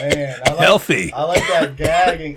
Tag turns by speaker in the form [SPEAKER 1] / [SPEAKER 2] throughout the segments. [SPEAKER 1] like,
[SPEAKER 2] healthy.
[SPEAKER 1] I like that gagging.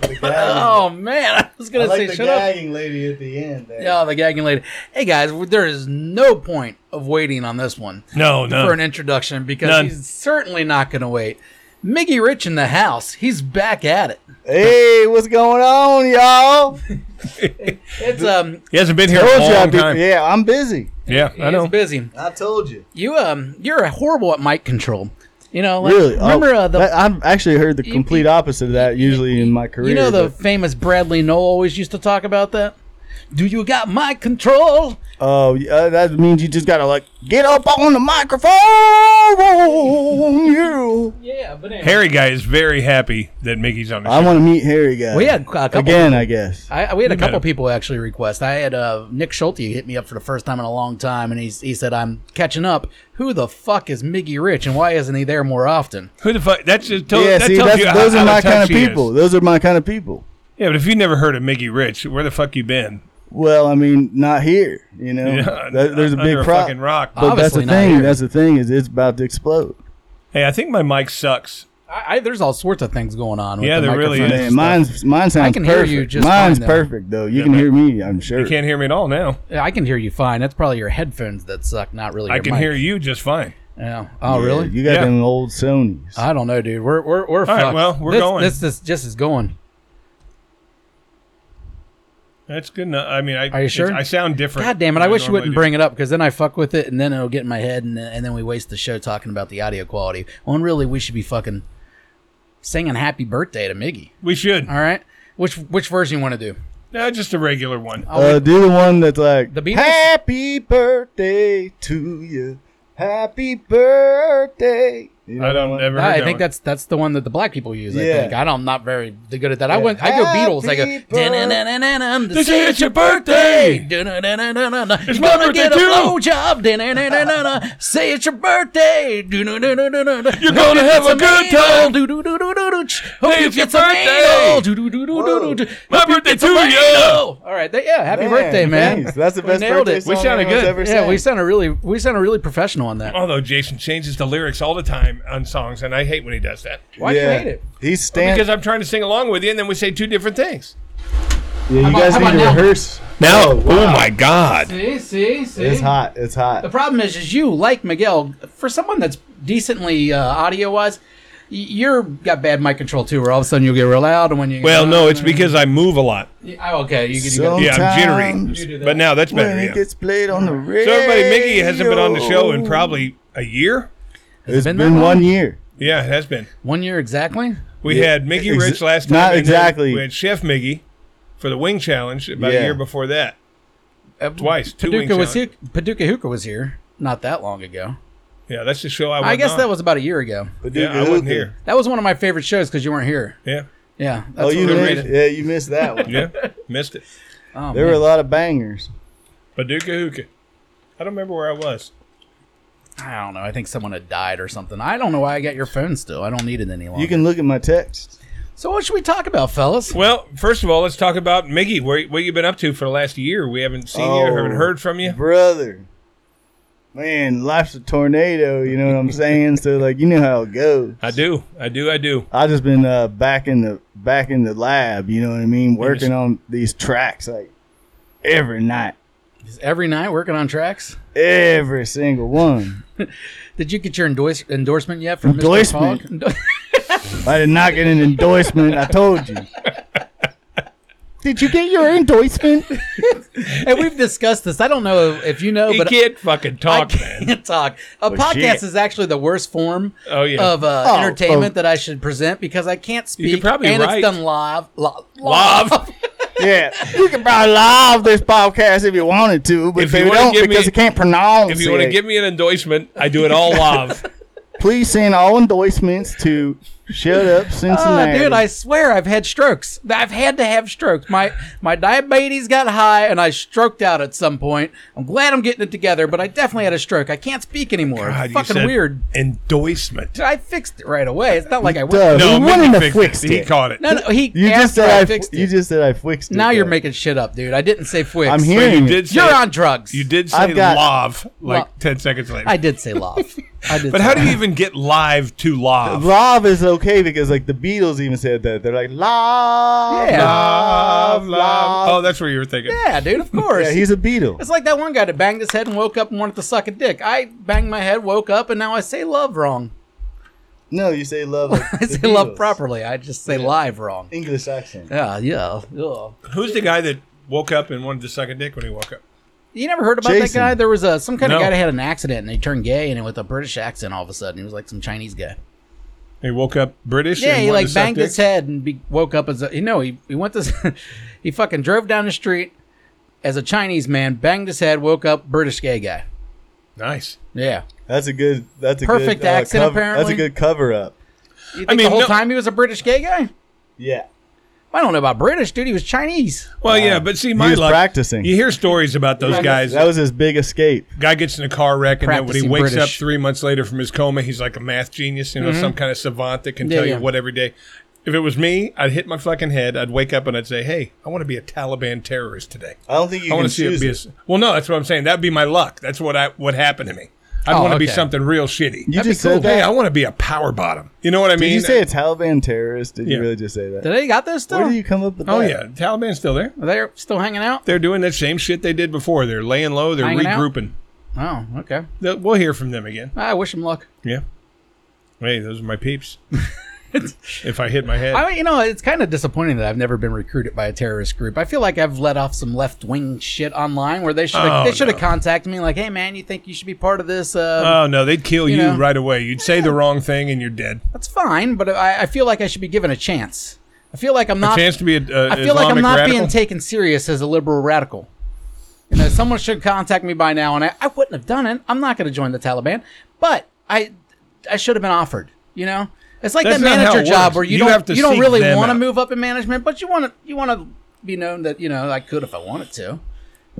[SPEAKER 1] The gagging.
[SPEAKER 3] Oh man, I was
[SPEAKER 1] I
[SPEAKER 3] gonna
[SPEAKER 1] like
[SPEAKER 3] say
[SPEAKER 1] the
[SPEAKER 3] shut up.
[SPEAKER 1] gagging lady at the end. There.
[SPEAKER 3] Yeah, the gagging lady. Hey guys, there is no point of waiting on this one
[SPEAKER 2] No, no.
[SPEAKER 3] for an introduction because
[SPEAKER 2] None.
[SPEAKER 3] he's certainly not going to wait. Mickey Rich in the house. He's back at it.
[SPEAKER 4] Hey, what's going on, y'all?
[SPEAKER 3] It's um,
[SPEAKER 2] He hasn't been here
[SPEAKER 4] Told
[SPEAKER 2] a
[SPEAKER 4] you I'd
[SPEAKER 2] long
[SPEAKER 4] be-
[SPEAKER 2] time.
[SPEAKER 4] yeah, I'm busy.
[SPEAKER 2] Yeah, I know.
[SPEAKER 3] it's busy.
[SPEAKER 1] I told you.
[SPEAKER 3] You um, you're horrible at mic control. You know, like,
[SPEAKER 4] Really?
[SPEAKER 3] Remember
[SPEAKER 4] Oh,
[SPEAKER 3] uh, the
[SPEAKER 4] that- I've actually heard the
[SPEAKER 3] You-
[SPEAKER 4] complete opposite of that usually in my career.
[SPEAKER 3] you know the
[SPEAKER 4] but-
[SPEAKER 3] famous Bradley Noel always used to talk about that. Do you got mic control?
[SPEAKER 4] oh, yeah, that means you just gotta like get up on the microphone. you.
[SPEAKER 3] Yeah, but anyway.
[SPEAKER 2] Harry guy is very happy that Mickey's on the
[SPEAKER 4] I
[SPEAKER 2] show.
[SPEAKER 4] want to meet Harry guy
[SPEAKER 3] we had a couple
[SPEAKER 4] again, I guess.
[SPEAKER 3] I, I- we had a
[SPEAKER 2] You met
[SPEAKER 3] couple
[SPEAKER 2] him.
[SPEAKER 3] people actually request. I had uh, Nick Schulte hit me up for the first time in a long time, and he's, he said, I'm catching up. Who the fuck is Miggy Rich, and why isn't he there more often?
[SPEAKER 2] Who the fuck? That's just tell,
[SPEAKER 4] yeah,
[SPEAKER 2] that
[SPEAKER 4] see,
[SPEAKER 2] tells
[SPEAKER 4] that's,
[SPEAKER 2] you
[SPEAKER 4] those
[SPEAKER 2] how,
[SPEAKER 4] are
[SPEAKER 2] how
[SPEAKER 4] my
[SPEAKER 2] out touch
[SPEAKER 4] kind of
[SPEAKER 2] he is.
[SPEAKER 4] people. Those are my kind of people.
[SPEAKER 2] Yeah, but if you never heard of Mickey Rich, where the fuck you been?
[SPEAKER 4] Well, I mean, not here. You know,
[SPEAKER 2] Yeah,
[SPEAKER 4] That- there's a
[SPEAKER 2] under
[SPEAKER 4] big
[SPEAKER 2] a
[SPEAKER 4] problem.
[SPEAKER 2] fucking rock.
[SPEAKER 4] But that's
[SPEAKER 3] Obviously
[SPEAKER 4] the
[SPEAKER 3] not
[SPEAKER 4] thing.
[SPEAKER 3] here.
[SPEAKER 4] That's the thing is it's about to explode.
[SPEAKER 2] Hey, I think my mic sucks.
[SPEAKER 3] I, I, there's all sorts of things going on. With
[SPEAKER 2] Yeah,
[SPEAKER 3] the
[SPEAKER 2] there really
[SPEAKER 3] microphone
[SPEAKER 2] is.
[SPEAKER 3] and
[SPEAKER 4] Man, mine's mine sounds
[SPEAKER 3] can hear
[SPEAKER 4] perfect.
[SPEAKER 3] you just
[SPEAKER 4] mine's
[SPEAKER 3] fine, though.
[SPEAKER 4] perfect though. You
[SPEAKER 2] Yeah,
[SPEAKER 4] can
[SPEAKER 2] but-
[SPEAKER 4] hear me. I'm sure.
[SPEAKER 2] You can't hear me at all now.
[SPEAKER 3] stuff. I can hear you fine. That's probably your headphones that suck, not really.
[SPEAKER 2] I
[SPEAKER 3] your
[SPEAKER 2] can
[SPEAKER 3] mic.
[SPEAKER 2] hear you just fine.
[SPEAKER 3] Yeah. Oh,
[SPEAKER 4] Yeah,
[SPEAKER 3] really?
[SPEAKER 4] You got
[SPEAKER 2] Yeah.
[SPEAKER 4] them old Sony's.
[SPEAKER 3] I don't know, dude. We're we're we're
[SPEAKER 2] right,
[SPEAKER 3] fucked.
[SPEAKER 2] well, we're
[SPEAKER 3] this,
[SPEAKER 2] going.
[SPEAKER 3] This is just is going.
[SPEAKER 2] That's good enough. I mean, I
[SPEAKER 3] Are you sure?
[SPEAKER 2] I sound different.
[SPEAKER 3] God damn it!
[SPEAKER 2] than
[SPEAKER 3] I wish you
[SPEAKER 2] normally
[SPEAKER 3] wouldn't
[SPEAKER 2] do.
[SPEAKER 3] bring it up because then I fuck with it and then it'll get in my head and, and then we waste the show talking about the audio quality. When really we should be fucking singing "Happy Birthday" to Miggy.
[SPEAKER 2] We should.
[SPEAKER 3] All right, which which version you want to do?
[SPEAKER 2] No, just a regular one.
[SPEAKER 4] uh, do the one that's like
[SPEAKER 3] The Beatles?
[SPEAKER 4] Happy birthday to you. Happy birthday. You know
[SPEAKER 2] I
[SPEAKER 4] that
[SPEAKER 2] don't
[SPEAKER 4] one?
[SPEAKER 2] ever.
[SPEAKER 3] I
[SPEAKER 2] heard that
[SPEAKER 3] think
[SPEAKER 2] one.
[SPEAKER 3] that's that's the one that the black people use. I
[SPEAKER 4] Yeah.
[SPEAKER 3] think I don't, I'm not very good at that. I
[SPEAKER 4] Yeah.
[SPEAKER 3] went. I go Beatles. I go.
[SPEAKER 4] Happy
[SPEAKER 3] "Dun-dun-dun-dun-dun,
[SPEAKER 2] This
[SPEAKER 3] say
[SPEAKER 2] is your birthday.
[SPEAKER 3] Dun-dun-dun-dun-dun. You're
[SPEAKER 2] It's my
[SPEAKER 3] gonna
[SPEAKER 2] birthday
[SPEAKER 3] get a
[SPEAKER 2] too.
[SPEAKER 3] blowjob. Dun-dun-dun-dun-dun. Say it's your birthday. Dun-dun-dun-dun-dun.
[SPEAKER 2] You're gonna have a good time.
[SPEAKER 3] Do-do-do-do-do-do. Hope
[SPEAKER 2] Hey,
[SPEAKER 3] you
[SPEAKER 2] it's
[SPEAKER 3] get
[SPEAKER 2] your
[SPEAKER 3] some
[SPEAKER 2] birthday.
[SPEAKER 3] anal. Do-do-do-do-do-do.
[SPEAKER 2] My birthday to you.
[SPEAKER 3] Oh, All right. They- Yeah. Happy
[SPEAKER 4] Man,
[SPEAKER 3] birthday, man.
[SPEAKER 4] thanks. That's the
[SPEAKER 3] We
[SPEAKER 4] best
[SPEAKER 3] nailed
[SPEAKER 4] birthday
[SPEAKER 3] it.
[SPEAKER 4] song
[SPEAKER 2] We sounded
[SPEAKER 4] anyone's
[SPEAKER 2] good.
[SPEAKER 4] ever
[SPEAKER 3] Yeah,
[SPEAKER 4] sang.
[SPEAKER 3] we sounded really we sounded really professional on that.
[SPEAKER 2] Although Jason changes the lyrics all the time on songs, and I hate when he does that.
[SPEAKER 3] Why do you
[SPEAKER 4] yeah.
[SPEAKER 3] hate it?
[SPEAKER 4] He
[SPEAKER 2] Because
[SPEAKER 4] stands.
[SPEAKER 2] I'm trying to sing along with you, and then we say two different things.
[SPEAKER 4] yeah, you
[SPEAKER 3] about-
[SPEAKER 4] guys
[SPEAKER 3] how
[SPEAKER 4] need
[SPEAKER 3] about
[SPEAKER 4] to
[SPEAKER 3] now?
[SPEAKER 4] rehearse.
[SPEAKER 2] Now, oh my God!
[SPEAKER 3] See, see, see.
[SPEAKER 4] It's hot. It's
[SPEAKER 3] The
[SPEAKER 4] hot.
[SPEAKER 3] problem is, is you like Miguel for someone that's decently uh, audio wise. You're got bad mic control too, where all of a sudden you'll get real loud, and when you
[SPEAKER 2] Well, no, it's because I move a lot.
[SPEAKER 3] oh, okay, you, you
[SPEAKER 4] So-
[SPEAKER 3] got,
[SPEAKER 2] Yeah, I'm
[SPEAKER 4] Sometimes
[SPEAKER 3] You do
[SPEAKER 2] jittery.
[SPEAKER 3] that.
[SPEAKER 2] But now that's
[SPEAKER 4] When
[SPEAKER 2] better.
[SPEAKER 4] it
[SPEAKER 2] Yeah.
[SPEAKER 4] gets played on the radio.
[SPEAKER 2] So everybody, Mickey hasn't been on the show in probably a year.
[SPEAKER 4] It's
[SPEAKER 3] been
[SPEAKER 4] been,
[SPEAKER 3] that long?
[SPEAKER 4] one year.
[SPEAKER 2] Yeah, it has been.
[SPEAKER 3] one year exactly.
[SPEAKER 2] We
[SPEAKER 4] Yeah,
[SPEAKER 2] had Mickey
[SPEAKER 4] ex-
[SPEAKER 2] Rich last time.
[SPEAKER 4] not
[SPEAKER 2] and then
[SPEAKER 4] exactly.
[SPEAKER 2] We had Chef Mickey for the Wing Challenge about a
[SPEAKER 4] Yeah.
[SPEAKER 2] year before that.
[SPEAKER 3] Uh,
[SPEAKER 2] Twice, two Wing
[SPEAKER 3] Paducah was here,
[SPEAKER 2] Challenge.
[SPEAKER 3] Paducah Hooker was here not that long ago.
[SPEAKER 2] Yeah, that's the show I.
[SPEAKER 3] I
[SPEAKER 2] was
[SPEAKER 3] guess
[SPEAKER 2] on.
[SPEAKER 3] that was about a year ago.
[SPEAKER 2] Yeah, I wasn't here.
[SPEAKER 3] That was one of my favorite shows because you weren't here.
[SPEAKER 2] Yeah,
[SPEAKER 3] Yeah. That's
[SPEAKER 4] Oh, you
[SPEAKER 3] what-
[SPEAKER 2] good
[SPEAKER 4] missed,
[SPEAKER 2] reason.
[SPEAKER 4] yeah, you missed that one.
[SPEAKER 2] yeah, missed it.
[SPEAKER 3] oh,
[SPEAKER 4] There were a
[SPEAKER 3] man.
[SPEAKER 4] lot of bangers.
[SPEAKER 2] Paducah Hookah. I don't remember where I was.
[SPEAKER 3] I don't know. I think someone had died or something. I don't know why I got your phone still. I don't need it any longer.
[SPEAKER 4] You can look at my text.
[SPEAKER 3] so what should we talk about, fellas?
[SPEAKER 2] Well, first of all, let's talk about Mickey. Where what you been up to for the last year? We haven't seen you,
[SPEAKER 4] Oh.
[SPEAKER 2] haven't heard from you.
[SPEAKER 4] Brother. Man, life's a tornado, you know what I'm saying? so like you know how it goes.
[SPEAKER 2] I do, I do, I do.
[SPEAKER 4] I just been uh, back in the back in the lab, you know what I mean, working on these tracks like every night.
[SPEAKER 3] Is every night working on tracks?
[SPEAKER 4] Every single one.
[SPEAKER 3] Did you get your endorse, endorsement yet from
[SPEAKER 4] Endorsement?
[SPEAKER 3] Mr. Fogg?
[SPEAKER 4] I did not get an endorsement, I told you. Did you get your endorsement?
[SPEAKER 3] and we've discussed this. I don't know if you know,
[SPEAKER 2] He
[SPEAKER 3] but
[SPEAKER 2] can't fucking
[SPEAKER 3] I
[SPEAKER 2] talk, man.
[SPEAKER 3] can't talk. A podcast
[SPEAKER 2] shit.
[SPEAKER 3] is actually the worst form
[SPEAKER 2] Oh, yeah.
[SPEAKER 3] of uh,
[SPEAKER 4] Oh,
[SPEAKER 3] entertainment
[SPEAKER 4] oh.
[SPEAKER 3] that I should present because I can't
[SPEAKER 2] You could
[SPEAKER 3] speak.
[SPEAKER 2] probably
[SPEAKER 3] and
[SPEAKER 2] write.
[SPEAKER 3] it's done live. li-
[SPEAKER 2] Live.
[SPEAKER 4] Yeah, you can probably live this podcast if you wanted to, but
[SPEAKER 2] If
[SPEAKER 4] they
[SPEAKER 2] you wanna
[SPEAKER 4] don't
[SPEAKER 2] give me-
[SPEAKER 4] because you can't pronounce.
[SPEAKER 2] If you want to
[SPEAKER 4] it.
[SPEAKER 2] give me an endorsement, I do it all live.
[SPEAKER 4] please send all endorsements to Shut Up
[SPEAKER 3] Oh,
[SPEAKER 4] Cincinnati.
[SPEAKER 3] dude, I swear I've had strokes. I've had to have strokes. My my diabetes got high and I stroked out at some point. I'm glad I'm getting it together, but I definitely had a stroke. I can't speak anymore.
[SPEAKER 2] God,
[SPEAKER 3] it's
[SPEAKER 2] you
[SPEAKER 3] fucking
[SPEAKER 2] said
[SPEAKER 3] weird.
[SPEAKER 2] endorsement.
[SPEAKER 3] I fixed it right away. It's not like I
[SPEAKER 4] Duh,
[SPEAKER 3] went.
[SPEAKER 4] we
[SPEAKER 2] Mickey
[SPEAKER 4] wouldn't have
[SPEAKER 2] fixed it.
[SPEAKER 4] fixed it.
[SPEAKER 2] He caught it.
[SPEAKER 3] No, no, he
[SPEAKER 4] you just
[SPEAKER 3] asked for
[SPEAKER 4] said
[SPEAKER 3] I
[SPEAKER 4] I.
[SPEAKER 3] fixed
[SPEAKER 4] you
[SPEAKER 3] it.
[SPEAKER 4] just said I fixed it.
[SPEAKER 3] Now you're
[SPEAKER 4] though.
[SPEAKER 3] making shit up, dude. I didn't say fix.
[SPEAKER 4] I'm
[SPEAKER 2] But
[SPEAKER 4] hearing.
[SPEAKER 2] you
[SPEAKER 4] it.
[SPEAKER 2] did. Say,
[SPEAKER 3] You're on drugs.
[SPEAKER 2] You did say
[SPEAKER 4] I've got-
[SPEAKER 2] live like
[SPEAKER 3] Well,
[SPEAKER 2] ten seconds later.
[SPEAKER 3] I did say love. I did.
[SPEAKER 2] but
[SPEAKER 3] say
[SPEAKER 2] how do
[SPEAKER 3] love.
[SPEAKER 2] you even get live to live?
[SPEAKER 4] Live is okay because like the Beatles even said that they're like love,
[SPEAKER 3] Yeah.
[SPEAKER 4] love,
[SPEAKER 2] Love, love.
[SPEAKER 4] love.
[SPEAKER 2] Oh, that's what you were thinking.
[SPEAKER 3] Yeah, dude, of course.
[SPEAKER 4] yeah, he's a Beatle.
[SPEAKER 3] It's like that one guy that banged his head and woke up and wanted to suck a dick. I banged my head, woke up, and now I say love wrong.
[SPEAKER 4] No, you say love. Like
[SPEAKER 3] I
[SPEAKER 4] the
[SPEAKER 3] say love
[SPEAKER 4] Beatles.
[SPEAKER 3] properly. I just say live wrong.
[SPEAKER 4] English accent.
[SPEAKER 3] Yeah, yeah. yeah.
[SPEAKER 2] Who's the guy that woke up and wanted to suck a dick when he woke up?
[SPEAKER 3] You never heard about that
[SPEAKER 4] Jason.
[SPEAKER 3] guy? There was a some kind of
[SPEAKER 2] No.
[SPEAKER 3] guy that had an accident and he turned gay and with a British accent all of a sudden. He was like some Chinese guy.
[SPEAKER 2] He woke up British.
[SPEAKER 3] Yeah,
[SPEAKER 2] and
[SPEAKER 3] he
[SPEAKER 2] wanted
[SPEAKER 3] like
[SPEAKER 2] to suck
[SPEAKER 3] banged
[SPEAKER 2] dick?
[SPEAKER 3] his head and be, woke up as a you know he he went this he fucking drove down the street as a Chinese man, banged his head, woke up British gay guy.
[SPEAKER 2] Nice.
[SPEAKER 3] Yeah,
[SPEAKER 4] That's a good. That's a
[SPEAKER 3] Perfect
[SPEAKER 4] good, uh,
[SPEAKER 3] accent,
[SPEAKER 4] cover-
[SPEAKER 3] apparently.
[SPEAKER 4] that's a good cover up.
[SPEAKER 3] you think
[SPEAKER 2] mean,
[SPEAKER 3] the whole
[SPEAKER 2] no-
[SPEAKER 3] time he was a British gay guy.
[SPEAKER 4] Yeah.
[SPEAKER 3] I don't know about British dude. He was Chinese.
[SPEAKER 2] Well, yeah, but see, my
[SPEAKER 4] was
[SPEAKER 2] luck-
[SPEAKER 4] practicing.
[SPEAKER 2] You hear stories about those guys.
[SPEAKER 4] That was his big escape.
[SPEAKER 2] Guy gets in a car wreck, and then when he
[SPEAKER 3] Practicing
[SPEAKER 2] wakes
[SPEAKER 3] British.
[SPEAKER 2] up three months later from his coma, he's like a math genius, you know, some kind of savant that can
[SPEAKER 3] Mm-hmm. Yeah,
[SPEAKER 2] tell
[SPEAKER 3] yeah.
[SPEAKER 2] you what every day. If it was me, I'd hit my fucking head. I'd wake up and I'd say, "Hey, I want to be a Taliban terrorist today.
[SPEAKER 4] I don't think you
[SPEAKER 2] I
[SPEAKER 4] can
[SPEAKER 2] want to see
[SPEAKER 4] choose
[SPEAKER 2] it be." A,
[SPEAKER 4] it.
[SPEAKER 2] s- well, no, that's what I'm saying. That'd be my luck. That's what I what happened to me. I'd
[SPEAKER 3] Oh,
[SPEAKER 2] want to be
[SPEAKER 3] okay.
[SPEAKER 2] something real shitty.
[SPEAKER 4] You
[SPEAKER 3] That'd
[SPEAKER 4] just
[SPEAKER 3] be cool.
[SPEAKER 4] said that.
[SPEAKER 2] hey, I want to be a power bottom. You know what I
[SPEAKER 4] Did
[SPEAKER 2] mean?
[SPEAKER 4] you say a Taliban terrorist? Did
[SPEAKER 2] Yeah.
[SPEAKER 4] you really just say that?
[SPEAKER 3] Did they got those still?
[SPEAKER 4] Where do you come up with
[SPEAKER 2] Oh
[SPEAKER 4] that?
[SPEAKER 2] yeah, Taliban's still there.
[SPEAKER 3] Are they still hanging out?
[SPEAKER 2] They're doing that same shit they did before. They're laying low. They're
[SPEAKER 3] Hanging out?
[SPEAKER 2] regrouping.
[SPEAKER 3] Oh, okay.
[SPEAKER 2] They'll- We'll hear from them again.
[SPEAKER 3] I wish him luck.
[SPEAKER 2] Yeah. Hey, those are my peeps. if I hit my head,
[SPEAKER 3] I mean, you know, it's kind of disappointing that I've never been recruited by a terrorist group. I feel like I've let off some left wing shit online where they should
[SPEAKER 2] Oh,
[SPEAKER 3] they should have
[SPEAKER 2] no.
[SPEAKER 3] contacted me like, hey man, you think you should be part of this? Uh,
[SPEAKER 2] oh no, they'd kill you,
[SPEAKER 3] know.
[SPEAKER 2] right away. You'd say the wrong thing and you're dead.
[SPEAKER 3] That's fine, but I, I feel like I should be given a chance. I feel like I'm not.
[SPEAKER 2] Chance to be a, a
[SPEAKER 3] I feel like I'm
[SPEAKER 2] Islamic
[SPEAKER 3] not
[SPEAKER 2] radical?
[SPEAKER 3] being taken serious as a liberal radical. You know, someone should contact me by now, and I, I wouldn't have done it. I'm not going to join the Taliban, but I I should have been offered. You know, it's like
[SPEAKER 2] That's
[SPEAKER 3] that
[SPEAKER 2] not how
[SPEAKER 3] manager
[SPEAKER 2] it
[SPEAKER 3] job
[SPEAKER 2] works.
[SPEAKER 3] where you,
[SPEAKER 2] You
[SPEAKER 3] don't
[SPEAKER 2] have to
[SPEAKER 3] you don't
[SPEAKER 2] seek
[SPEAKER 3] really
[SPEAKER 2] them
[SPEAKER 3] want to
[SPEAKER 2] out.
[SPEAKER 3] move up in management, but you want to you want to be known that you know I could if I wanted to.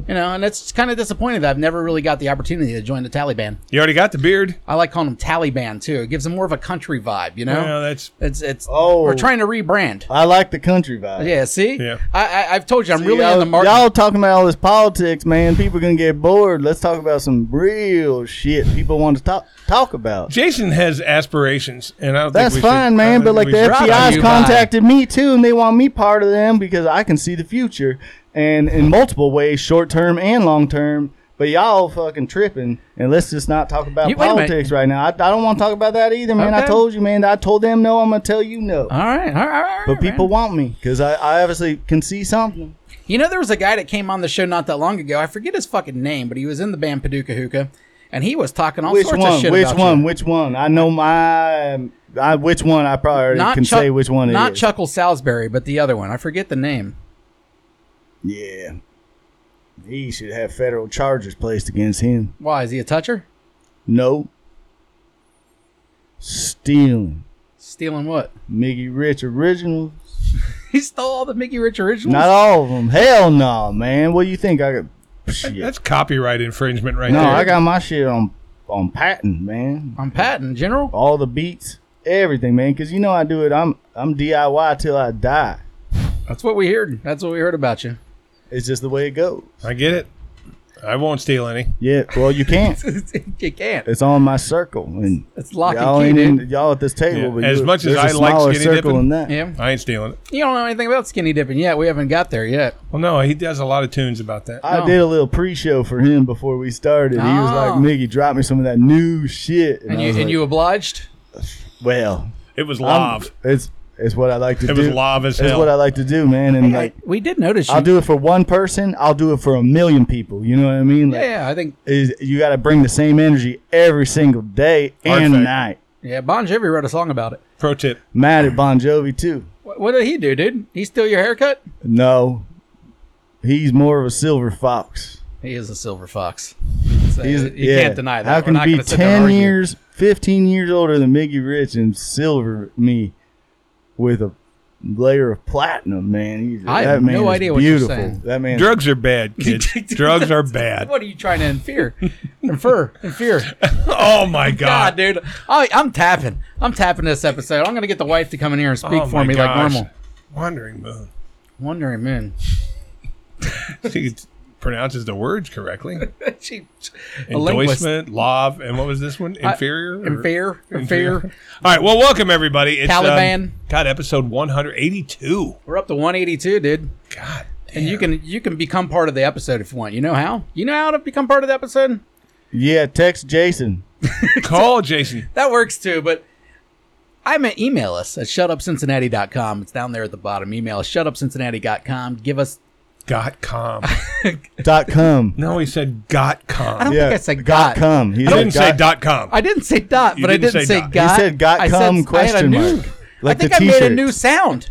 [SPEAKER 3] You know, and it's kind of disappointing that I've never really got the opportunity to join the Taliban.
[SPEAKER 2] you already got the beard.
[SPEAKER 3] I like calling them Taliban too. It gives them more of a country vibe, you know.
[SPEAKER 2] Well, that's
[SPEAKER 3] It's it's
[SPEAKER 4] Oh.
[SPEAKER 3] we're trying to rebrand.
[SPEAKER 4] I like the country vibe.
[SPEAKER 3] Yeah, see,
[SPEAKER 2] Yeah.
[SPEAKER 3] I, I I've told you I'm really
[SPEAKER 4] y'all,
[SPEAKER 3] on the market.
[SPEAKER 4] y'all talking about all this politics, man. People gonna get bored. Let's talk about some real shit people want to talk talk about.
[SPEAKER 2] Jason has aspirations, and I don't
[SPEAKER 4] That's
[SPEAKER 2] think we should-
[SPEAKER 4] fine,
[SPEAKER 2] I
[SPEAKER 4] man.
[SPEAKER 2] don't
[SPEAKER 4] But
[SPEAKER 2] think
[SPEAKER 4] like
[SPEAKER 2] we
[SPEAKER 4] the
[SPEAKER 2] should-
[SPEAKER 3] brought
[SPEAKER 4] FBI's
[SPEAKER 3] you by-
[SPEAKER 4] contacted me too, and they want me part of them because I can see the future and in multiple ways, short term and long term. But y'all fucking tripping, and let's just not talk about
[SPEAKER 3] You- wait a minute.
[SPEAKER 4] politics right now. I, I don't want to talk about that either, man. I
[SPEAKER 3] Okay.
[SPEAKER 4] told you, man. I told them no. I'm gonna tell you no.
[SPEAKER 3] all right, all right, all right.
[SPEAKER 4] but people
[SPEAKER 3] man.
[SPEAKER 4] want me because I, I obviously can see something.
[SPEAKER 3] you know, there was a guy that came on the show not that long ago. I forget his fucking name, but he was in the band Paducah Hookah, and he was talking all
[SPEAKER 4] which
[SPEAKER 3] sorts
[SPEAKER 4] one?
[SPEAKER 3] of shit
[SPEAKER 4] which
[SPEAKER 3] about
[SPEAKER 4] one?
[SPEAKER 3] you.
[SPEAKER 4] Which one? I know my. I, which one? I probably already
[SPEAKER 3] Not
[SPEAKER 4] can
[SPEAKER 3] Chuck,
[SPEAKER 4] say which one it
[SPEAKER 3] not
[SPEAKER 4] is.
[SPEAKER 3] Chuckle Salisbury, but the other one. I forget the name.
[SPEAKER 4] Yeah, he should have federal charges placed against him.
[SPEAKER 3] Why is he a toucher?
[SPEAKER 4] No. Stealing
[SPEAKER 3] Stealing what?
[SPEAKER 4] Mickey Rich originals.
[SPEAKER 3] He stole all the Mickey Rich originals.
[SPEAKER 4] Not all of them. Hell no, man. What do you think? I got shit.
[SPEAKER 2] That's copyright infringement, right
[SPEAKER 4] No,
[SPEAKER 2] there.
[SPEAKER 4] I got my shit on on patent, man.
[SPEAKER 3] on patent, General.
[SPEAKER 4] All the beats, everything, man. Cause you know I do it. I'm I'm DIY till I die.
[SPEAKER 3] That's what we heard. That's what we heard about you.
[SPEAKER 4] It's just the way it goes.
[SPEAKER 2] I get it. I won't steal any.
[SPEAKER 4] Yeah. Well, you can't.
[SPEAKER 3] you can't.
[SPEAKER 4] It's on my circle, and
[SPEAKER 3] It's lock
[SPEAKER 4] y'all
[SPEAKER 3] and
[SPEAKER 4] ain't
[SPEAKER 3] key,
[SPEAKER 4] in,
[SPEAKER 3] dude.
[SPEAKER 4] y'all at this table.
[SPEAKER 2] Yeah,
[SPEAKER 4] But
[SPEAKER 2] as
[SPEAKER 4] you-
[SPEAKER 2] much as
[SPEAKER 4] there's a
[SPEAKER 2] I like
[SPEAKER 4] smaller
[SPEAKER 2] skinny
[SPEAKER 4] circle
[SPEAKER 2] dipping-
[SPEAKER 4] than that.
[SPEAKER 3] Yeah.
[SPEAKER 2] I ain't stealing it.
[SPEAKER 3] You don't know anything about skinny dipping yet. We haven't got there yet.
[SPEAKER 2] Well, no, he does a lot of tunes about that.
[SPEAKER 4] I
[SPEAKER 3] No.
[SPEAKER 4] did a little pre-show for him before we started. He was
[SPEAKER 3] Oh.
[SPEAKER 4] like, "Miggy, drop me some of that new shit."
[SPEAKER 3] And
[SPEAKER 4] I
[SPEAKER 3] you
[SPEAKER 4] was
[SPEAKER 3] and
[SPEAKER 4] like,
[SPEAKER 3] you obliged?
[SPEAKER 4] well,
[SPEAKER 2] it was
[SPEAKER 4] I'm-
[SPEAKER 2] love.
[SPEAKER 4] It's it's what I like to
[SPEAKER 2] It
[SPEAKER 4] do.
[SPEAKER 2] was love as
[SPEAKER 4] It's
[SPEAKER 2] hell.
[SPEAKER 4] what I like to do, man. And like,
[SPEAKER 3] we did notice you.
[SPEAKER 4] I'll do it for one person. I'll do it for a million people. You know what I mean? Like,
[SPEAKER 3] yeah, I think
[SPEAKER 4] is you got to bring the same energy every single day
[SPEAKER 2] Hard
[SPEAKER 4] and
[SPEAKER 2] factor.
[SPEAKER 4] night.
[SPEAKER 3] yeah. Bon Jovi wrote a song about it.
[SPEAKER 2] Pro tip.
[SPEAKER 4] Mad at Bon Jovi too.
[SPEAKER 3] What, what did he do, dude? He steal your haircut?
[SPEAKER 4] No, he's more of a silver fox.
[SPEAKER 3] He is a silver fox. So
[SPEAKER 4] He's-
[SPEAKER 3] you
[SPEAKER 4] yeah.
[SPEAKER 3] can't deny that.
[SPEAKER 4] How
[SPEAKER 3] We're
[SPEAKER 4] can
[SPEAKER 3] not
[SPEAKER 4] you be
[SPEAKER 3] gonna sit there and
[SPEAKER 4] ten
[SPEAKER 3] argue.
[SPEAKER 4] years, fifteen years older than Miggy Rich and silver me with a layer of platinum, man? He's,
[SPEAKER 3] I
[SPEAKER 4] that
[SPEAKER 3] have
[SPEAKER 4] man
[SPEAKER 3] no
[SPEAKER 4] is
[SPEAKER 3] idea what you're
[SPEAKER 4] beautiful.
[SPEAKER 3] saying.
[SPEAKER 4] That man,
[SPEAKER 2] Drugs are bad, kids. Drugs are bad.
[SPEAKER 3] What are you trying to infer? infer, infer.
[SPEAKER 2] Oh my god.
[SPEAKER 3] God, dude, I, I'm tapping. I'm tapping this episode. I'm gonna get the wife to come in here and speak
[SPEAKER 2] Oh
[SPEAKER 3] for
[SPEAKER 2] my
[SPEAKER 3] me like
[SPEAKER 2] gosh.
[SPEAKER 3] normal.
[SPEAKER 2] Wandering moon.
[SPEAKER 3] Wondering moon.
[SPEAKER 2] See, it's- pronounces the words correctly.
[SPEAKER 3] she, a linguist.
[SPEAKER 2] Endorsement, love, and what was this one? Inferior? or-
[SPEAKER 3] Inferior. Inferior.
[SPEAKER 2] All right. Well, welcome everybody. It's, um,
[SPEAKER 3] Taliban.
[SPEAKER 2] God, episode 182.
[SPEAKER 3] We're up to 182, dude.
[SPEAKER 2] God.
[SPEAKER 3] And you can you can become part of the episode if you want. You know how? You know how to become part of the episode?
[SPEAKER 4] Yeah, text Jason.
[SPEAKER 2] Call Jason.
[SPEAKER 3] That works too, but I meant email us at shutupcincinnati.com. It's down there at the bottom. Email us shutupcincinnati.com. Give us
[SPEAKER 2] Got com.
[SPEAKER 4] Dot com.
[SPEAKER 2] No, he said got com.
[SPEAKER 3] I don't
[SPEAKER 4] yeah,
[SPEAKER 3] think I said
[SPEAKER 4] got
[SPEAKER 3] got.
[SPEAKER 4] com. He
[SPEAKER 2] I didn't say
[SPEAKER 4] got-
[SPEAKER 2] dot com.
[SPEAKER 3] I didn't say dot,
[SPEAKER 2] You
[SPEAKER 3] but
[SPEAKER 2] didn't
[SPEAKER 3] I didn't
[SPEAKER 2] say
[SPEAKER 3] say,
[SPEAKER 2] dot. You
[SPEAKER 3] got.
[SPEAKER 4] said got
[SPEAKER 3] I
[SPEAKER 4] cum,
[SPEAKER 3] I had a
[SPEAKER 4] question
[SPEAKER 3] new,
[SPEAKER 4] mark. Like
[SPEAKER 3] I think
[SPEAKER 4] the
[SPEAKER 3] I made a
[SPEAKER 4] t-shirt.
[SPEAKER 3] new sound.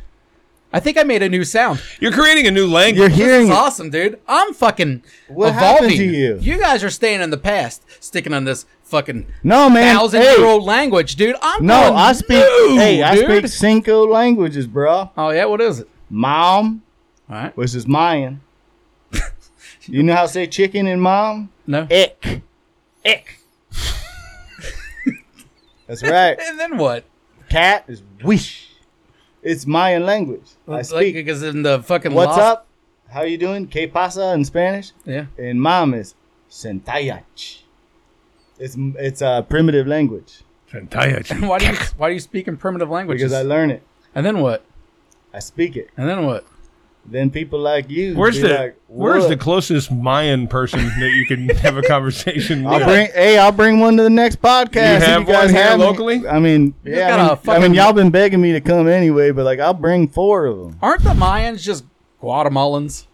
[SPEAKER 3] I think I made a new sound.
[SPEAKER 2] You're creating a new language.
[SPEAKER 4] You're hearing
[SPEAKER 3] It's
[SPEAKER 4] it.
[SPEAKER 3] awesome, dude. I'm fucking
[SPEAKER 4] What
[SPEAKER 3] evolving.
[SPEAKER 4] happened to you?
[SPEAKER 3] guys are staying in the past, sticking on this fucking
[SPEAKER 4] No man.
[SPEAKER 3] thousand
[SPEAKER 4] hey,
[SPEAKER 3] year old language, dude. I'm
[SPEAKER 4] No,
[SPEAKER 3] going
[SPEAKER 4] I speak.
[SPEAKER 3] new,
[SPEAKER 4] hey, I
[SPEAKER 3] dude.
[SPEAKER 4] speak cinco languages, bro.
[SPEAKER 3] Oh yeah, what is it?
[SPEAKER 4] Mom,
[SPEAKER 3] All right,
[SPEAKER 4] which is Mayan. you know how to say chicken in mom?
[SPEAKER 3] no.
[SPEAKER 4] Ick. Ick. That's right.
[SPEAKER 3] And then what?
[SPEAKER 4] Cat is wish. It's Mayan language. I speak.
[SPEAKER 3] because in the fucking
[SPEAKER 4] What's
[SPEAKER 3] lost-
[SPEAKER 4] up? How you doing? Que pasa in Spanish?
[SPEAKER 3] Yeah.
[SPEAKER 4] And mom is Sentayach. It's it's a primitive language
[SPEAKER 2] Santayach.
[SPEAKER 3] Why do you why do you speak in primitive languages?
[SPEAKER 4] because I learn it.
[SPEAKER 3] and then what?
[SPEAKER 4] I speak it.
[SPEAKER 3] And then what?
[SPEAKER 4] Then people like you.
[SPEAKER 2] Where's
[SPEAKER 4] be
[SPEAKER 2] the
[SPEAKER 4] like,
[SPEAKER 2] Where's the
[SPEAKER 4] "What?"
[SPEAKER 2] closest Mayan person that you can have a conversation
[SPEAKER 4] I'll
[SPEAKER 2] with?
[SPEAKER 4] bring hey, I'll bring one to the next
[SPEAKER 2] You
[SPEAKER 4] podcast. if
[SPEAKER 2] have one here
[SPEAKER 4] me.
[SPEAKER 2] locally?
[SPEAKER 4] I mean, yeah,
[SPEAKER 3] got
[SPEAKER 4] I mean,
[SPEAKER 3] a
[SPEAKER 4] I mean,
[SPEAKER 3] fucking-
[SPEAKER 4] y'all been begging me to come anyway, but like I'll bring four of them.
[SPEAKER 3] Aren't the Mayans just Guatemalans?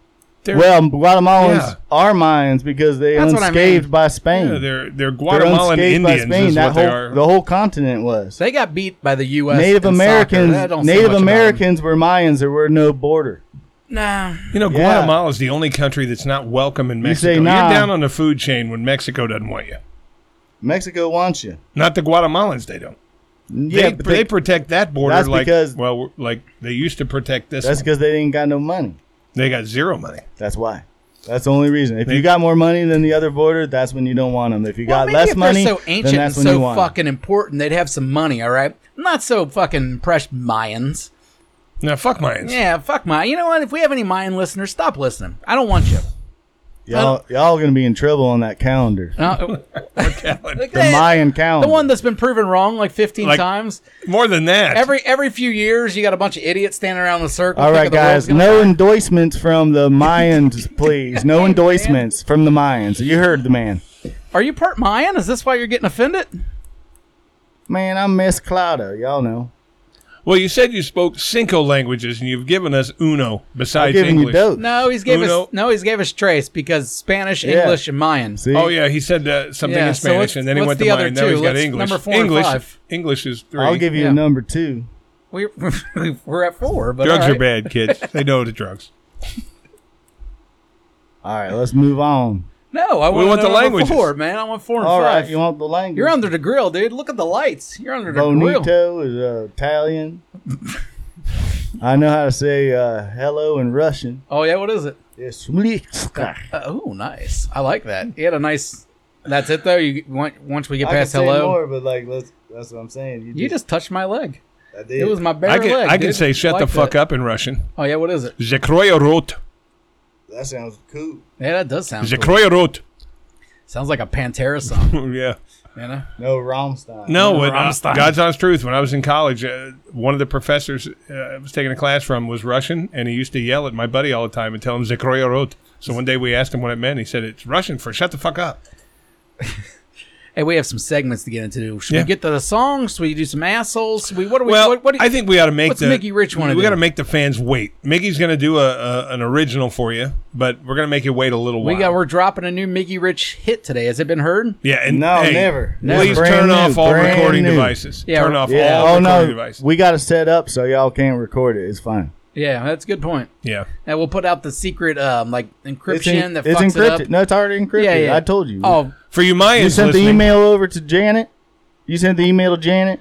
[SPEAKER 2] They're-
[SPEAKER 4] Well, Guatemalans
[SPEAKER 2] Yeah.
[SPEAKER 4] are Mayans because they
[SPEAKER 3] That's what I
[SPEAKER 4] unscathed
[SPEAKER 3] mean.
[SPEAKER 4] by Spain.
[SPEAKER 2] yeah, they're they're
[SPEAKER 4] They're
[SPEAKER 2] Guatemalan
[SPEAKER 4] unscathed by
[SPEAKER 2] Indians is
[SPEAKER 4] That
[SPEAKER 2] what they
[SPEAKER 4] whole-
[SPEAKER 2] are.
[SPEAKER 4] The whole continent was.
[SPEAKER 3] They got beat by the U.S.
[SPEAKER 4] Native
[SPEAKER 3] in soccer.
[SPEAKER 4] Americans.
[SPEAKER 3] That don't say
[SPEAKER 4] Native
[SPEAKER 3] much about 'em.
[SPEAKER 4] Americans were Mayans. There were no border.
[SPEAKER 3] Nah.
[SPEAKER 2] You know,
[SPEAKER 4] Yeah.
[SPEAKER 2] Guatemala is the only country that's not welcome in Mexico.
[SPEAKER 4] say
[SPEAKER 2] You
[SPEAKER 4] nah.
[SPEAKER 2] are down on the food chain when Mexico doesn't want you.
[SPEAKER 4] Mexico wants you.
[SPEAKER 2] Not the Guatemalans, they don't.
[SPEAKER 4] Yeah,
[SPEAKER 2] they,
[SPEAKER 4] but
[SPEAKER 2] they
[SPEAKER 4] they,
[SPEAKER 2] protect that border
[SPEAKER 4] That's
[SPEAKER 2] like
[SPEAKER 4] because-
[SPEAKER 2] well, we're- like they used to protect this.
[SPEAKER 4] that's
[SPEAKER 2] one.
[SPEAKER 4] because they didn't got no money.
[SPEAKER 2] They got zero money.
[SPEAKER 4] That's why. That's the only reason. If
[SPEAKER 2] They-
[SPEAKER 4] you got more money than the other border, that's when you don't want them. If you
[SPEAKER 3] Well,
[SPEAKER 4] got
[SPEAKER 3] maybe
[SPEAKER 4] less
[SPEAKER 3] if
[SPEAKER 4] money,
[SPEAKER 3] they're so ancient
[SPEAKER 4] then that's
[SPEAKER 3] and
[SPEAKER 4] when
[SPEAKER 3] so
[SPEAKER 4] you want 'em.
[SPEAKER 3] fucking important, they'd have some money. All right. I'm not so fucking impressed Mayans.
[SPEAKER 2] Now fuck Mayans.
[SPEAKER 3] Yeah, fuck my. You know what? If we have any Mayan listeners, stop listening. I don't want you.
[SPEAKER 4] Y'all, y'all gonna be in trouble on that calendar.
[SPEAKER 3] No.
[SPEAKER 2] Callan.
[SPEAKER 4] The Mayan calendar.
[SPEAKER 3] the one that's been proven wrong like 15
[SPEAKER 2] Like-
[SPEAKER 3] times.
[SPEAKER 2] More than that.
[SPEAKER 3] Every every few years, you got a bunch of idiots standing around in a circle.
[SPEAKER 4] All right,
[SPEAKER 3] thinking the world's
[SPEAKER 4] guys.
[SPEAKER 3] gonna
[SPEAKER 4] No
[SPEAKER 3] end.
[SPEAKER 4] endorsements from the Mayans, please. No endorsements from the Mayans. You heard the man.
[SPEAKER 3] Are you part Mayan? Is this why you're getting offended?
[SPEAKER 4] Man, I miss Clouda. Y'all know.
[SPEAKER 2] well, you said you spoke cinco languages, and you've given us uno
[SPEAKER 4] I'm
[SPEAKER 2] besides
[SPEAKER 4] giving you
[SPEAKER 2] English.
[SPEAKER 4] dope.
[SPEAKER 3] No, he's gave
[SPEAKER 2] Uno.
[SPEAKER 3] us no, he's gave us trace because Spanish,
[SPEAKER 4] Yeah.
[SPEAKER 3] English, and Mayan.
[SPEAKER 4] See?
[SPEAKER 2] Oh yeah, he said uh, something
[SPEAKER 3] Yeah,
[SPEAKER 2] in
[SPEAKER 3] so
[SPEAKER 2] Spanish,
[SPEAKER 3] what's-
[SPEAKER 2] and then he
[SPEAKER 3] what's
[SPEAKER 2] went
[SPEAKER 3] the
[SPEAKER 2] to
[SPEAKER 3] other
[SPEAKER 2] mine. Now
[SPEAKER 3] two?
[SPEAKER 2] he's got
[SPEAKER 3] Let's-
[SPEAKER 2] English.
[SPEAKER 3] number four and
[SPEAKER 2] English,
[SPEAKER 3] five.
[SPEAKER 2] English is three.
[SPEAKER 4] I'll give you
[SPEAKER 3] Yeah.
[SPEAKER 4] number two.
[SPEAKER 3] We we're at four, but
[SPEAKER 2] drugs
[SPEAKER 3] all right.
[SPEAKER 2] are bad, kids. they know the drugs.
[SPEAKER 4] All right, let's move on.
[SPEAKER 3] No, I
[SPEAKER 2] We
[SPEAKER 3] want,
[SPEAKER 2] want the
[SPEAKER 3] the language
[SPEAKER 2] languages.
[SPEAKER 3] four, man. I want four and
[SPEAKER 4] All
[SPEAKER 3] five.
[SPEAKER 4] right, you want the language?
[SPEAKER 3] You're under the grill, dude. Look at the lights. You're under the grill.
[SPEAKER 4] Bonito is uh, Italian. I know how to say uh, hello in Russian.
[SPEAKER 3] Oh yeah, what is it?
[SPEAKER 4] Yes, Smolitska.
[SPEAKER 3] Uh, oh, nice. I like that. You had a nice. That's it though. You on- once we get
[SPEAKER 4] I can
[SPEAKER 3] past
[SPEAKER 4] say
[SPEAKER 3] hello,
[SPEAKER 4] more, but like, let's, that's what I'm saying.
[SPEAKER 3] you just touched my leg.
[SPEAKER 4] I did.
[SPEAKER 3] It was my bare
[SPEAKER 2] I can
[SPEAKER 3] leg.
[SPEAKER 2] I can
[SPEAKER 3] dude.
[SPEAKER 2] say shut
[SPEAKER 3] like
[SPEAKER 2] the fuck
[SPEAKER 3] that.
[SPEAKER 2] up in Russian.
[SPEAKER 3] Oh yeah, what is it?
[SPEAKER 2] Zekroya rot.
[SPEAKER 4] that sounds cool.
[SPEAKER 3] Yeah, that does sound. cool.
[SPEAKER 2] Zekroya rot.
[SPEAKER 3] Sounds like a Pantera song.
[SPEAKER 2] Yeah.
[SPEAKER 3] You know.
[SPEAKER 4] No, Rammstein.
[SPEAKER 2] No,
[SPEAKER 3] Yeah,
[SPEAKER 2] when, uh,
[SPEAKER 3] Rammstein.
[SPEAKER 2] God's honest truth. When I was in college, uh, one of the professors uh, I was taking a class from was Russian, and he used to yell at my buddy all the time and tell him "Zekroya rot." So one day we asked him what it meant. He said it's Russian for "shut the fuck up."
[SPEAKER 3] Hey, we have some segments to get into. Should
[SPEAKER 2] Yeah.
[SPEAKER 3] we get to the songs? Should we do some assholes? Should we what do we?
[SPEAKER 2] Well,
[SPEAKER 3] what, what do you,
[SPEAKER 2] I think we ought to make
[SPEAKER 3] what's
[SPEAKER 2] the
[SPEAKER 3] Mickey Rich wanna
[SPEAKER 2] We
[SPEAKER 3] do?
[SPEAKER 2] got to make the fans wait. Mickey's going to do a, a an original for you, but we're going to make you wait a little
[SPEAKER 3] we
[SPEAKER 2] while.
[SPEAKER 3] got. We're dropping a new Mickey Rich hit today. Has it been heard?
[SPEAKER 2] yeah, and
[SPEAKER 4] No,
[SPEAKER 2] hey,
[SPEAKER 4] never. Never.
[SPEAKER 2] Please
[SPEAKER 4] Brand
[SPEAKER 2] turn
[SPEAKER 4] new,
[SPEAKER 2] off all
[SPEAKER 4] brand
[SPEAKER 2] recording
[SPEAKER 4] new.
[SPEAKER 2] devices.
[SPEAKER 3] Yeah,
[SPEAKER 2] turn off
[SPEAKER 4] Yeah.
[SPEAKER 2] all
[SPEAKER 4] oh
[SPEAKER 2] recording
[SPEAKER 4] no,
[SPEAKER 2] devices.
[SPEAKER 4] we got to set up so y'all can't record it. It's fine.
[SPEAKER 3] Yeah, that's a good point.
[SPEAKER 2] yeah,
[SPEAKER 3] And we'll put out the secret, um, like
[SPEAKER 4] It's,
[SPEAKER 3] encryption
[SPEAKER 4] en-
[SPEAKER 3] that
[SPEAKER 4] it's
[SPEAKER 3] fucks
[SPEAKER 4] encrypted.
[SPEAKER 3] it up.
[SPEAKER 4] No, it's already encrypted.
[SPEAKER 3] Yeah, yeah.
[SPEAKER 4] I told you.
[SPEAKER 3] Oh,
[SPEAKER 2] for you Mayans
[SPEAKER 4] you sent the
[SPEAKER 2] listening-
[SPEAKER 4] email over to Janet. You sent the email to Janet.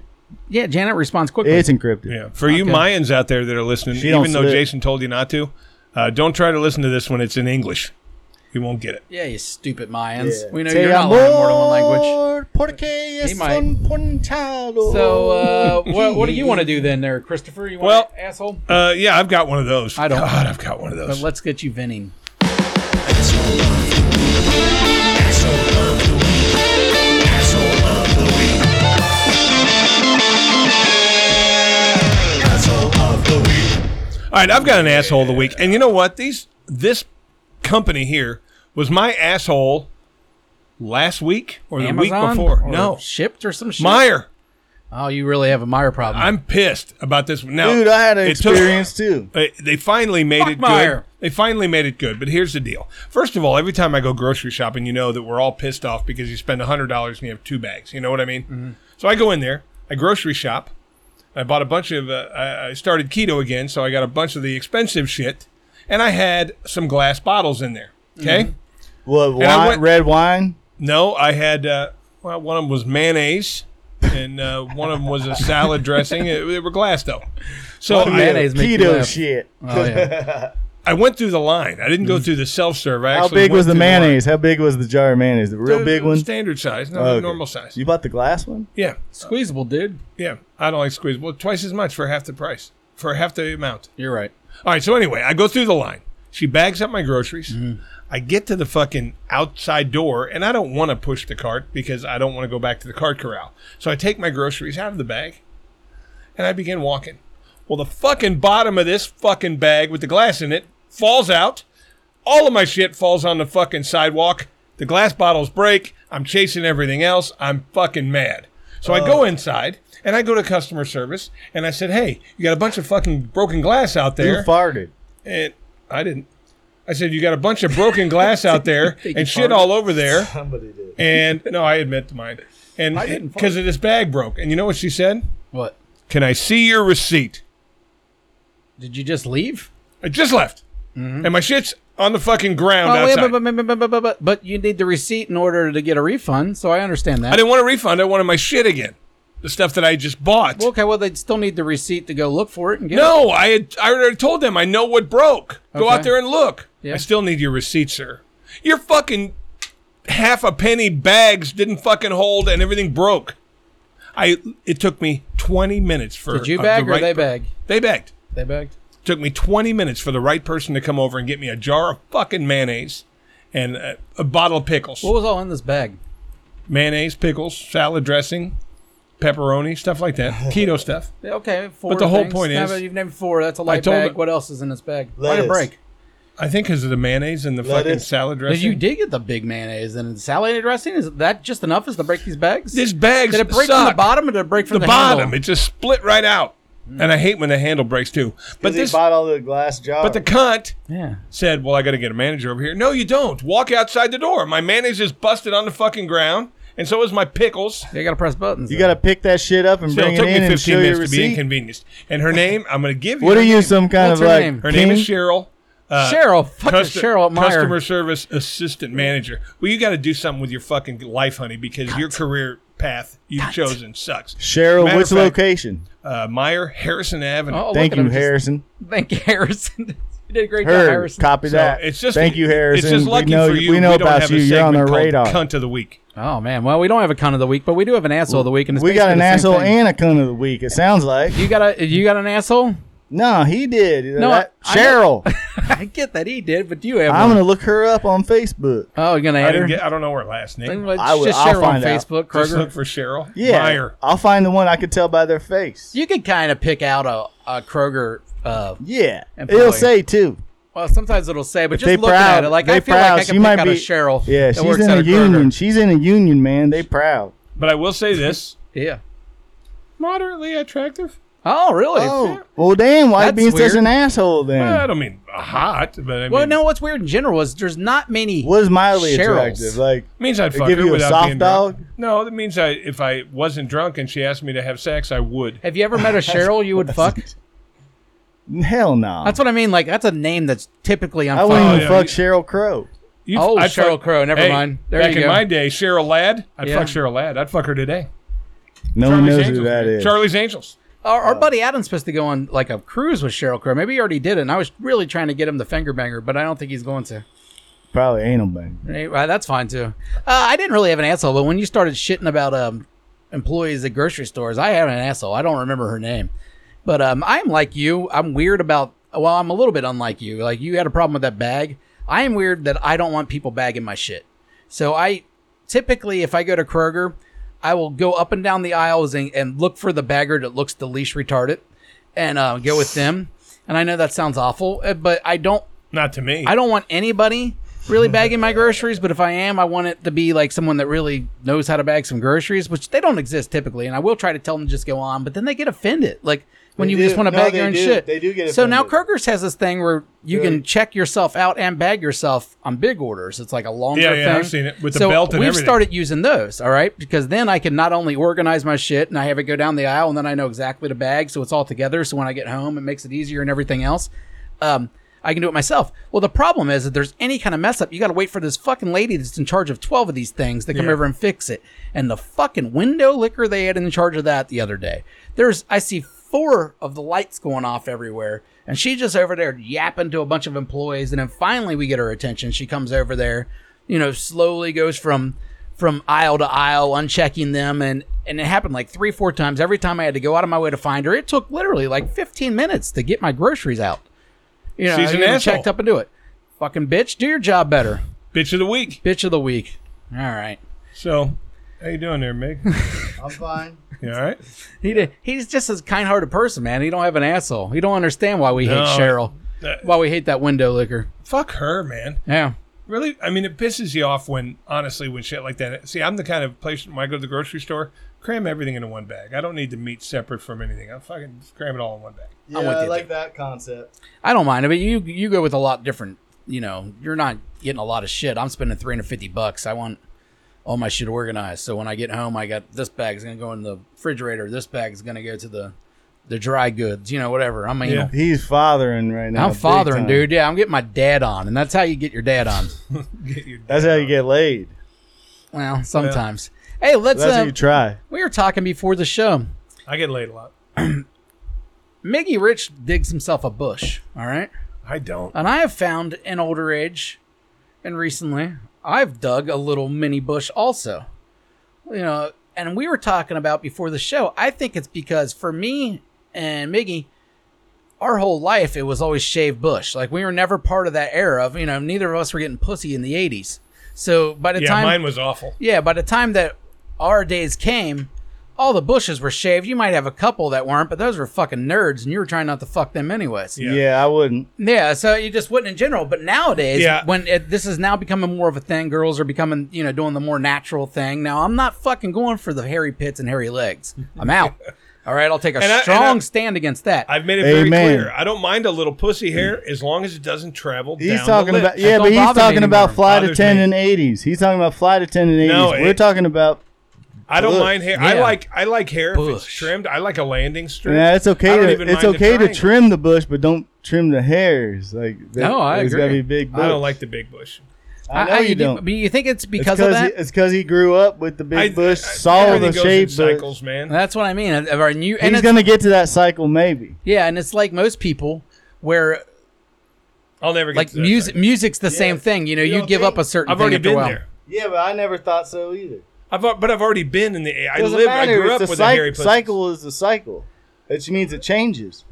[SPEAKER 3] yeah. Janet responds quickly.
[SPEAKER 4] It's encrypted.
[SPEAKER 2] Yeah, for you Mayans out there that are listening,
[SPEAKER 4] She don't
[SPEAKER 2] even though
[SPEAKER 4] slip.
[SPEAKER 2] Jason told you not to, uh, don't try to listen to this when it's in English. You won't get it.
[SPEAKER 3] yeah, you stupid Mayans.
[SPEAKER 4] Yeah.
[SPEAKER 3] We know
[SPEAKER 4] Say
[SPEAKER 3] you're not learning more than one language.
[SPEAKER 4] amor, porque es
[SPEAKER 3] might.
[SPEAKER 4] un puntado.
[SPEAKER 3] So, uh, what, what do you want to do then, there, Christopher? You want
[SPEAKER 2] Well-
[SPEAKER 3] to asshole?
[SPEAKER 2] Uh, yeah, I've got one of those.
[SPEAKER 3] I don't.
[SPEAKER 2] God, I've got one of
[SPEAKER 3] But
[SPEAKER 2] those.
[SPEAKER 3] let's get you venting.
[SPEAKER 5] It's your
[SPEAKER 2] All right, I've got an asshole of the week, and you know what? These this company here was my asshole last week or the week
[SPEAKER 3] Amazon
[SPEAKER 2] before.
[SPEAKER 3] or
[SPEAKER 2] no,
[SPEAKER 3] shipped or some shit.
[SPEAKER 2] Meyer.
[SPEAKER 3] Oh, you really have a Meyer problem.
[SPEAKER 2] I'm pissed about this one. Now,
[SPEAKER 4] Dude, I had an
[SPEAKER 2] it took-
[SPEAKER 4] experience too.
[SPEAKER 2] Uh, they finally made
[SPEAKER 3] Fuck
[SPEAKER 2] it
[SPEAKER 3] Meyer.
[SPEAKER 2] good. They finally made it good. But here's the deal. First of all, every time I go grocery shopping, you know that we're all pissed off because you spend hundred dollars and you have two bags. You know what I mean?
[SPEAKER 3] Mm-hmm.
[SPEAKER 2] So I go in there, I grocery shop. I bought a bunch of. Uh, I, I started keto again, so I got a bunch of the expensive shit, and I had some glass bottles in there. Okay.
[SPEAKER 3] Mm-hmm.
[SPEAKER 4] What
[SPEAKER 2] I
[SPEAKER 4] wine,
[SPEAKER 2] went-
[SPEAKER 4] red wine?
[SPEAKER 2] No, I had. Uh, well, one of them was mayonnaise. And uh, one of them was a salad dressing. It, they were glass though, so I-
[SPEAKER 3] mayonnaise make you
[SPEAKER 4] keto
[SPEAKER 3] laugh.
[SPEAKER 4] shit.
[SPEAKER 3] oh, yeah.
[SPEAKER 2] I went through the line. I didn't go through the self serve.
[SPEAKER 4] Mm. How big was the mayonmise? How big was the jar of mayonnaise? The real big one.
[SPEAKER 2] Standard size, not
[SPEAKER 4] Okay.
[SPEAKER 2] normal size.
[SPEAKER 4] You bought the glass one?
[SPEAKER 2] Yeah,
[SPEAKER 3] Squeezable, dude.
[SPEAKER 2] yeah. I don't like squeeze. Well, twice as much for half the price, for half the amount.
[SPEAKER 3] You're right.
[SPEAKER 2] All right. So anyway, I go through the line. She bags up my groceries. I get to the fucking outside door, and I don't want to push the cart because I don't want to go back to the cart corral. So I take my groceries out of the bag, and I begin walking. Well, the fucking bottom of this fucking bag with the glass in it falls out. All of my shit falls on the fucking sidewalk. The glass bottles break. I'm chasing everything else. I'm fucking mad. So I go inside and I go to customer service and I said, "Hey, you got a bunch of fucking broken glass out
[SPEAKER 4] You
[SPEAKER 2] there."
[SPEAKER 4] farted.
[SPEAKER 2] and I didn't. I said, "You got a bunch of broken glass out there and shit all over there."
[SPEAKER 1] Somebody did.
[SPEAKER 2] And no, I admit to mine. And
[SPEAKER 3] didn't fart.
[SPEAKER 2] because of this bag broke. And you know what she said?
[SPEAKER 3] What?
[SPEAKER 2] Can I see your receipt?
[SPEAKER 3] Did you just leave?
[SPEAKER 2] I just left, and my shit's on the fucking ground
[SPEAKER 3] Mm-hmm. Oh, yeah,
[SPEAKER 2] outside.
[SPEAKER 3] but, but, but, but, but, but, but, but you need the receipt in order to get a refund, so I understand that.
[SPEAKER 2] I didn't want a refund. I wanted my shit again, the stuff that I just bought.
[SPEAKER 3] okay, well, they'd still need the receipt to go look for it and get it.
[SPEAKER 2] no, I had I already told them I know what broke. Go
[SPEAKER 3] Okay.
[SPEAKER 2] out there and look.
[SPEAKER 3] Yeah.
[SPEAKER 2] I still need your receipt, sir. Your fucking half a penny bags didn't fucking hold, and everything broke. I it took me twenty minutes for
[SPEAKER 3] Did you
[SPEAKER 2] uh, the
[SPEAKER 3] bag or
[SPEAKER 2] right
[SPEAKER 3] they
[SPEAKER 2] per-
[SPEAKER 3] bag?
[SPEAKER 2] They begged.
[SPEAKER 3] They bagged.
[SPEAKER 2] took me 20 minutes for the right person to come over and get me a jar of fucking mayonnaise and a, a bottle of pickles.
[SPEAKER 3] What was all in this bag?
[SPEAKER 2] Mayonnaise, pickles, salad dressing, pepperoni, stuff like that. Keto stuff.
[SPEAKER 3] Yeah, Okay, four.
[SPEAKER 2] the whole
[SPEAKER 3] things.
[SPEAKER 2] point
[SPEAKER 3] Now
[SPEAKER 2] is-
[SPEAKER 3] that you've named four. That's a light
[SPEAKER 2] told
[SPEAKER 3] bag.
[SPEAKER 2] it-
[SPEAKER 3] What else is in this bag? Why a
[SPEAKER 1] Lettuce.
[SPEAKER 3] break?
[SPEAKER 2] I think because of the mayonnaise and the fucking
[SPEAKER 1] Lettuce.
[SPEAKER 2] salad
[SPEAKER 3] Because
[SPEAKER 2] dressing.
[SPEAKER 3] you did get the big mayonnaise and the salad dressing. Is that just enough? Is to break these bags?
[SPEAKER 2] This bag's
[SPEAKER 3] did it break from the
[SPEAKER 2] suck.
[SPEAKER 3] bottom or did it break from
[SPEAKER 2] The
[SPEAKER 3] the,
[SPEAKER 2] bottom.
[SPEAKER 3] handle?
[SPEAKER 2] It just split right out. And I hate when the handle breaks too. But
[SPEAKER 4] But
[SPEAKER 2] this,
[SPEAKER 4] he bought all the glass jar.
[SPEAKER 2] but the cunt
[SPEAKER 3] Yeah.
[SPEAKER 2] said, "Well, I got to get a manager over here." No, you don't. Walk outside the door. My mayonnaise is busted on the fucking ground, and so is my pickles.
[SPEAKER 3] You gotta press buttons.
[SPEAKER 4] you got to pick that shit up and
[SPEAKER 2] So
[SPEAKER 4] bring
[SPEAKER 2] it
[SPEAKER 4] it
[SPEAKER 2] took
[SPEAKER 4] in
[SPEAKER 2] me
[SPEAKER 4] and
[SPEAKER 2] 15
[SPEAKER 4] show your
[SPEAKER 2] minutes to be
[SPEAKER 4] receipt.
[SPEAKER 2] inconvenienced. And her name, I'm going to give you.
[SPEAKER 4] What
[SPEAKER 2] her
[SPEAKER 4] are you,
[SPEAKER 2] name.
[SPEAKER 4] some kind
[SPEAKER 3] What's
[SPEAKER 4] of
[SPEAKER 3] her
[SPEAKER 4] like
[SPEAKER 3] name?
[SPEAKER 2] Her name is
[SPEAKER 4] king?
[SPEAKER 2] Cheryl. Uh,
[SPEAKER 3] Cheryl, fucking
[SPEAKER 2] custo-
[SPEAKER 3] Cheryl Meyer.
[SPEAKER 2] Customer service assistant manager. Well, you got to do something with your fucking life, honey, because your career path you've chosen sucks.
[SPEAKER 4] Cheryl,
[SPEAKER 2] Matter
[SPEAKER 4] which
[SPEAKER 2] of fact,
[SPEAKER 4] location?
[SPEAKER 2] Uh, Meyer Harrison Avenue.
[SPEAKER 3] Oh, look
[SPEAKER 4] Thank
[SPEAKER 3] at
[SPEAKER 4] you,
[SPEAKER 3] him just-
[SPEAKER 4] Harrison.
[SPEAKER 3] Thank you, Harrison. you did a great job,
[SPEAKER 4] Her.
[SPEAKER 3] Harrison.
[SPEAKER 4] Copy
[SPEAKER 2] So
[SPEAKER 4] that.
[SPEAKER 2] it's just
[SPEAKER 4] Thank you, Harrison.
[SPEAKER 2] It's just lucky
[SPEAKER 4] we know,
[SPEAKER 2] for
[SPEAKER 4] you-
[SPEAKER 2] you.
[SPEAKER 4] We know
[SPEAKER 2] don't
[SPEAKER 4] about
[SPEAKER 2] have
[SPEAKER 4] you.
[SPEAKER 2] A
[SPEAKER 4] You're on
[SPEAKER 2] segment
[SPEAKER 4] our
[SPEAKER 2] called
[SPEAKER 4] radar.
[SPEAKER 2] Cunt of the week.
[SPEAKER 3] Oh man, well we don't have a cunt of the week, but we do have an asshole of the week, and it's
[SPEAKER 4] We got
[SPEAKER 3] basically
[SPEAKER 4] an
[SPEAKER 3] the same
[SPEAKER 4] asshole
[SPEAKER 3] thing.
[SPEAKER 4] and a cunt of the week. It sounds like.
[SPEAKER 3] you got a you got an asshole.
[SPEAKER 4] No, he did.
[SPEAKER 3] No,
[SPEAKER 4] No,
[SPEAKER 3] I-
[SPEAKER 4] Cheryl.
[SPEAKER 3] I get that he did, but you have.
[SPEAKER 4] I'm
[SPEAKER 3] one.
[SPEAKER 4] gonna look her up on Facebook.
[SPEAKER 3] oh, you're gonna
[SPEAKER 2] I,
[SPEAKER 3] add her.
[SPEAKER 2] didn't get, I don't know her last name.
[SPEAKER 3] Well,
[SPEAKER 4] I will-
[SPEAKER 3] just
[SPEAKER 4] I'll
[SPEAKER 3] share her on
[SPEAKER 4] find out.
[SPEAKER 3] Facebook,
[SPEAKER 2] Just
[SPEAKER 3] Kroger.
[SPEAKER 2] look for Cheryl
[SPEAKER 4] Yeah,
[SPEAKER 2] Meyer.
[SPEAKER 4] I'll find the one I could tell by their face.
[SPEAKER 3] You can kind of pick out a, a Kroger. Uh,
[SPEAKER 4] Yeah,
[SPEAKER 3] And
[SPEAKER 4] it'll
[SPEAKER 3] probably-
[SPEAKER 4] say too.
[SPEAKER 3] well, sometimes it'll say, but
[SPEAKER 4] If they
[SPEAKER 3] just looking
[SPEAKER 4] proud.
[SPEAKER 3] at it, like
[SPEAKER 4] they
[SPEAKER 3] I feel
[SPEAKER 4] proud.
[SPEAKER 3] like I can
[SPEAKER 4] she
[SPEAKER 3] pick
[SPEAKER 4] might
[SPEAKER 3] out
[SPEAKER 4] be,
[SPEAKER 3] a Cheryl.
[SPEAKER 4] Yeah,
[SPEAKER 3] that
[SPEAKER 4] she's
[SPEAKER 3] works
[SPEAKER 4] in
[SPEAKER 3] at
[SPEAKER 4] a
[SPEAKER 3] a Kroger.
[SPEAKER 4] union. She's in a union, man. They proud.
[SPEAKER 2] But I will say this:
[SPEAKER 3] Yeah.
[SPEAKER 2] moderately attractive.
[SPEAKER 3] Oh, really?
[SPEAKER 4] Oh, well, damn. Why
[SPEAKER 3] That's
[SPEAKER 4] being such
[SPEAKER 3] weird.
[SPEAKER 4] an asshole then?
[SPEAKER 2] Uh, I don't mean hot, but I mean,
[SPEAKER 3] Well, no. What's weird in general is there's not many.
[SPEAKER 4] what is mildly
[SPEAKER 3] Cheryl's.
[SPEAKER 4] attractive? Like,
[SPEAKER 2] Means I'd fuck
[SPEAKER 4] give
[SPEAKER 2] her
[SPEAKER 4] you a
[SPEAKER 2] without
[SPEAKER 4] soft
[SPEAKER 2] being
[SPEAKER 4] dog?
[SPEAKER 2] drunk. No, that means I if I wasn't drunk and she asked me to have sex, I would.
[SPEAKER 3] Have you ever met a Cheryl you would fuck?
[SPEAKER 4] hell no.
[SPEAKER 3] That's what I mean. Like that's a name that's typically
[SPEAKER 4] I
[SPEAKER 3] on
[SPEAKER 4] wouldn't
[SPEAKER 2] Oh,
[SPEAKER 3] file.
[SPEAKER 4] even
[SPEAKER 2] yeah,
[SPEAKER 4] fuck
[SPEAKER 2] you-
[SPEAKER 4] Cheryl Crow.
[SPEAKER 2] You-
[SPEAKER 3] Oh,
[SPEAKER 2] I'd
[SPEAKER 3] Cheryl Crow, never
[SPEAKER 2] Hey,
[SPEAKER 3] mind. There
[SPEAKER 2] back
[SPEAKER 3] you
[SPEAKER 2] in
[SPEAKER 3] go.
[SPEAKER 2] my day, Cheryl Ladd. I'd
[SPEAKER 3] Yeah.
[SPEAKER 2] fuck Cheryl Ladd. I'd fuck her today.
[SPEAKER 4] No one knows who
[SPEAKER 2] Angels,
[SPEAKER 4] that
[SPEAKER 2] man.
[SPEAKER 4] is.
[SPEAKER 2] Charlie's Angels.
[SPEAKER 3] Our, our buddy Adam's supposed to go on like a cruise with Cheryl Crow. Maybe he already did it. And I was really trying to get him the finger banger, but I don't think he's going to.
[SPEAKER 4] Probably anal bang.
[SPEAKER 3] Right? Well, that's fine too. Uh, I didn't really have an asshole, but when you started shitting about um, employees at grocery stores, I have an asshole. I don't remember her name, but um, I'm like you. I'm weird about. Well, I'm a little bit unlike you. Like you had a problem with that bag. I am weird that I don't want people bagging my shit. So I typically, if I go to Kroger, I will go up and down the aisles and, and look for the bagger that looks the least retarded, and uh, go with them. And I know that sounds awful, uh, but I don't
[SPEAKER 2] Not to me.
[SPEAKER 3] I don't want anybody really bagging my groceries, but if I am, I want it to be like someone that really knows how to bag some groceries, which they don't exist typically. And I will try to tell them to just go on, but then they get offended. Like when
[SPEAKER 1] They
[SPEAKER 3] you
[SPEAKER 1] do.
[SPEAKER 3] just want to
[SPEAKER 1] No,
[SPEAKER 3] bag
[SPEAKER 1] they
[SPEAKER 3] your own
[SPEAKER 1] do.
[SPEAKER 3] shit.
[SPEAKER 1] They do get
[SPEAKER 3] So now
[SPEAKER 1] offended.
[SPEAKER 3] Kroger's has this thing where you
[SPEAKER 1] Yeah.
[SPEAKER 3] can check yourself out and bag yourself on big orders. It's like a longer
[SPEAKER 2] Yeah, yeah,
[SPEAKER 3] thing.
[SPEAKER 2] I've seen it with the
[SPEAKER 3] so
[SPEAKER 2] belt and
[SPEAKER 3] we've
[SPEAKER 2] everything.
[SPEAKER 3] started using those, all right? Because then I can not only organize my shit and I have it go down the aisle and then I know exactly the bag, so it's all together. So when I get home, it makes it easier and everything else. Um, I can do it myself. Well, the problem is if there's any kind of mess up, you got to wait for this fucking lady that's in charge of 12 of these things to come
[SPEAKER 2] Yeah.
[SPEAKER 3] over and fix it. And the fucking window licker they had in charge of that the other day. There's, I see four of the lights going off everywhere. And she's just over there yapping to a bunch of employees. And then finally we get her attention. She comes over there, you know, slowly goes from from aisle to aisle, unchecking them, and and it happened like three, four times. Every time I had to go out of my way to find her, it took literally like 15 minutes to get my groceries out. You know,
[SPEAKER 2] She's an
[SPEAKER 3] I even
[SPEAKER 2] asshole.
[SPEAKER 3] checked up and do it. Fucking bitch, do your job better.
[SPEAKER 2] Bitch of the week.
[SPEAKER 3] Bitch of the week. All right.
[SPEAKER 2] So, how you doing there, Meg?
[SPEAKER 1] I'm fine.
[SPEAKER 2] You all right?
[SPEAKER 3] He did, he's just a kind-hearted person, man. He don't have an asshole. He don't understand why we
[SPEAKER 2] No.
[SPEAKER 3] hate Cheryl.
[SPEAKER 2] Uh,
[SPEAKER 3] Why we hate that window licker.
[SPEAKER 2] fuck her, man.
[SPEAKER 3] Yeah.
[SPEAKER 2] Really? I mean, it pisses you off when, honestly, when shit like that. See, I'm the kind of place when I go to the grocery store, cram everything into one bag. I don't need the meat separate from anything. I fucking just cram it all in one bag.
[SPEAKER 1] Yeah,
[SPEAKER 3] with
[SPEAKER 1] I
[SPEAKER 3] you,
[SPEAKER 1] like that concept.
[SPEAKER 3] I don't mind it, but you you go with a lot different. You know, you're not getting a lot of shit. I'm spending 350 bucks. I want all my shit organized. So when I get home, I got this bag is gonna go in the refrigerator. This bag is gonna go to the the dry goods. You know, whatever. I'm anal.
[SPEAKER 4] He's fathering right now.
[SPEAKER 3] I'm
[SPEAKER 4] big
[SPEAKER 3] fathering,
[SPEAKER 4] time.
[SPEAKER 3] dude. Yeah, I'm getting my dad on, and that's how you get your dad on.
[SPEAKER 2] Get your
[SPEAKER 4] That's how you get laid.
[SPEAKER 3] well, sometimes. Hey, let's.
[SPEAKER 4] That's how
[SPEAKER 3] Uh,
[SPEAKER 4] you try.
[SPEAKER 3] we were talking before the show.
[SPEAKER 2] I get laid a lot.
[SPEAKER 3] Miggy Rich digs himself a bush. All right.
[SPEAKER 2] I don't.
[SPEAKER 3] And I have found in older age and recently, I've dug a little mini bush also. You know, and we were talking about before the show. I think it's because for me and Miggy, our whole life it was always shaved bush. Like we were never part of that era of, you know, neither of us were getting pussy in the 80s. So by the
[SPEAKER 2] Yeah,
[SPEAKER 3] time
[SPEAKER 2] mine was awful.
[SPEAKER 3] yeah, by the time that our days came, all the bushes were shaved. You might have a couple that weren't, but those were fucking nerds and you were trying not to fuck them anyways.
[SPEAKER 2] Yeah.
[SPEAKER 4] Yeah, I wouldn't.
[SPEAKER 3] Yeah, so you just wouldn't in general. But nowadays,
[SPEAKER 2] Yeah.
[SPEAKER 3] when it, this is now becoming more of a thing, girls are becoming, you know, doing the more natural thing. Now, I'm not fucking going for the hairy pits and hairy legs. I'm out. All right, I'll take a
[SPEAKER 2] And I- and
[SPEAKER 3] strong
[SPEAKER 2] I-
[SPEAKER 3] stand against that.
[SPEAKER 2] I've made it very
[SPEAKER 4] Amen. Mm.
[SPEAKER 2] clear. I don't mind a little pussy hair as long as it doesn't travel
[SPEAKER 4] He's
[SPEAKER 2] down
[SPEAKER 4] talking
[SPEAKER 2] the lip.
[SPEAKER 4] about yeah,
[SPEAKER 3] That
[SPEAKER 4] but
[SPEAKER 3] don't
[SPEAKER 4] he's
[SPEAKER 3] bother me
[SPEAKER 4] talking about
[SPEAKER 3] anymore.
[SPEAKER 4] flight
[SPEAKER 2] Bothers
[SPEAKER 4] attendant eighties. He's talking about flight attendant eighties.
[SPEAKER 2] No,
[SPEAKER 4] We're
[SPEAKER 2] it-
[SPEAKER 4] talking about
[SPEAKER 2] I don't
[SPEAKER 4] Look,
[SPEAKER 2] mind hair. I
[SPEAKER 3] yeah.
[SPEAKER 2] like I like hair if it's
[SPEAKER 3] Bush.
[SPEAKER 2] trimmed. I like a landing strip.
[SPEAKER 4] yeah, it's
[SPEAKER 2] I
[SPEAKER 4] okay.
[SPEAKER 2] don't
[SPEAKER 4] To,
[SPEAKER 2] even
[SPEAKER 4] it's
[SPEAKER 2] mind the
[SPEAKER 4] okay to
[SPEAKER 2] triangle.
[SPEAKER 4] trim the bush, but don't trim the hairs. Like that,
[SPEAKER 3] No, I
[SPEAKER 4] it's gotta
[SPEAKER 3] agree.
[SPEAKER 4] be big.
[SPEAKER 2] I don't
[SPEAKER 4] bush.
[SPEAKER 2] like the big bush.
[SPEAKER 4] I know
[SPEAKER 3] I-
[SPEAKER 4] you
[SPEAKER 3] do-
[SPEAKER 4] don't.
[SPEAKER 3] but you think it's
[SPEAKER 4] It's
[SPEAKER 3] because of that?
[SPEAKER 4] He, it's because he grew up with the big
[SPEAKER 2] I,
[SPEAKER 4] bush,
[SPEAKER 2] I-
[SPEAKER 4] saw the
[SPEAKER 2] everything goes in
[SPEAKER 4] shape, but
[SPEAKER 2] cycles, man.
[SPEAKER 3] That's what I mean. Of our new, and
[SPEAKER 4] he's
[SPEAKER 3] it's,
[SPEAKER 4] gonna get to that cycle maybe.
[SPEAKER 3] yeah, and it's like most people where
[SPEAKER 2] I'll never get
[SPEAKER 3] like
[SPEAKER 2] to that
[SPEAKER 3] music,
[SPEAKER 2] cycle.
[SPEAKER 3] music's the same thing. You know, you,
[SPEAKER 1] don't
[SPEAKER 3] give up
[SPEAKER 1] think-
[SPEAKER 3] a certain.
[SPEAKER 2] I've
[SPEAKER 3] thing
[SPEAKER 2] already
[SPEAKER 3] after a
[SPEAKER 2] been
[SPEAKER 3] while.
[SPEAKER 2] there.
[SPEAKER 1] Yeah, but I never thought so either.
[SPEAKER 2] I've al- but I've already been in the. I
[SPEAKER 4] Doesn't
[SPEAKER 2] lived. I
[SPEAKER 4] matter.
[SPEAKER 2] grew
[SPEAKER 4] it's
[SPEAKER 2] up
[SPEAKER 4] the
[SPEAKER 2] with
[SPEAKER 4] cyc-
[SPEAKER 2] a hairy pussy.
[SPEAKER 4] cycle is the cycle. It means it changes.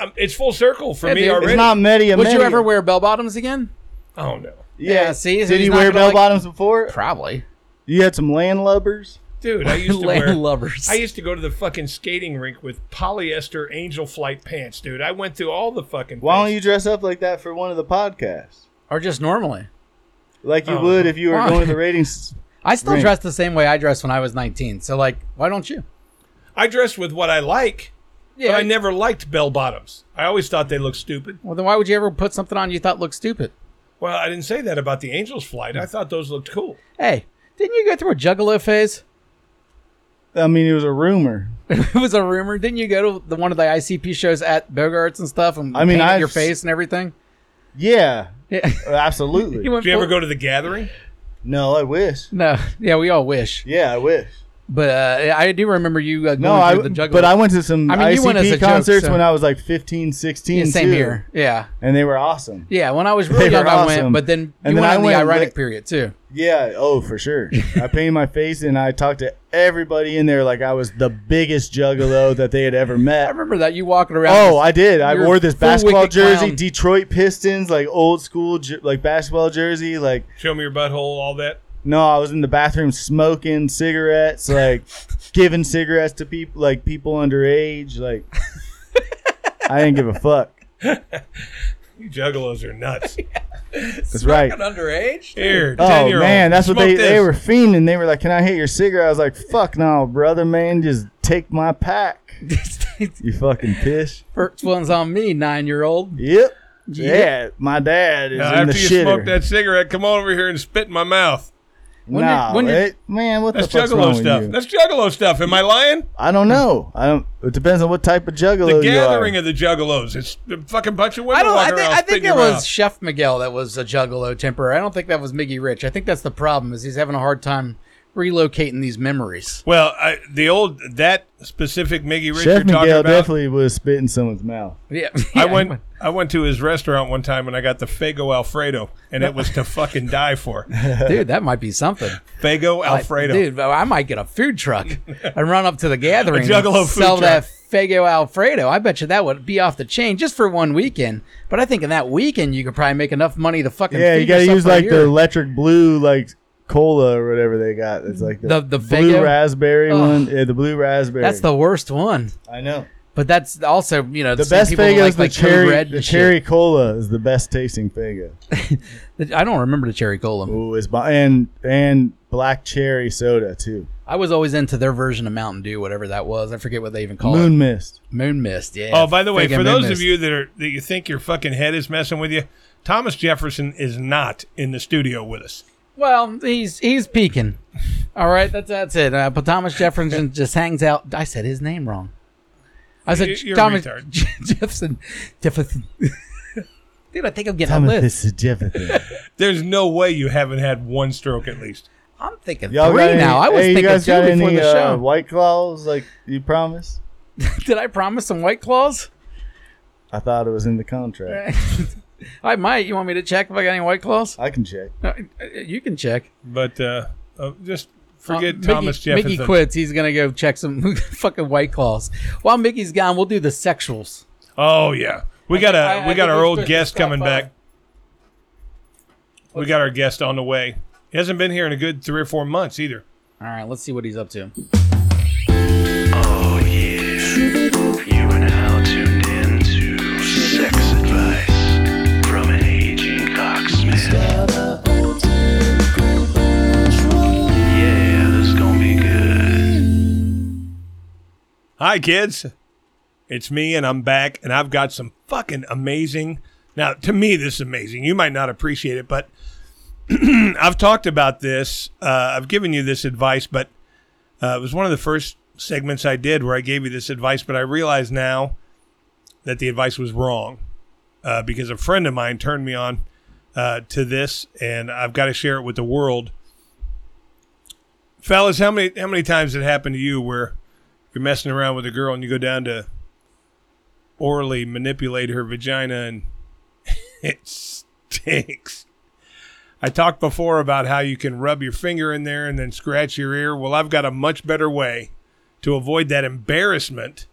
[SPEAKER 2] Um, it's full circle for
[SPEAKER 3] Yeah,
[SPEAKER 2] me
[SPEAKER 3] dude. It's
[SPEAKER 2] already.
[SPEAKER 4] It's not media.
[SPEAKER 3] Would you ever wear bell bottoms again?
[SPEAKER 2] oh no,
[SPEAKER 4] Yeah.
[SPEAKER 3] Yeah, see, so
[SPEAKER 4] Did
[SPEAKER 3] he's
[SPEAKER 4] he
[SPEAKER 3] not
[SPEAKER 4] wear
[SPEAKER 3] gonna,
[SPEAKER 4] bell
[SPEAKER 3] like-
[SPEAKER 4] bottoms before?
[SPEAKER 3] Probably.
[SPEAKER 4] You had some landlubbers.
[SPEAKER 2] dude. I used to wear.
[SPEAKER 3] Land lovers.
[SPEAKER 2] I used to go to the fucking skating rink with polyester angel flight pants, dude. I went through all the fucking.
[SPEAKER 4] Why don't
[SPEAKER 2] things.
[SPEAKER 4] you dress up like that for one of the podcasts?
[SPEAKER 3] or just normally.
[SPEAKER 4] Like you
[SPEAKER 2] Oh.
[SPEAKER 4] would if you were
[SPEAKER 3] Why?
[SPEAKER 4] going to the ratings.
[SPEAKER 3] I still
[SPEAKER 4] Right.
[SPEAKER 3] dress the same way I dressed when I was 19. So like, why don't you?
[SPEAKER 2] I dress with what I like,
[SPEAKER 3] Yeah.
[SPEAKER 2] but I never liked bell bottoms. I always thought they looked stupid.
[SPEAKER 3] well, then why would you ever put something on you thought looked stupid?
[SPEAKER 2] Well, I didn't say that about the Angels flight. I thought those looked cool.
[SPEAKER 3] Hey, didn't you go through a juggalo phase?
[SPEAKER 4] I mean, it was a rumor.
[SPEAKER 3] it was a rumor. Didn't you go to the one of the ICP shows at Bogarts and stuff and
[SPEAKER 4] I mean,
[SPEAKER 3] painted
[SPEAKER 4] I've
[SPEAKER 3] your
[SPEAKER 4] s-
[SPEAKER 3] face and everything?
[SPEAKER 4] Yeah, Uh,
[SPEAKER 3] Yeah.
[SPEAKER 4] absolutely.
[SPEAKER 3] went
[SPEAKER 2] Did you ever
[SPEAKER 3] full-
[SPEAKER 2] go to the Gathering?
[SPEAKER 4] no, I wish.
[SPEAKER 3] No. Yeah, we all wish.
[SPEAKER 4] Yeah, I wish.
[SPEAKER 3] But uh, I do remember you uh, going
[SPEAKER 4] No, I.
[SPEAKER 3] through the juggalo.
[SPEAKER 4] But I went to some
[SPEAKER 3] I mean, you went as a
[SPEAKER 4] ICP
[SPEAKER 3] joke,
[SPEAKER 4] concerts
[SPEAKER 3] so-
[SPEAKER 4] when I was like 15, 16.
[SPEAKER 3] yeah, same
[SPEAKER 4] too,
[SPEAKER 3] here. Yeah.
[SPEAKER 4] and they were awesome.
[SPEAKER 3] Yeah, when I was
[SPEAKER 4] They
[SPEAKER 3] really
[SPEAKER 4] were
[SPEAKER 3] young, I went,
[SPEAKER 4] awesome.
[SPEAKER 3] but then you
[SPEAKER 4] And then
[SPEAKER 3] went
[SPEAKER 4] I
[SPEAKER 3] on
[SPEAKER 4] went
[SPEAKER 3] the
[SPEAKER 4] and
[SPEAKER 3] ironic
[SPEAKER 4] lit-
[SPEAKER 3] period too.
[SPEAKER 4] Yeah. Oh, for sure. I painted my face and I talked to everybody in there like I was the biggest juggalo that they had ever
[SPEAKER 3] I
[SPEAKER 4] met.
[SPEAKER 3] remember that you walking around.
[SPEAKER 4] Oh, I did. I
[SPEAKER 3] You're
[SPEAKER 4] wore this
[SPEAKER 3] full
[SPEAKER 4] basketball
[SPEAKER 3] wicked
[SPEAKER 4] jersey,
[SPEAKER 3] clown.
[SPEAKER 4] Detroit Pistons, like old school, ju- like basketball jersey. Like,
[SPEAKER 2] Show me your butthole, all that.
[SPEAKER 4] no, I was in the bathroom smoking cigarettes, like giving cigarettes to people, like people underage. Like, I didn't give a fuck.
[SPEAKER 2] You juggalos are nuts.
[SPEAKER 4] That's right.
[SPEAKER 3] fucking underage.
[SPEAKER 2] Here,
[SPEAKER 4] Oh
[SPEAKER 2] 10-year-old,
[SPEAKER 4] man, that's what
[SPEAKER 2] smoke
[SPEAKER 4] they, they
[SPEAKER 2] this.
[SPEAKER 4] were fiending. They were like, "Can I hit your cigarette?" I was like, "Fuck no, brother, man, just take my pack." You fucking piss.
[SPEAKER 3] First one's on me, nine year old.
[SPEAKER 4] Yep. Yeah, my dad is
[SPEAKER 2] Now,
[SPEAKER 4] in the
[SPEAKER 2] after you
[SPEAKER 4] shitter.
[SPEAKER 2] smoke that cigarette, come on over here and spit in my mouth.
[SPEAKER 3] When you're-
[SPEAKER 4] nah,
[SPEAKER 3] when you're-
[SPEAKER 4] it- man, what
[SPEAKER 2] That's
[SPEAKER 4] the fuck's wrong
[SPEAKER 2] juggalo
[SPEAKER 4] with
[SPEAKER 2] stuff.
[SPEAKER 4] you?
[SPEAKER 2] That's juggalo stuff. Am I lying?
[SPEAKER 4] I don't know. I don't. It depends on what type of
[SPEAKER 2] The
[SPEAKER 4] juggalo Oh, you are.
[SPEAKER 2] gathering of the juggalos. It's a fucking bunch of
[SPEAKER 3] I
[SPEAKER 2] women
[SPEAKER 3] don't. I
[SPEAKER 2] walking
[SPEAKER 3] think,
[SPEAKER 2] around
[SPEAKER 3] I
[SPEAKER 2] spitting
[SPEAKER 3] think
[SPEAKER 2] your
[SPEAKER 3] it was
[SPEAKER 2] mouth.
[SPEAKER 3] Chef Miguel that was a juggalo temporary. I don't think that was Miggy Rich. I think that's the problem is he's having a hard time relocating these memories.
[SPEAKER 2] Well, I, the old that specific Miggy Rich
[SPEAKER 4] Chef
[SPEAKER 2] you're talking
[SPEAKER 4] Miguel
[SPEAKER 2] about.
[SPEAKER 4] definitely was spit in someone's mouth.
[SPEAKER 3] Yeah,
[SPEAKER 2] I
[SPEAKER 3] Yeah,
[SPEAKER 2] went. I went to his restaurant one time and I got the Fago Alfredo, and it was to fucking die for.
[SPEAKER 3] dude. That might be something.
[SPEAKER 2] Fago
[SPEAKER 3] Like,
[SPEAKER 2] Alfredo.
[SPEAKER 3] dude. I might get a food truck and run up to the gathering, and
[SPEAKER 2] juggalo food
[SPEAKER 3] sell
[SPEAKER 2] truck.
[SPEAKER 3] that Fago Alfredo. I bet you that would be off the chain just for one weekend. But I think in that weekend you could probably make enough money to fucking
[SPEAKER 4] Yeah,
[SPEAKER 3] Feed
[SPEAKER 4] you gotta
[SPEAKER 3] yourself
[SPEAKER 4] use
[SPEAKER 3] for a
[SPEAKER 4] like the
[SPEAKER 3] year.
[SPEAKER 4] electric blue, like cola or whatever they got. It's like the
[SPEAKER 3] The- the
[SPEAKER 4] blue
[SPEAKER 3] Fago?
[SPEAKER 4] raspberry
[SPEAKER 3] Ugh.
[SPEAKER 4] one. Yeah, the blue raspberry.
[SPEAKER 3] That's the worst one.
[SPEAKER 4] I know.
[SPEAKER 3] But that's also you know
[SPEAKER 4] The
[SPEAKER 3] same
[SPEAKER 4] best
[SPEAKER 3] people who
[SPEAKER 4] Fago
[SPEAKER 3] like,
[SPEAKER 4] is the
[SPEAKER 3] like, Code
[SPEAKER 4] cherry.
[SPEAKER 3] Red
[SPEAKER 4] The
[SPEAKER 3] and shit.
[SPEAKER 4] cherry cola is the best tasting Fago.
[SPEAKER 3] I don't remember the cherry cola.
[SPEAKER 4] Ooh, it's bon- and and black cherry soda too.
[SPEAKER 3] I was always into their version of Mountain Dew, whatever that was. I forget what they even call
[SPEAKER 4] Moon mist.
[SPEAKER 3] it. Moon Mist. Yeah.
[SPEAKER 2] Oh, by the way,
[SPEAKER 3] Friggin'
[SPEAKER 2] for
[SPEAKER 3] Moon
[SPEAKER 2] those of
[SPEAKER 3] Mist.
[SPEAKER 2] you that are that you think your fucking head is messing with you, Thomas Jefferson is not in the studio with us.
[SPEAKER 3] well, he's he's peaking. All right, that's that's it. Uh, but Thomas Jefferson just hangs out. I said his name wrong. I said
[SPEAKER 2] You- you're a
[SPEAKER 3] Thomas
[SPEAKER 2] retard.
[SPEAKER 3] Jefferson. Jefferson. Dude, I think I'm getting a list.
[SPEAKER 4] Thomas is Jefferson.
[SPEAKER 2] There's no way you haven't had one stroke at least.
[SPEAKER 3] I'm thinking
[SPEAKER 4] Y'all
[SPEAKER 3] three
[SPEAKER 4] got any-
[SPEAKER 3] now. I was
[SPEAKER 4] hey, you
[SPEAKER 3] thinking
[SPEAKER 4] guys
[SPEAKER 3] two
[SPEAKER 4] got
[SPEAKER 3] before
[SPEAKER 4] any,
[SPEAKER 3] the
[SPEAKER 4] uh,
[SPEAKER 3] show.
[SPEAKER 4] White claws, like you promised.
[SPEAKER 3] Did I promise some White Claws?
[SPEAKER 4] I thought it was in the contract.
[SPEAKER 3] I might. You want me to check if I got any White Claws?
[SPEAKER 4] I can check.
[SPEAKER 3] No, uh, you can check.
[SPEAKER 2] But uh, uh, just forget
[SPEAKER 3] Uh,
[SPEAKER 2] Thomas
[SPEAKER 3] Mickey,
[SPEAKER 2] Jefferson.
[SPEAKER 3] Mickey quits. He's gonna go check some fucking white claws. While Mickey's gone, we'll do the sexuals.
[SPEAKER 2] Oh yeah, we got a
[SPEAKER 3] I- I
[SPEAKER 2] we
[SPEAKER 3] think
[SPEAKER 2] got our
[SPEAKER 3] it's
[SPEAKER 2] old
[SPEAKER 3] just
[SPEAKER 2] guest
[SPEAKER 3] top
[SPEAKER 2] coming
[SPEAKER 3] five.
[SPEAKER 2] back. We got our guest on the way. He hasn't been here in a good three or four months either.
[SPEAKER 3] All right, let's see what he's up to.
[SPEAKER 5] Oh yeah. You are now tuned in to sex advice from an aging cocksmith. Yeah, this gonna be good.
[SPEAKER 2] Hi, kids. It's me, and I'm back, and I've got some fucking amazing. Now, to me, this is amazing. You might not appreciate it, but I've talked about this. Uh, I've given you this advice, but uh, it was one of the first segments I did where I gave you this advice, but I realize now that the advice was wrong uh, because a friend of mine turned me on uh, to this, and I've got to share it with the world. Fellas, how many how many times it happened to you where you're messing around with a girl and you go down to orally manipulate her vagina and it stinks. I talked before about how you can rub your finger in there and then scratch your ear. Well, I've got a much better way to avoid that embarrassment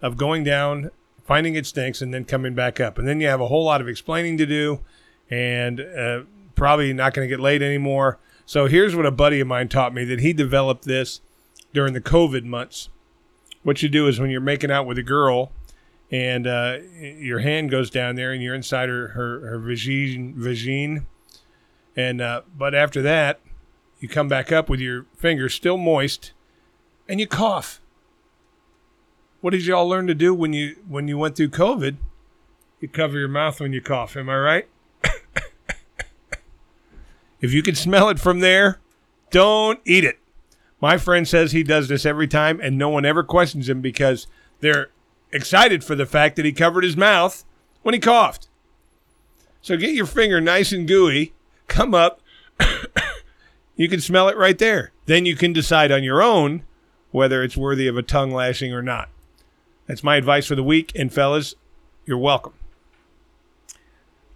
[SPEAKER 2] of going down, finding it stinks, and then coming back up. And then you have a whole lot of explaining to do and uh, probably not going to get laid anymore. So here's what a buddy of mine taught me that he developed this during the COVID months. What you do is when you're making out with a girl and uh, your hand goes down there and you're inside her, her, her vagine, vagine. And, uh, but after that, you come back up with your fingers still moist and you cough. What did y'all learn to do when you, when you went through COVID? You cover your mouth when you cough. Am I right? if you can smell it from there, don't eat it. My friend says he does this every time, and no one ever questions him because they're excited for the fact that he covered his mouth when he coughed. So get your finger nice and gooey, come up, you can smell it right there. Then you can decide on your own whether it's worthy of a tongue lashing or not. That's my advice for the week, and fellas, you're welcome.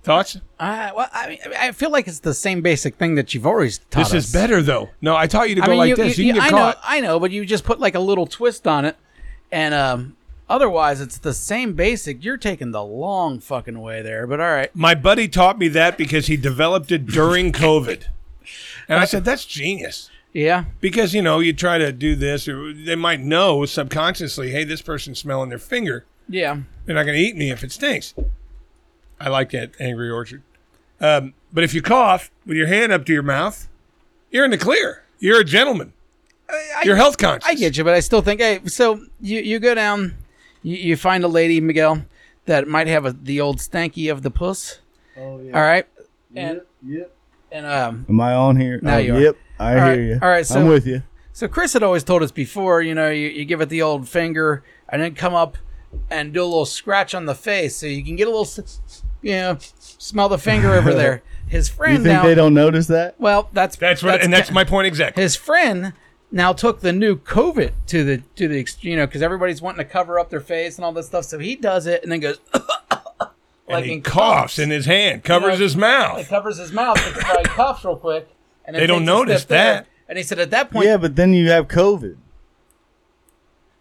[SPEAKER 2] Thoughts?
[SPEAKER 3] I, Uh, well, I mean, I feel like it's the same basic thing that you've always taught
[SPEAKER 2] This
[SPEAKER 3] us.
[SPEAKER 2] is better though. No, I taught you to go
[SPEAKER 3] I mean,
[SPEAKER 2] like
[SPEAKER 3] you,
[SPEAKER 2] this. You,
[SPEAKER 3] you-
[SPEAKER 2] can
[SPEAKER 3] I
[SPEAKER 2] get
[SPEAKER 3] know,
[SPEAKER 2] caught.
[SPEAKER 3] I know, but you just put like a little twist on it, and um, otherwise it's the same basic. You're taking the long fucking way there, but all right.
[SPEAKER 2] My buddy taught me that because he developed it during COVID, and I said that's genius.
[SPEAKER 3] Yeah,
[SPEAKER 2] because you know you try to do this or they might know subconsciously hey this person's smelling their finger
[SPEAKER 3] yeah.
[SPEAKER 2] they're not going to eat me if it stinks i like that angry orchard um, but if you cough with your hand up to your mouth you're in the clear you're a gentleman you're health conscious
[SPEAKER 3] I get you, but I still think. Hey, so you you go down, you, you find a lady Miguel that might have a, the old stanky of the puss.
[SPEAKER 1] Oh yeah.
[SPEAKER 3] All right, and
[SPEAKER 1] Yep. yep.
[SPEAKER 3] and um,
[SPEAKER 4] Am I on here?
[SPEAKER 3] Now
[SPEAKER 4] Oh,
[SPEAKER 3] you are.
[SPEAKER 4] Yep, I
[SPEAKER 3] All
[SPEAKER 4] hear
[SPEAKER 3] right,
[SPEAKER 4] you.
[SPEAKER 3] all right, so-
[SPEAKER 4] I'm with you.
[SPEAKER 3] So Chris had always told us before, you know, you, you give it the old finger and then come up and do a little scratch on the face so you can get a little, s- s- you know, smell the finger over there. His
[SPEAKER 4] You
[SPEAKER 3] friend
[SPEAKER 4] think
[SPEAKER 3] now,
[SPEAKER 4] they don't notice that?
[SPEAKER 3] well, that's
[SPEAKER 2] that's what and that's my point exactly
[SPEAKER 3] his friend now took the new COVID to the to the ex- you know because everybody's wanting to cover up their face and all this stuff, so he does it and then goes
[SPEAKER 2] and
[SPEAKER 3] like
[SPEAKER 2] he
[SPEAKER 3] and
[SPEAKER 2] coughs in his hand covers
[SPEAKER 3] You know,
[SPEAKER 2] his mouth
[SPEAKER 3] covers his mouth, but he coughs real quick, and then
[SPEAKER 2] They don't
[SPEAKER 3] takes a step
[SPEAKER 2] notice
[SPEAKER 3] there.
[SPEAKER 2] that.
[SPEAKER 3] And he said at that point,
[SPEAKER 4] Yeah, but then you have COVID.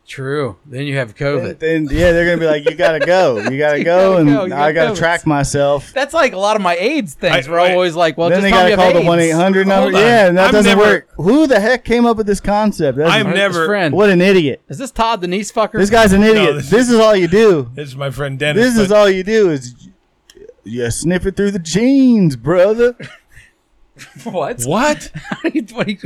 [SPEAKER 3] true. Then you have COVID.
[SPEAKER 4] Then, then- yeah, they're gonna be like, you gotta go, you gotta
[SPEAKER 3] gotta
[SPEAKER 4] go, and
[SPEAKER 3] go, you
[SPEAKER 4] I
[SPEAKER 3] gotta
[SPEAKER 4] gotta
[SPEAKER 3] go.
[SPEAKER 4] track myself.
[SPEAKER 3] That's like a lot of my AIDS things.
[SPEAKER 2] I-
[SPEAKER 3] where I'm
[SPEAKER 2] I-
[SPEAKER 3] always like, well,
[SPEAKER 4] then
[SPEAKER 3] just
[SPEAKER 4] they
[SPEAKER 3] tell me
[SPEAKER 4] gotta
[SPEAKER 3] you
[SPEAKER 4] call
[SPEAKER 3] have
[SPEAKER 4] the
[SPEAKER 3] AIDS.
[SPEAKER 4] one eight hundred number.
[SPEAKER 2] on.
[SPEAKER 4] Yeah, and that
[SPEAKER 2] I've
[SPEAKER 4] doesn't
[SPEAKER 2] never-
[SPEAKER 4] work. Who the heck came up with this concept? That's-
[SPEAKER 2] I've never-
[SPEAKER 3] His friend.
[SPEAKER 4] What an idiot!
[SPEAKER 3] Is this Todd the niece fucker?
[SPEAKER 4] This guy's an idiot.
[SPEAKER 2] this-
[SPEAKER 4] this, is all you do.
[SPEAKER 2] this is my friend dennis
[SPEAKER 4] This is
[SPEAKER 2] but
[SPEAKER 4] all you do is you sniff it through the jeans, brother.
[SPEAKER 3] what?
[SPEAKER 2] what
[SPEAKER 3] What do you- what do you-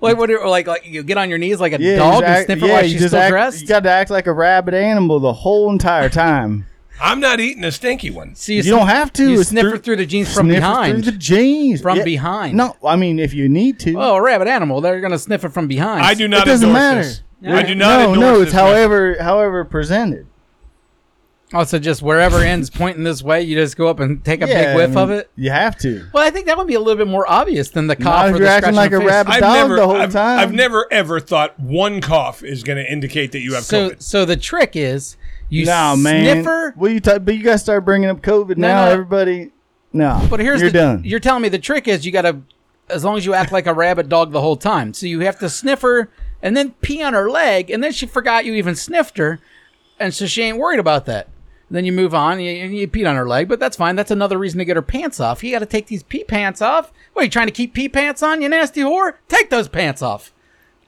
[SPEAKER 3] like what? do you- Like like you get on your knees like a
[SPEAKER 4] Yeah,
[SPEAKER 3] dog
[SPEAKER 4] you
[SPEAKER 3] and
[SPEAKER 4] act-
[SPEAKER 3] sniff her
[SPEAKER 4] yeah,
[SPEAKER 3] while
[SPEAKER 4] you
[SPEAKER 3] she's
[SPEAKER 4] just
[SPEAKER 3] still
[SPEAKER 4] act-
[SPEAKER 3] dressed.
[SPEAKER 4] You got to act like a rabid animal the whole entire time.
[SPEAKER 2] i'm not eating a stinky one
[SPEAKER 3] so
[SPEAKER 4] You don't have to.
[SPEAKER 3] You
[SPEAKER 4] It's
[SPEAKER 3] sniff her through the jeans from
[SPEAKER 4] sniff it
[SPEAKER 3] behind.
[SPEAKER 4] Through the jeans.
[SPEAKER 3] From behind.
[SPEAKER 4] No, I mean if you need to.
[SPEAKER 3] oh, a rabbit animal. They're gonna sniff it from behind.
[SPEAKER 2] i do not
[SPEAKER 4] doesn't
[SPEAKER 2] endorse
[SPEAKER 4] matter.
[SPEAKER 2] this i do not
[SPEAKER 4] no,
[SPEAKER 2] endorse
[SPEAKER 4] no. It's
[SPEAKER 2] this method.
[SPEAKER 4] however, however presented.
[SPEAKER 3] Also, just wherever ends pointing this way, you just go up and take a
[SPEAKER 4] Yeah,
[SPEAKER 3] big whiff
[SPEAKER 4] I mean,
[SPEAKER 3] of it.
[SPEAKER 4] You have to.
[SPEAKER 3] Well, I think that would be a little bit more obvious than the cough
[SPEAKER 4] if
[SPEAKER 3] or the
[SPEAKER 4] you're acting
[SPEAKER 3] scratch
[SPEAKER 4] like
[SPEAKER 3] on
[SPEAKER 4] a
[SPEAKER 3] the face.
[SPEAKER 4] rabbit dog the whole
[SPEAKER 2] I've,
[SPEAKER 4] time.
[SPEAKER 2] I've never ever thought one cough is going to indicate that you have
[SPEAKER 3] So,
[SPEAKER 2] COVID.
[SPEAKER 3] so the trick is you
[SPEAKER 4] No, man.
[SPEAKER 3] sniffer.
[SPEAKER 4] Well, you talk, but you guys start bringing up COVID
[SPEAKER 3] No,
[SPEAKER 4] now.
[SPEAKER 3] no.
[SPEAKER 4] Everybody, no.
[SPEAKER 3] But here's
[SPEAKER 4] you're
[SPEAKER 3] the,
[SPEAKER 4] done.
[SPEAKER 3] You're telling me the trick is you got to, as long as you act like a rabid dog the whole time. So you have to sniff her and then pee on her leg, and then she forgot you even sniffed her, and so she ain't worried about that. Then you move on and you, and you peed on her leg, but that's fine. That's another reason to get her pants off. You got to take these pee pants off. What are you trying to keep pee pants on, you nasty whore? Take those pants off.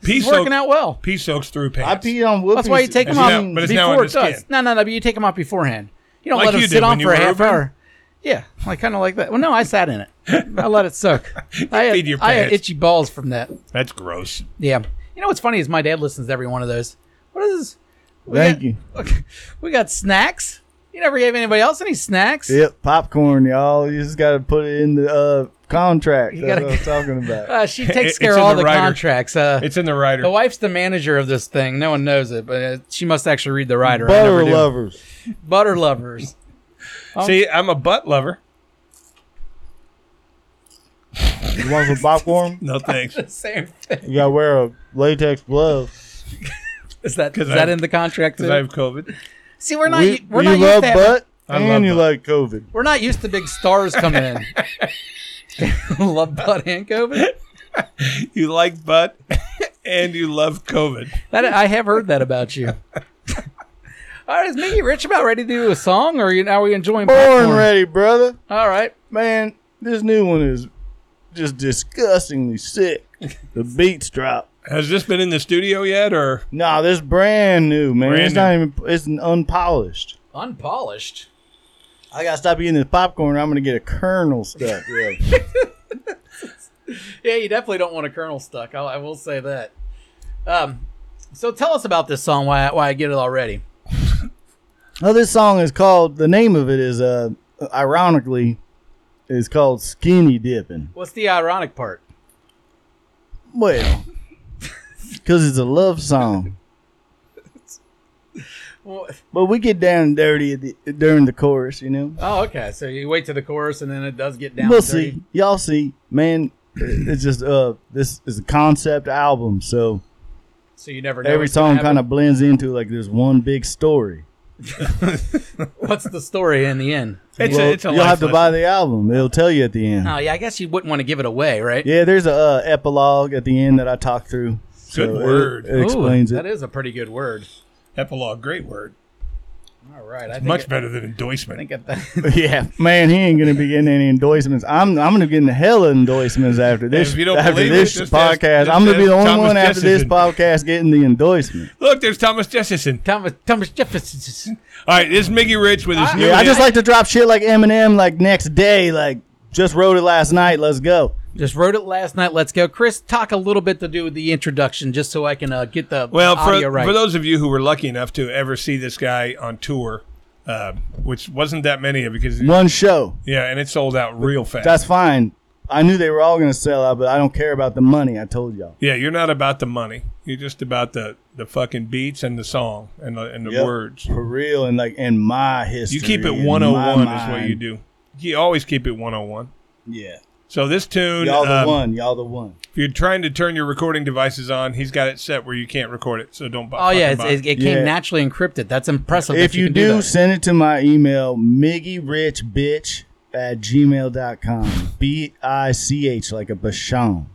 [SPEAKER 2] pee
[SPEAKER 3] It's working out well.
[SPEAKER 2] Pee soaks through pants.
[SPEAKER 4] I peed on whoopies.
[SPEAKER 3] That's why you take
[SPEAKER 2] It's
[SPEAKER 3] them off
[SPEAKER 2] now- but it's now
[SPEAKER 3] before
[SPEAKER 2] under
[SPEAKER 3] it does.
[SPEAKER 2] skin.
[SPEAKER 3] No, no, no. But you take them off beforehand. You don't
[SPEAKER 2] Like
[SPEAKER 3] let them
[SPEAKER 2] you
[SPEAKER 3] sit
[SPEAKER 2] did
[SPEAKER 3] on
[SPEAKER 2] when you
[SPEAKER 3] for a
[SPEAKER 2] were
[SPEAKER 3] half
[SPEAKER 2] urban?
[SPEAKER 3] hour. Yeah, like kind of like that. Well, no, I sat in it. I let it soak. I had,
[SPEAKER 2] peed your
[SPEAKER 3] I had
[SPEAKER 2] pants.
[SPEAKER 3] itchy balls from that.
[SPEAKER 2] That's gross.
[SPEAKER 3] Yeah. You know what's funny is my dad listens to every one of those. What is this?
[SPEAKER 4] Thank
[SPEAKER 3] got,
[SPEAKER 4] you.
[SPEAKER 3] We got snacks. You never gave anybody else any snacks.
[SPEAKER 4] Yep, popcorn, y'all. You just got to put it in the uh, contract.
[SPEAKER 3] You
[SPEAKER 4] That's
[SPEAKER 3] gotta-
[SPEAKER 4] what I'm talking about.
[SPEAKER 3] Uh, she
[SPEAKER 2] It-
[SPEAKER 3] takes
[SPEAKER 2] it's
[SPEAKER 3] care of
[SPEAKER 2] in
[SPEAKER 3] all the,
[SPEAKER 2] the rider.
[SPEAKER 3] contracts. Uh,
[SPEAKER 2] It's in the rider.
[SPEAKER 3] the wife's the manager of this thing. No one knows it, but uh, she must actually read the writer. I
[SPEAKER 4] Butter
[SPEAKER 3] never do.
[SPEAKER 4] lovers.
[SPEAKER 3] Butter lovers.
[SPEAKER 2] See, I'm a butt lover.
[SPEAKER 4] You want some popcorn?
[SPEAKER 2] No thanks.
[SPEAKER 3] Same thing.
[SPEAKER 4] You got to wear a latex glove.
[SPEAKER 3] Is that is
[SPEAKER 2] 'Cause
[SPEAKER 3] that
[SPEAKER 2] I-
[SPEAKER 3] in the contract?
[SPEAKER 2] Because
[SPEAKER 3] too?
[SPEAKER 2] I have COVID.
[SPEAKER 3] See, we're not
[SPEAKER 4] We,
[SPEAKER 3] we're
[SPEAKER 4] you
[SPEAKER 3] not used
[SPEAKER 4] love
[SPEAKER 3] to having-
[SPEAKER 4] butt
[SPEAKER 2] I
[SPEAKER 4] and
[SPEAKER 2] love
[SPEAKER 4] you
[SPEAKER 2] butt.
[SPEAKER 4] like COVID.
[SPEAKER 3] we're not used to big stars coming in. love butt and COVID.
[SPEAKER 2] You like butt and you love COVID.
[SPEAKER 3] That I have heard that about you. All right, is Mickey Rich about ready to do a song, or are you, are we enjoying
[SPEAKER 4] Born
[SPEAKER 3] popcorn?
[SPEAKER 4] ready, brother.
[SPEAKER 3] All right,
[SPEAKER 4] Man, this new one is just disgustingly sick. The beats drop.
[SPEAKER 2] Has this been in the studio yet? Or
[SPEAKER 4] Nah, this brand new, man.
[SPEAKER 2] Brand
[SPEAKER 4] it's not even. It's unpolished.
[SPEAKER 3] unpolished.
[SPEAKER 4] I gotta stop eating this popcorn. I'm gonna get a kernel stuff. Yeah.
[SPEAKER 3] Yeah, you definitely don't want a kernel stuck. I, I will say that. Um, so tell us about this song. Why I- why I get it already?
[SPEAKER 4] well, this song is called. The name of it is, uh, ironically, is called "Skinny Dipping."
[SPEAKER 3] What's the ironic part?
[SPEAKER 4] Well, because it's a love song.
[SPEAKER 3] Well,
[SPEAKER 4] But we get down and dirty at the, during the chorus, you know.
[SPEAKER 3] oh, okay. So you wait to the chorus, and then it does get down.
[SPEAKER 4] we'll
[SPEAKER 3] dirty.
[SPEAKER 4] see. Y'all see, man. It's just uh, this is a concept album, so
[SPEAKER 3] So you never know
[SPEAKER 4] every
[SPEAKER 3] what's gonna
[SPEAKER 4] song
[SPEAKER 3] happen.
[SPEAKER 4] kind of blends into like there's one big story.
[SPEAKER 3] What's the story in the end?
[SPEAKER 2] It's
[SPEAKER 4] Well,
[SPEAKER 2] a, it's a
[SPEAKER 4] you'll
[SPEAKER 2] life
[SPEAKER 4] have to
[SPEAKER 2] lesson.
[SPEAKER 4] buy the album. It'll tell you at the end.
[SPEAKER 3] Oh yeah, I guess you wouldn't want to give it away, right?
[SPEAKER 4] Yeah, there's a uh, epilogue at the end that I talked through. So
[SPEAKER 2] Good
[SPEAKER 4] it-
[SPEAKER 2] word.
[SPEAKER 4] It, explains
[SPEAKER 3] Ooh,
[SPEAKER 4] it.
[SPEAKER 3] That is a pretty good word.
[SPEAKER 2] Epilogue, great word.
[SPEAKER 3] All right, I think
[SPEAKER 2] Much
[SPEAKER 3] it-
[SPEAKER 2] better than
[SPEAKER 3] I
[SPEAKER 2] endorsement.
[SPEAKER 3] think at that.
[SPEAKER 4] yeah, man, he ain't gonna be getting any endorsements. I'm I'm gonna be getting the hell of endorsements after this.
[SPEAKER 2] if you don't
[SPEAKER 4] after
[SPEAKER 2] believe
[SPEAKER 4] this
[SPEAKER 2] it, just ask-
[SPEAKER 4] podcast,
[SPEAKER 2] just
[SPEAKER 4] I'm gonna be
[SPEAKER 2] ask
[SPEAKER 4] the only
[SPEAKER 2] Thomas
[SPEAKER 4] one after this
[SPEAKER 2] Jefferson.
[SPEAKER 4] podcast getting the endorsement.
[SPEAKER 2] Look, there's Thomas Jefferson.
[SPEAKER 3] Thomas Thomas Jefferson.
[SPEAKER 2] All right, this is Miggy Rich with his new.
[SPEAKER 4] Yeah, I
[SPEAKER 2] hit.
[SPEAKER 4] just like to drop shit like Eminem, like next day, like just wrote it last night. Let's go.
[SPEAKER 3] Just wrote it last night. Let's go, Chris. Talk a little bit to do with the introduction, just so I can uh, get the
[SPEAKER 2] Well,
[SPEAKER 3] audio
[SPEAKER 2] for,
[SPEAKER 3] right.
[SPEAKER 2] for those of you who were lucky enough to ever see this guy on tour, uh, which wasn't that many of because
[SPEAKER 4] One show.
[SPEAKER 2] yeah, and it sold out real fast.
[SPEAKER 4] That's fine. I knew they were all gonna sell out, but I don't care about the money. I told y'all.
[SPEAKER 2] yeah, you're not about the money. You're just about the, the fucking beats and the song and the, and the
[SPEAKER 4] Yep.
[SPEAKER 2] words.
[SPEAKER 4] for real and like in my history.
[SPEAKER 2] You keep it
[SPEAKER 4] in my
[SPEAKER 2] 101 is what
[SPEAKER 4] mind.
[SPEAKER 2] you do. You always keep it 101.
[SPEAKER 4] Yeah,
[SPEAKER 2] So this tune,
[SPEAKER 4] y'all the
[SPEAKER 2] um,
[SPEAKER 4] one, y'all the one.
[SPEAKER 2] if you're trying to turn your recording devices on, he's got it set where you can't record it. So don't. bu-
[SPEAKER 3] oh yeah,
[SPEAKER 2] fucking
[SPEAKER 3] it's,
[SPEAKER 2] bother.
[SPEAKER 3] it, it came
[SPEAKER 4] Yeah.
[SPEAKER 3] naturally encrypted. That's impressive.
[SPEAKER 4] If
[SPEAKER 3] that you,
[SPEAKER 4] you
[SPEAKER 3] can
[SPEAKER 4] do,
[SPEAKER 3] that.
[SPEAKER 4] send it to my email, miggyrich at gmail.com. B I C H, like a Bashan.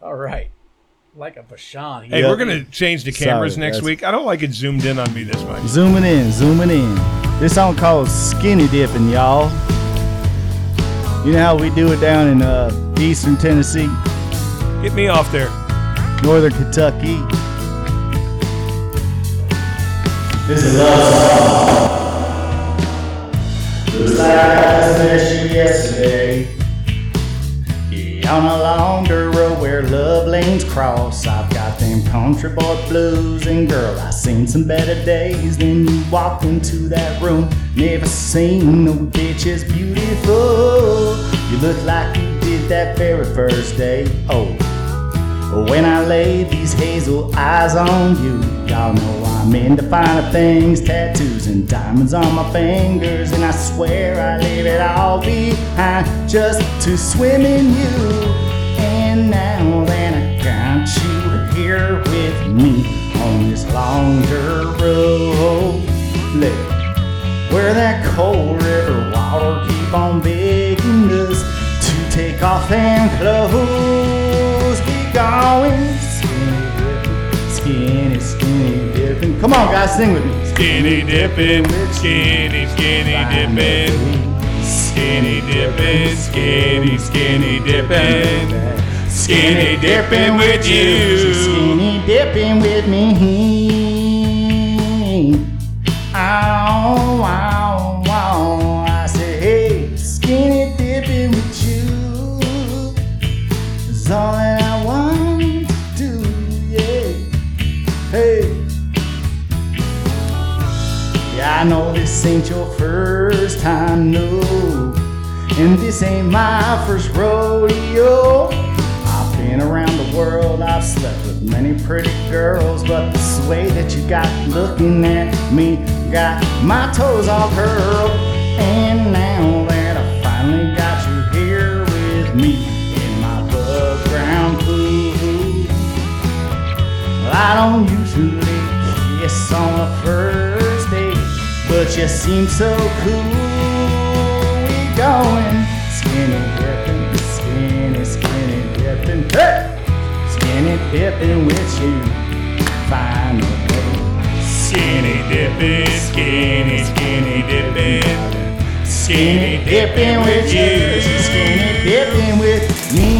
[SPEAKER 3] all right, like a Bashan.
[SPEAKER 2] Hey,
[SPEAKER 4] Yeah.
[SPEAKER 2] we're gonna change the cameras
[SPEAKER 4] Sorry,
[SPEAKER 2] next
[SPEAKER 4] that's-
[SPEAKER 2] week. I don't like it zoomed in on me this much.
[SPEAKER 4] Zooming in, zooming in. This song called Skinny Dipping, y'all. You know how we do it down in uh, eastern Tennessee,
[SPEAKER 2] Get me off there.
[SPEAKER 4] northern Kentucky. This is us. session yesterday. Yeah, on a long road where love lanes cross, I've got them country boy blues, and girl, I seen some better days. Then you walked into that room, never seen no bitch as beautiful. You look like you did that very first day. Oh, when I lay these hazel eyes on you, y'all know I'm into finer things, tattoos and diamonds on my fingers, and I swear I leave it all behind just to swim in you. And now that I got you here with me on this longer road, look where that cold river water keep on begging us to take off them clothes. We going skinny dipping, skinny, skinny dipping. Come on, guys, sing with me.
[SPEAKER 2] Skinny dipping, skinny, skinny dipping. Skinny dipping, skinny, skinny dipping. Skinny dipping with you.
[SPEAKER 4] Skinny dipping with me. Ow, ow, ow. I say, hey, skinny dipping with you is all that I want to do. Yeah. Hey. Yeah, I know this ain't your first time, no. And this ain't my first rodeo. I've been around the world, I've slept with many pretty girls, but this way that you got looking at me got my toes all curled. And now that I finally got you here with me in my above ground pool. Well, I don't usually kiss on the first date, but you seem so cool. We going skinny dipping, skinny, skinny dipping, hey! skinny dipping with you. Finally,
[SPEAKER 2] Skinny dipping, skinny, skinny dipping. Skinny
[SPEAKER 4] dipping with you, skinny dipping with me.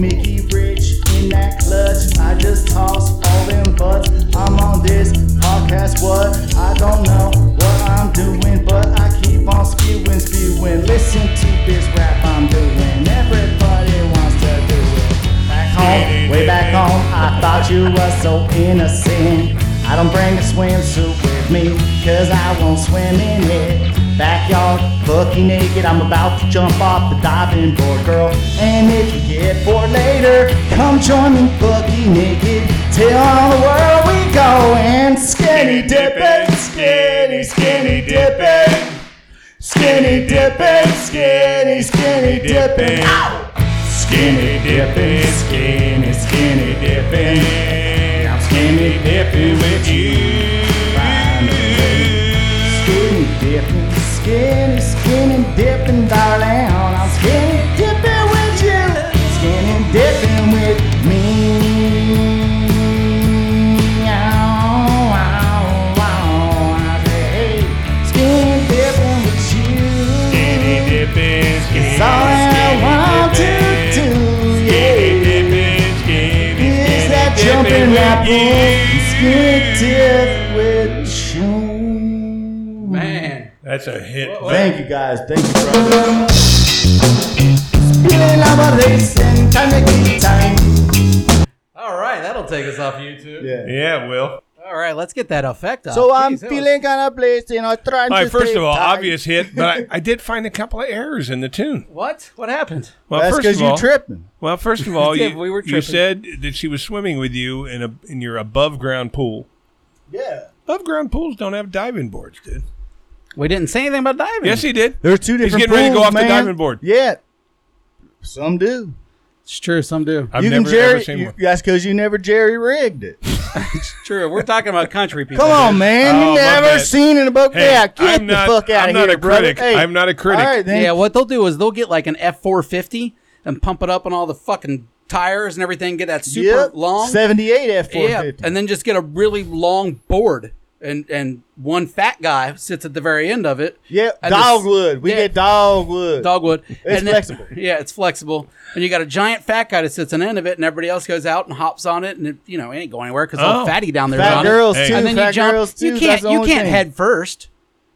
[SPEAKER 4] Mickey Rich in that clutch. I just toss all them butts. I'm on this podcast. What I don't know what I'm doing, but I keep on spewing, spewing. Listen to this rap I'm doing. Everybody wants to do it. Back home, way back home, I thought you were so innocent. I don't bring a swimsuit with me, cause I won't swim in it. Backyard, bucky naked, I'm about to jump off the diving board, girl. And if you get bored later, come join me, bucky naked. Tell the world we go and skinny dipping, skinny, skinny dipping. Skinny dipping, skinny, skinny dipping. Skinny dipping, skinny, skinny dipping. I'm skinny dipping with you. Executive with Sean.
[SPEAKER 3] Man.
[SPEAKER 2] That's a hit.
[SPEAKER 4] Thank you guys. Thank you, brother. Feeling like a racing, time to get time.
[SPEAKER 3] All right, that'll take us off YouTube.
[SPEAKER 4] Yeah.
[SPEAKER 2] Yeah, Will.
[SPEAKER 3] All right, let's get that effect up.
[SPEAKER 4] So I'm
[SPEAKER 3] Jeez, that was-
[SPEAKER 4] feeling kind of blessed, you know, trying
[SPEAKER 2] All
[SPEAKER 4] to
[SPEAKER 2] right, first
[SPEAKER 4] stay
[SPEAKER 2] of all,
[SPEAKER 4] tight.
[SPEAKER 2] obvious hit, but I, I did find a couple of errors in the tune.
[SPEAKER 3] What? What happened?
[SPEAKER 2] Well,
[SPEAKER 4] That's
[SPEAKER 2] first
[SPEAKER 4] because
[SPEAKER 2] of all,
[SPEAKER 4] you tripping.
[SPEAKER 2] well, first of all,
[SPEAKER 3] Yeah,
[SPEAKER 2] you,
[SPEAKER 3] we were
[SPEAKER 2] you
[SPEAKER 3] tripping.
[SPEAKER 2] said that she was swimming with you in a in your above ground pool.
[SPEAKER 4] Yeah.
[SPEAKER 2] Above ground pools don't have diving boards, dude.
[SPEAKER 3] We didn't say anything about diving.
[SPEAKER 2] Yes, he did.
[SPEAKER 4] There's two different
[SPEAKER 2] He's getting ready to go
[SPEAKER 4] pools,
[SPEAKER 2] off
[SPEAKER 4] man.
[SPEAKER 2] the diving board.
[SPEAKER 4] Yeah. Some do.
[SPEAKER 3] it's true. Some do.
[SPEAKER 2] I've
[SPEAKER 4] you
[SPEAKER 2] never
[SPEAKER 4] can jerry.
[SPEAKER 2] ever seen
[SPEAKER 4] you-
[SPEAKER 2] one.
[SPEAKER 4] That's because you never jerry rigged it.
[SPEAKER 3] True. We're talking about country people.
[SPEAKER 4] Come on, man.
[SPEAKER 2] Oh,
[SPEAKER 4] you
[SPEAKER 2] my
[SPEAKER 4] never
[SPEAKER 2] bad.
[SPEAKER 4] seen an above
[SPEAKER 2] Hey,
[SPEAKER 4] yeah, Get
[SPEAKER 2] I'm
[SPEAKER 4] the
[SPEAKER 2] not-
[SPEAKER 4] fuck
[SPEAKER 2] I'm
[SPEAKER 4] out of
[SPEAKER 2] not
[SPEAKER 4] here,
[SPEAKER 2] a
[SPEAKER 4] brother.
[SPEAKER 2] critic.
[SPEAKER 4] Hey.
[SPEAKER 2] I'm not a critic.
[SPEAKER 4] All right, then.
[SPEAKER 3] Yeah, what they'll do is they'll get like an F four fifty and pump it up on all the fucking tires and everything. Get that super
[SPEAKER 4] Yep.
[SPEAKER 3] long,
[SPEAKER 4] 78
[SPEAKER 3] yeah,
[SPEAKER 4] F450.
[SPEAKER 3] and then just get a really long board. And and one fat guy sits at the very end of it.
[SPEAKER 4] yeah,
[SPEAKER 3] And this-
[SPEAKER 4] dogwood. We
[SPEAKER 3] yeah,
[SPEAKER 4] get dogwood.
[SPEAKER 3] dogwood. It's
[SPEAKER 4] flexible.
[SPEAKER 3] Yeah, it's flexible. And you got a giant fat guy that sits on the end of it, and everybody else goes out and hops on it, and it, you know it ain't going anywhere because all
[SPEAKER 2] Oh.
[SPEAKER 3] fatty down there. is
[SPEAKER 4] Fat
[SPEAKER 3] on
[SPEAKER 4] girls,
[SPEAKER 3] it.
[SPEAKER 2] too,
[SPEAKER 3] And then you
[SPEAKER 4] fat
[SPEAKER 3] jump.
[SPEAKER 4] girls, too,
[SPEAKER 3] you
[SPEAKER 4] that's
[SPEAKER 3] can't.
[SPEAKER 4] the
[SPEAKER 3] You
[SPEAKER 4] only
[SPEAKER 3] can't
[SPEAKER 4] thing.
[SPEAKER 3] head first.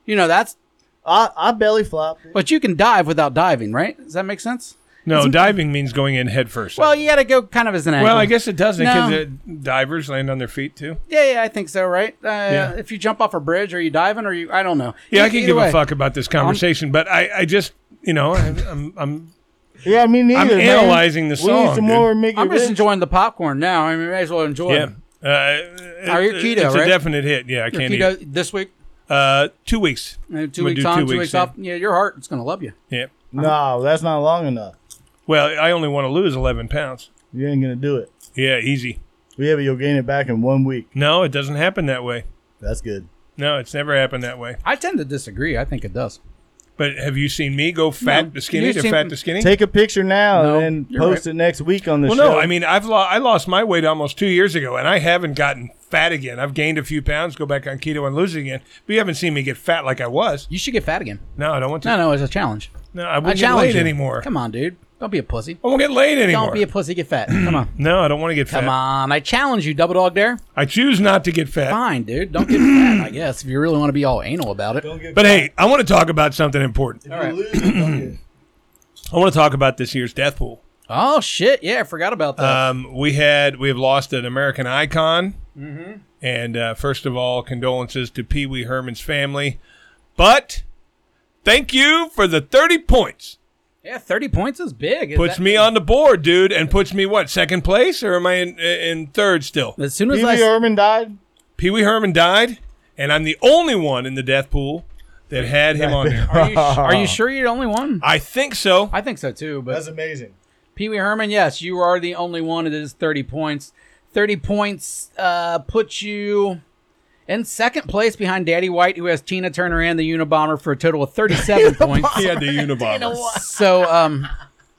[SPEAKER 3] You know that's.
[SPEAKER 4] I, I belly flop.
[SPEAKER 3] But you can dive without diving, right? Does that make sense?
[SPEAKER 2] No, diving means going in head first.
[SPEAKER 3] Well, you got to go kind of as an angle.
[SPEAKER 2] Well, I guess it doesn't
[SPEAKER 3] No.
[SPEAKER 2] because divers land on their feet too.
[SPEAKER 3] Yeah, yeah, I think so, right? Uh,
[SPEAKER 2] Yeah.
[SPEAKER 3] If you jump off a bridge, are you diving? Or you, I don't know.
[SPEAKER 2] Yeah, I
[SPEAKER 3] E- Either-
[SPEAKER 2] can
[SPEAKER 3] either
[SPEAKER 2] give
[SPEAKER 3] way.
[SPEAKER 2] a fuck about this conversation, but I, I just, you know, I, I'm, I'm,
[SPEAKER 4] Yeah, me neither.
[SPEAKER 2] I'm
[SPEAKER 4] man.
[SPEAKER 2] analyzing the
[SPEAKER 4] We need
[SPEAKER 2] song,
[SPEAKER 4] some
[SPEAKER 2] dude.
[SPEAKER 4] more Mickey
[SPEAKER 3] I'm
[SPEAKER 4] Rich.
[SPEAKER 3] just enjoying the popcorn now. I mean, may as well enjoy.
[SPEAKER 2] yeah.
[SPEAKER 3] it.
[SPEAKER 2] Uh,
[SPEAKER 3] Are you
[SPEAKER 2] it-
[SPEAKER 3] keto,
[SPEAKER 2] It's
[SPEAKER 3] right?
[SPEAKER 2] a definite hit. Yeah, I
[SPEAKER 3] Your
[SPEAKER 2] can't eat.
[SPEAKER 3] keto this week,
[SPEAKER 2] Uh, two weeks.
[SPEAKER 3] uh,
[SPEAKER 2] I'm
[SPEAKER 3] two
[SPEAKER 2] gonna
[SPEAKER 3] weeks
[SPEAKER 2] do
[SPEAKER 3] on, two, weeks
[SPEAKER 2] yeah.
[SPEAKER 3] off. Yeah, your heart is gonna love you.
[SPEAKER 2] Yeah.
[SPEAKER 4] No, that's not long enough.
[SPEAKER 2] Well, I only want to lose 11 pounds.
[SPEAKER 4] You ain't gonna do it.
[SPEAKER 2] Yeah, easy.
[SPEAKER 4] Yeah, but you'll gain it back in one week.
[SPEAKER 2] No, it doesn't happen that way.
[SPEAKER 4] That's good.
[SPEAKER 2] No, it's never happened that way.
[SPEAKER 3] I tend to disagree. I think it does.
[SPEAKER 2] But have you seen me go fat
[SPEAKER 3] No.
[SPEAKER 2] to skinny
[SPEAKER 3] You've
[SPEAKER 2] to
[SPEAKER 3] seen-
[SPEAKER 2] fat to skinny?
[SPEAKER 4] Take a picture now
[SPEAKER 3] No,
[SPEAKER 4] and then
[SPEAKER 3] you're
[SPEAKER 4] post it next week on the
[SPEAKER 2] well,
[SPEAKER 4] show.
[SPEAKER 2] no, I mean I've lo- I lost my weight almost two years ago, and I haven't gotten fat again. I've gained a few pounds, go back on keto and lose it again. But you haven't seen me get fat like I was.
[SPEAKER 3] You should get fat again.
[SPEAKER 2] No, I don't want to.
[SPEAKER 3] No, no, it's a challenge.
[SPEAKER 2] No, I
[SPEAKER 3] I
[SPEAKER 2] won't get
[SPEAKER 3] challenge
[SPEAKER 2] laid
[SPEAKER 3] you.
[SPEAKER 2] anymore.
[SPEAKER 3] Come on, dude. Don't be a pussy.
[SPEAKER 2] I won't get laid anymore.
[SPEAKER 3] Don't be a pussy. Get fat. Come on.
[SPEAKER 2] no, I don't want to get
[SPEAKER 3] Come
[SPEAKER 2] fat.
[SPEAKER 3] on. I challenge you, double dog dare.
[SPEAKER 2] I choose not to get fat.
[SPEAKER 3] Fine, dude. Don't get fat. I guess if you really want to be all anal about it.
[SPEAKER 2] But hey, I want to talk about something important.
[SPEAKER 3] All right.
[SPEAKER 2] I want to talk about this year's death pool.
[SPEAKER 3] Oh shit! Yeah, I forgot about that.
[SPEAKER 2] Um, we had we have lost an American icon,
[SPEAKER 3] Mm-hmm.
[SPEAKER 2] and uh, first of all, condolences to Pee Wee Herman's family. But thank you for the thirty points.
[SPEAKER 3] yeah, thirty points is big. Is
[SPEAKER 2] Puts
[SPEAKER 3] that-
[SPEAKER 2] me on the board, dude, and puts me what second place, or am I in, in third still?
[SPEAKER 3] As soon as
[SPEAKER 4] Pee
[SPEAKER 3] I
[SPEAKER 4] Wee Herman died.
[SPEAKER 2] Pee Wee Herman died, and I'm the only one in the death pool that had him on there.
[SPEAKER 3] Are you, sh- are you sure you're the only one?
[SPEAKER 2] I think so.
[SPEAKER 3] I think so too.
[SPEAKER 1] That's
[SPEAKER 3] But
[SPEAKER 1] amazing.
[SPEAKER 3] Pee Wee Herman, yes, you are the only one. It is 30 points. 30 points uh, puts you in second place behind Daddy White, who has Tina Turner and the Unabomber for a total of 37 points.
[SPEAKER 2] He had the Unabomber.
[SPEAKER 3] So, um,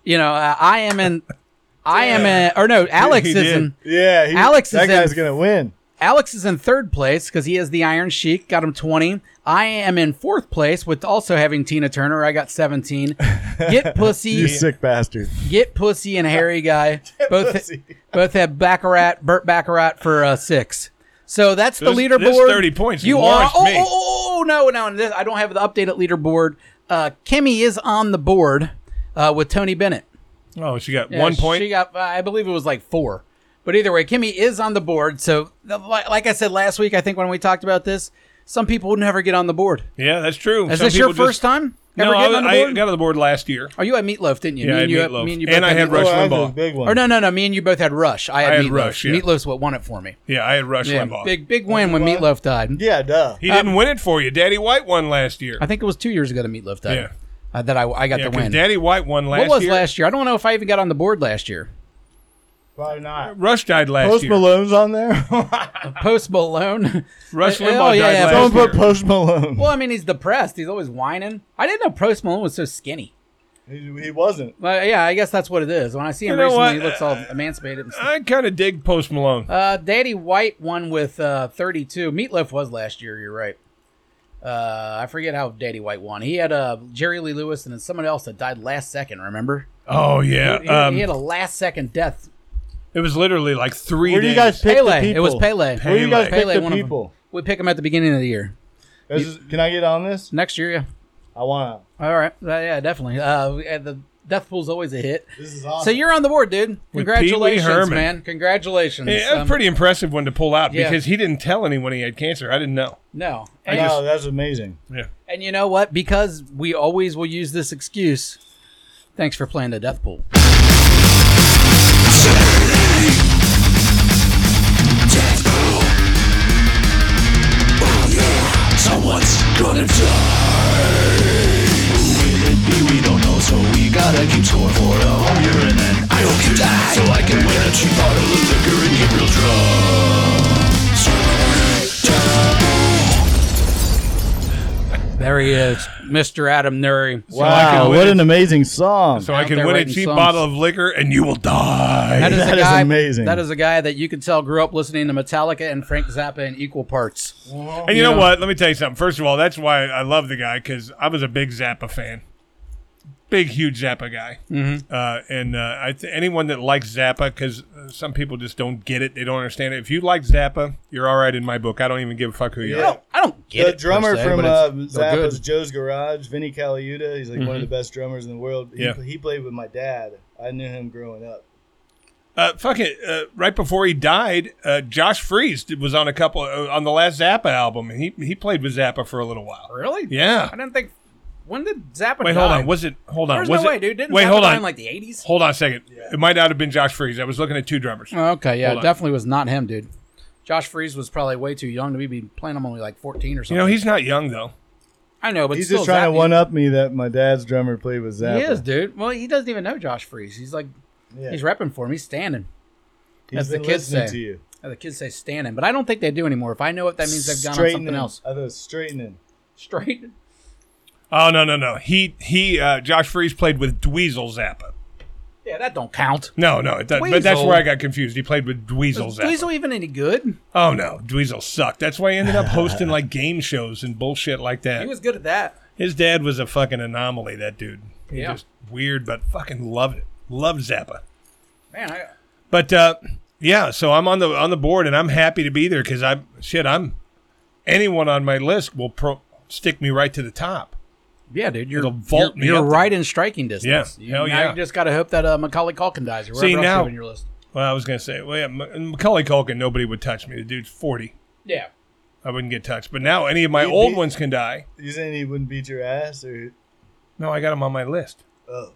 [SPEAKER 3] you know, uh, I am in. I am in, or no, Alex
[SPEAKER 2] He
[SPEAKER 3] is
[SPEAKER 2] did.
[SPEAKER 3] in.
[SPEAKER 4] Yeah, he,
[SPEAKER 3] Alex
[SPEAKER 4] that
[SPEAKER 3] is in-
[SPEAKER 4] guy's gonna win.
[SPEAKER 3] Alex is in third place because he has the Iron Sheik, got him 20. I am in fourth place with also having Tina Turner. I got 17. Get Pussy,
[SPEAKER 4] You sick bastard.
[SPEAKER 3] Get Pussy, and Harry Guy both both have Baccarat, Burt Baccarat for uh, six. So that's the
[SPEAKER 2] This-
[SPEAKER 3] leaderboard.
[SPEAKER 2] this 30 points
[SPEAKER 3] You are.
[SPEAKER 2] launched
[SPEAKER 3] Oh,
[SPEAKER 2] me.
[SPEAKER 3] oh, oh, oh, no, no, this- I don't have the updated leaderboard. Uh, Kimmy is on the board uh, with Tony Bennett.
[SPEAKER 2] Oh, she got
[SPEAKER 3] Yeah,
[SPEAKER 2] one point.
[SPEAKER 3] She got, I believe it was like four. But either way, Kimmy is on the board. So, the- like like I said last week, I think when we talked about this, some people would never get on the board.
[SPEAKER 2] yeah, that's true.
[SPEAKER 3] Is
[SPEAKER 2] Some
[SPEAKER 3] this your
[SPEAKER 2] people just-
[SPEAKER 3] first time ever
[SPEAKER 2] No, I,
[SPEAKER 3] getting on the board?
[SPEAKER 2] I got on the board last year.
[SPEAKER 3] Are you at Meatloaf? Didn't you?
[SPEAKER 2] Yeah, I
[SPEAKER 3] and
[SPEAKER 2] had
[SPEAKER 3] you, had-
[SPEAKER 2] Meatloaf.
[SPEAKER 3] me and you
[SPEAKER 2] And
[SPEAKER 3] both
[SPEAKER 2] I had
[SPEAKER 3] Meatloaf.
[SPEAKER 2] Rush
[SPEAKER 4] Oh, that's
[SPEAKER 2] Limbaugh.
[SPEAKER 4] a big one.
[SPEAKER 3] Or no, no, no. Me and you both had Rush. I had,
[SPEAKER 2] I had
[SPEAKER 3] Meatloaf.
[SPEAKER 2] Rush, yeah.
[SPEAKER 3] Meatloaf's what won it for me.
[SPEAKER 2] Yeah, I had Rush
[SPEAKER 3] Yeah,
[SPEAKER 2] Limbaugh.
[SPEAKER 3] big big win when Meatloaf died.
[SPEAKER 4] Yeah, duh.
[SPEAKER 2] he didn't win it for you. Daddy White won last year.
[SPEAKER 3] I think it was two years ago that Meatloaf died.
[SPEAKER 2] Yeah.
[SPEAKER 3] Uh, that I, I got
[SPEAKER 2] Yeah,
[SPEAKER 3] the
[SPEAKER 2] 'cause
[SPEAKER 3] win.
[SPEAKER 2] Daddy White won last
[SPEAKER 3] what was
[SPEAKER 2] year.
[SPEAKER 3] last year? I don't know if I even got on the board last year.
[SPEAKER 4] Probably not.
[SPEAKER 2] Rush died last
[SPEAKER 4] Post
[SPEAKER 2] year.
[SPEAKER 4] Malone's on there.
[SPEAKER 3] Post Malone.
[SPEAKER 2] Rush
[SPEAKER 3] Oh,
[SPEAKER 2] Limbaugh
[SPEAKER 3] yeah,
[SPEAKER 2] died
[SPEAKER 3] yeah,
[SPEAKER 4] Don't
[SPEAKER 2] last year.
[SPEAKER 4] put Post Malone.
[SPEAKER 3] Well, I mean, he's depressed. He's always whining. I didn't know Post Malone was so skinny.
[SPEAKER 4] He, he wasn't.
[SPEAKER 3] But yeah, I guess that's what it is. When I see him
[SPEAKER 2] You know
[SPEAKER 3] recently,
[SPEAKER 2] what?
[SPEAKER 3] he looks all emancipated. And stuff.
[SPEAKER 2] I kind of dig Post Malone.
[SPEAKER 3] Uh, Daddy White won with uh, 32. Meatloaf was last year. You're right. Uh, I forget how Daddy White won. He had uh, Jerry Lee Lewis and then someone else that died last second. Remember?
[SPEAKER 2] oh yeah,
[SPEAKER 3] He, had-
[SPEAKER 2] um,
[SPEAKER 3] he had a last second death.
[SPEAKER 2] It was literally like three.
[SPEAKER 6] Where do you
[SPEAKER 2] days.
[SPEAKER 6] guys pick the
[SPEAKER 3] Pele.
[SPEAKER 6] people?
[SPEAKER 3] It was Pele.
[SPEAKER 2] Pele.
[SPEAKER 6] Where do you guys
[SPEAKER 3] Pele,
[SPEAKER 6] pick the
[SPEAKER 3] one of 'em.
[SPEAKER 6] people?
[SPEAKER 3] We pick him at the beginning of the year.
[SPEAKER 6] This
[SPEAKER 1] This is- can I get on this?
[SPEAKER 3] Next year, yeah.
[SPEAKER 1] I want
[SPEAKER 3] All right. Uh, yeah, definitely. Uh, we- uh, the Death Pool's always a hit.
[SPEAKER 1] to. This is awesome.
[SPEAKER 3] So you're on the board, dude.
[SPEAKER 2] With Pee Wee
[SPEAKER 3] Congratulations,
[SPEAKER 2] Herman.
[SPEAKER 3] man. Congratulations.
[SPEAKER 2] Yeah, that's
[SPEAKER 3] Um,
[SPEAKER 2] pretty impressive one to pull out
[SPEAKER 3] yeah.
[SPEAKER 2] because he didn't tell anyone he had cancer. I didn't know.
[SPEAKER 3] No.
[SPEAKER 1] no,
[SPEAKER 3] And,
[SPEAKER 1] that's amazing.
[SPEAKER 3] and you know what? Because we always will use this excuse. Thanks for playing the Death Pool.
[SPEAKER 5] Someone's gonna die. Will it be? We don't know, so we gotta keep score for a whole year and then I hope you die. So I can win a cheap bottle of liquor and get real drunk.
[SPEAKER 3] There he is, Mr. Adam Nuri.
[SPEAKER 2] can
[SPEAKER 1] Wow,
[SPEAKER 2] win
[SPEAKER 1] what
[SPEAKER 2] it.
[SPEAKER 1] an amazing song.
[SPEAKER 2] So I
[SPEAKER 3] Out
[SPEAKER 2] can
[SPEAKER 3] there
[SPEAKER 2] win a
[SPEAKER 3] writing
[SPEAKER 2] cheap
[SPEAKER 3] songs.
[SPEAKER 2] bottle of liquor and you will die.
[SPEAKER 3] That is
[SPEAKER 1] That
[SPEAKER 3] a
[SPEAKER 1] is
[SPEAKER 3] guy,
[SPEAKER 1] amazing.
[SPEAKER 3] That is a guy that you can tell grew up listening to Metallica and Frank Zappa in equal parts.
[SPEAKER 2] and you know
[SPEAKER 3] Yeah.
[SPEAKER 2] what? Let me tell you something. First of all, that's why I love the guy because I was a big Zappa fan, big huge Zappa guy.
[SPEAKER 3] Mm-hmm.
[SPEAKER 2] Uh, and uh, I th- anyone that likes Zappa, because some people just don't get it, they don't understand it. If you like Zappa, you're all right in my book. I don't even give a fuck who you
[SPEAKER 1] Yeah.
[SPEAKER 2] are.
[SPEAKER 3] I don't get
[SPEAKER 1] the
[SPEAKER 3] it. per
[SPEAKER 1] drummer
[SPEAKER 3] se,
[SPEAKER 1] from
[SPEAKER 3] but
[SPEAKER 1] uh,
[SPEAKER 3] it's- they're good. Mm-hmm.
[SPEAKER 1] Zappa's Joe's Garage, Vinny Caliuta, he's like one of the best drummers in the world. He,
[SPEAKER 2] Yeah.
[SPEAKER 1] he played with my dad. I knew him growing up.
[SPEAKER 2] Uh, fuck it. Uh, right before he died, uh, Josh Freese did- was on a couple uh, on the last Zappa album, and he he played with Zappa for a little while.
[SPEAKER 3] Really?
[SPEAKER 2] Yeah.
[SPEAKER 3] I didn't think. When did Zappa
[SPEAKER 2] Wait,
[SPEAKER 3] die?
[SPEAKER 2] hold on. Was it? Hold on.
[SPEAKER 3] There's
[SPEAKER 2] was
[SPEAKER 3] no
[SPEAKER 2] it,
[SPEAKER 3] way, dude. Didn't
[SPEAKER 2] wait,
[SPEAKER 3] Zappa
[SPEAKER 2] hold
[SPEAKER 3] die
[SPEAKER 2] on.
[SPEAKER 3] in like the 80s?
[SPEAKER 2] Hold on a second. It might not have been Josh Freeze. I was looking at two drummers.
[SPEAKER 3] Oh, Okay, yeah,
[SPEAKER 2] Hold on.
[SPEAKER 3] definitely was not him, dude. Josh Freeze was probably way too young to be- be playing him only like 14 or something.
[SPEAKER 2] You know, he's not young though.
[SPEAKER 3] I know, but
[SPEAKER 1] He's
[SPEAKER 3] still
[SPEAKER 1] just trying to
[SPEAKER 3] Zappa-
[SPEAKER 1] one up me that my dad's drummer played with Zappa.
[SPEAKER 3] He is, dude. Well, he doesn't even know Josh Freeze. He's like,
[SPEAKER 1] Yeah.
[SPEAKER 3] he's repping for him. He's standing.
[SPEAKER 1] He's
[SPEAKER 3] as the
[SPEAKER 1] been
[SPEAKER 3] kids
[SPEAKER 1] listening
[SPEAKER 3] say.
[SPEAKER 1] to you.
[SPEAKER 3] Uh, The kids say standing, but I don't think they do anymore. If I know it, that means they've gone on something else.
[SPEAKER 1] I thought straightening.
[SPEAKER 3] Straight.
[SPEAKER 2] Oh no no no. He he. Uh, Josh Freeze played with Dweezil Zappa.
[SPEAKER 3] Yeah, that don't count.
[SPEAKER 2] No no. It does, but that's
[SPEAKER 3] Dweezil?
[SPEAKER 2] where I got confused. He played with Dweezil
[SPEAKER 3] Is
[SPEAKER 2] Zappa.
[SPEAKER 3] Dweezil even any good?
[SPEAKER 2] Oh no, Dweezil sucked. That's why he ended up hosting like game shows and bullshit like that.
[SPEAKER 3] He was good at that.
[SPEAKER 2] His dad was a fucking anomaly. That dude. He
[SPEAKER 3] Yeah.
[SPEAKER 2] just weird, but fucking loved it. Loved Zappa.
[SPEAKER 3] Man, I,
[SPEAKER 2] But uh, yeah, so I'm on the on the board, and I'm happy to be there because I shit, I'm anyone on my list will pro- stick me right to the top.
[SPEAKER 3] yeah, dude, you're
[SPEAKER 2] It'll vault
[SPEAKER 3] you're,
[SPEAKER 2] me
[SPEAKER 3] you're
[SPEAKER 2] up there.
[SPEAKER 3] right in striking distance.
[SPEAKER 2] Yeah,
[SPEAKER 3] You-
[SPEAKER 2] hell
[SPEAKER 3] now
[SPEAKER 2] yeah.
[SPEAKER 3] you just got to hope that uh, Macaulay Culkin dies or wherever
[SPEAKER 2] See,
[SPEAKER 3] else you
[SPEAKER 2] now-
[SPEAKER 3] have in your list.
[SPEAKER 2] Well, I was gonna say, well, yeah, M- Macaulay Culkin, nobody would touch me. The dude's forty.
[SPEAKER 3] Yeah.
[SPEAKER 2] I wouldn't get touched. But now any of my
[SPEAKER 1] He'd
[SPEAKER 2] old
[SPEAKER 1] be-
[SPEAKER 2] ones can die.
[SPEAKER 1] You saying he wouldn't beat your ass or?
[SPEAKER 2] No, I got him on my list.
[SPEAKER 1] Oh,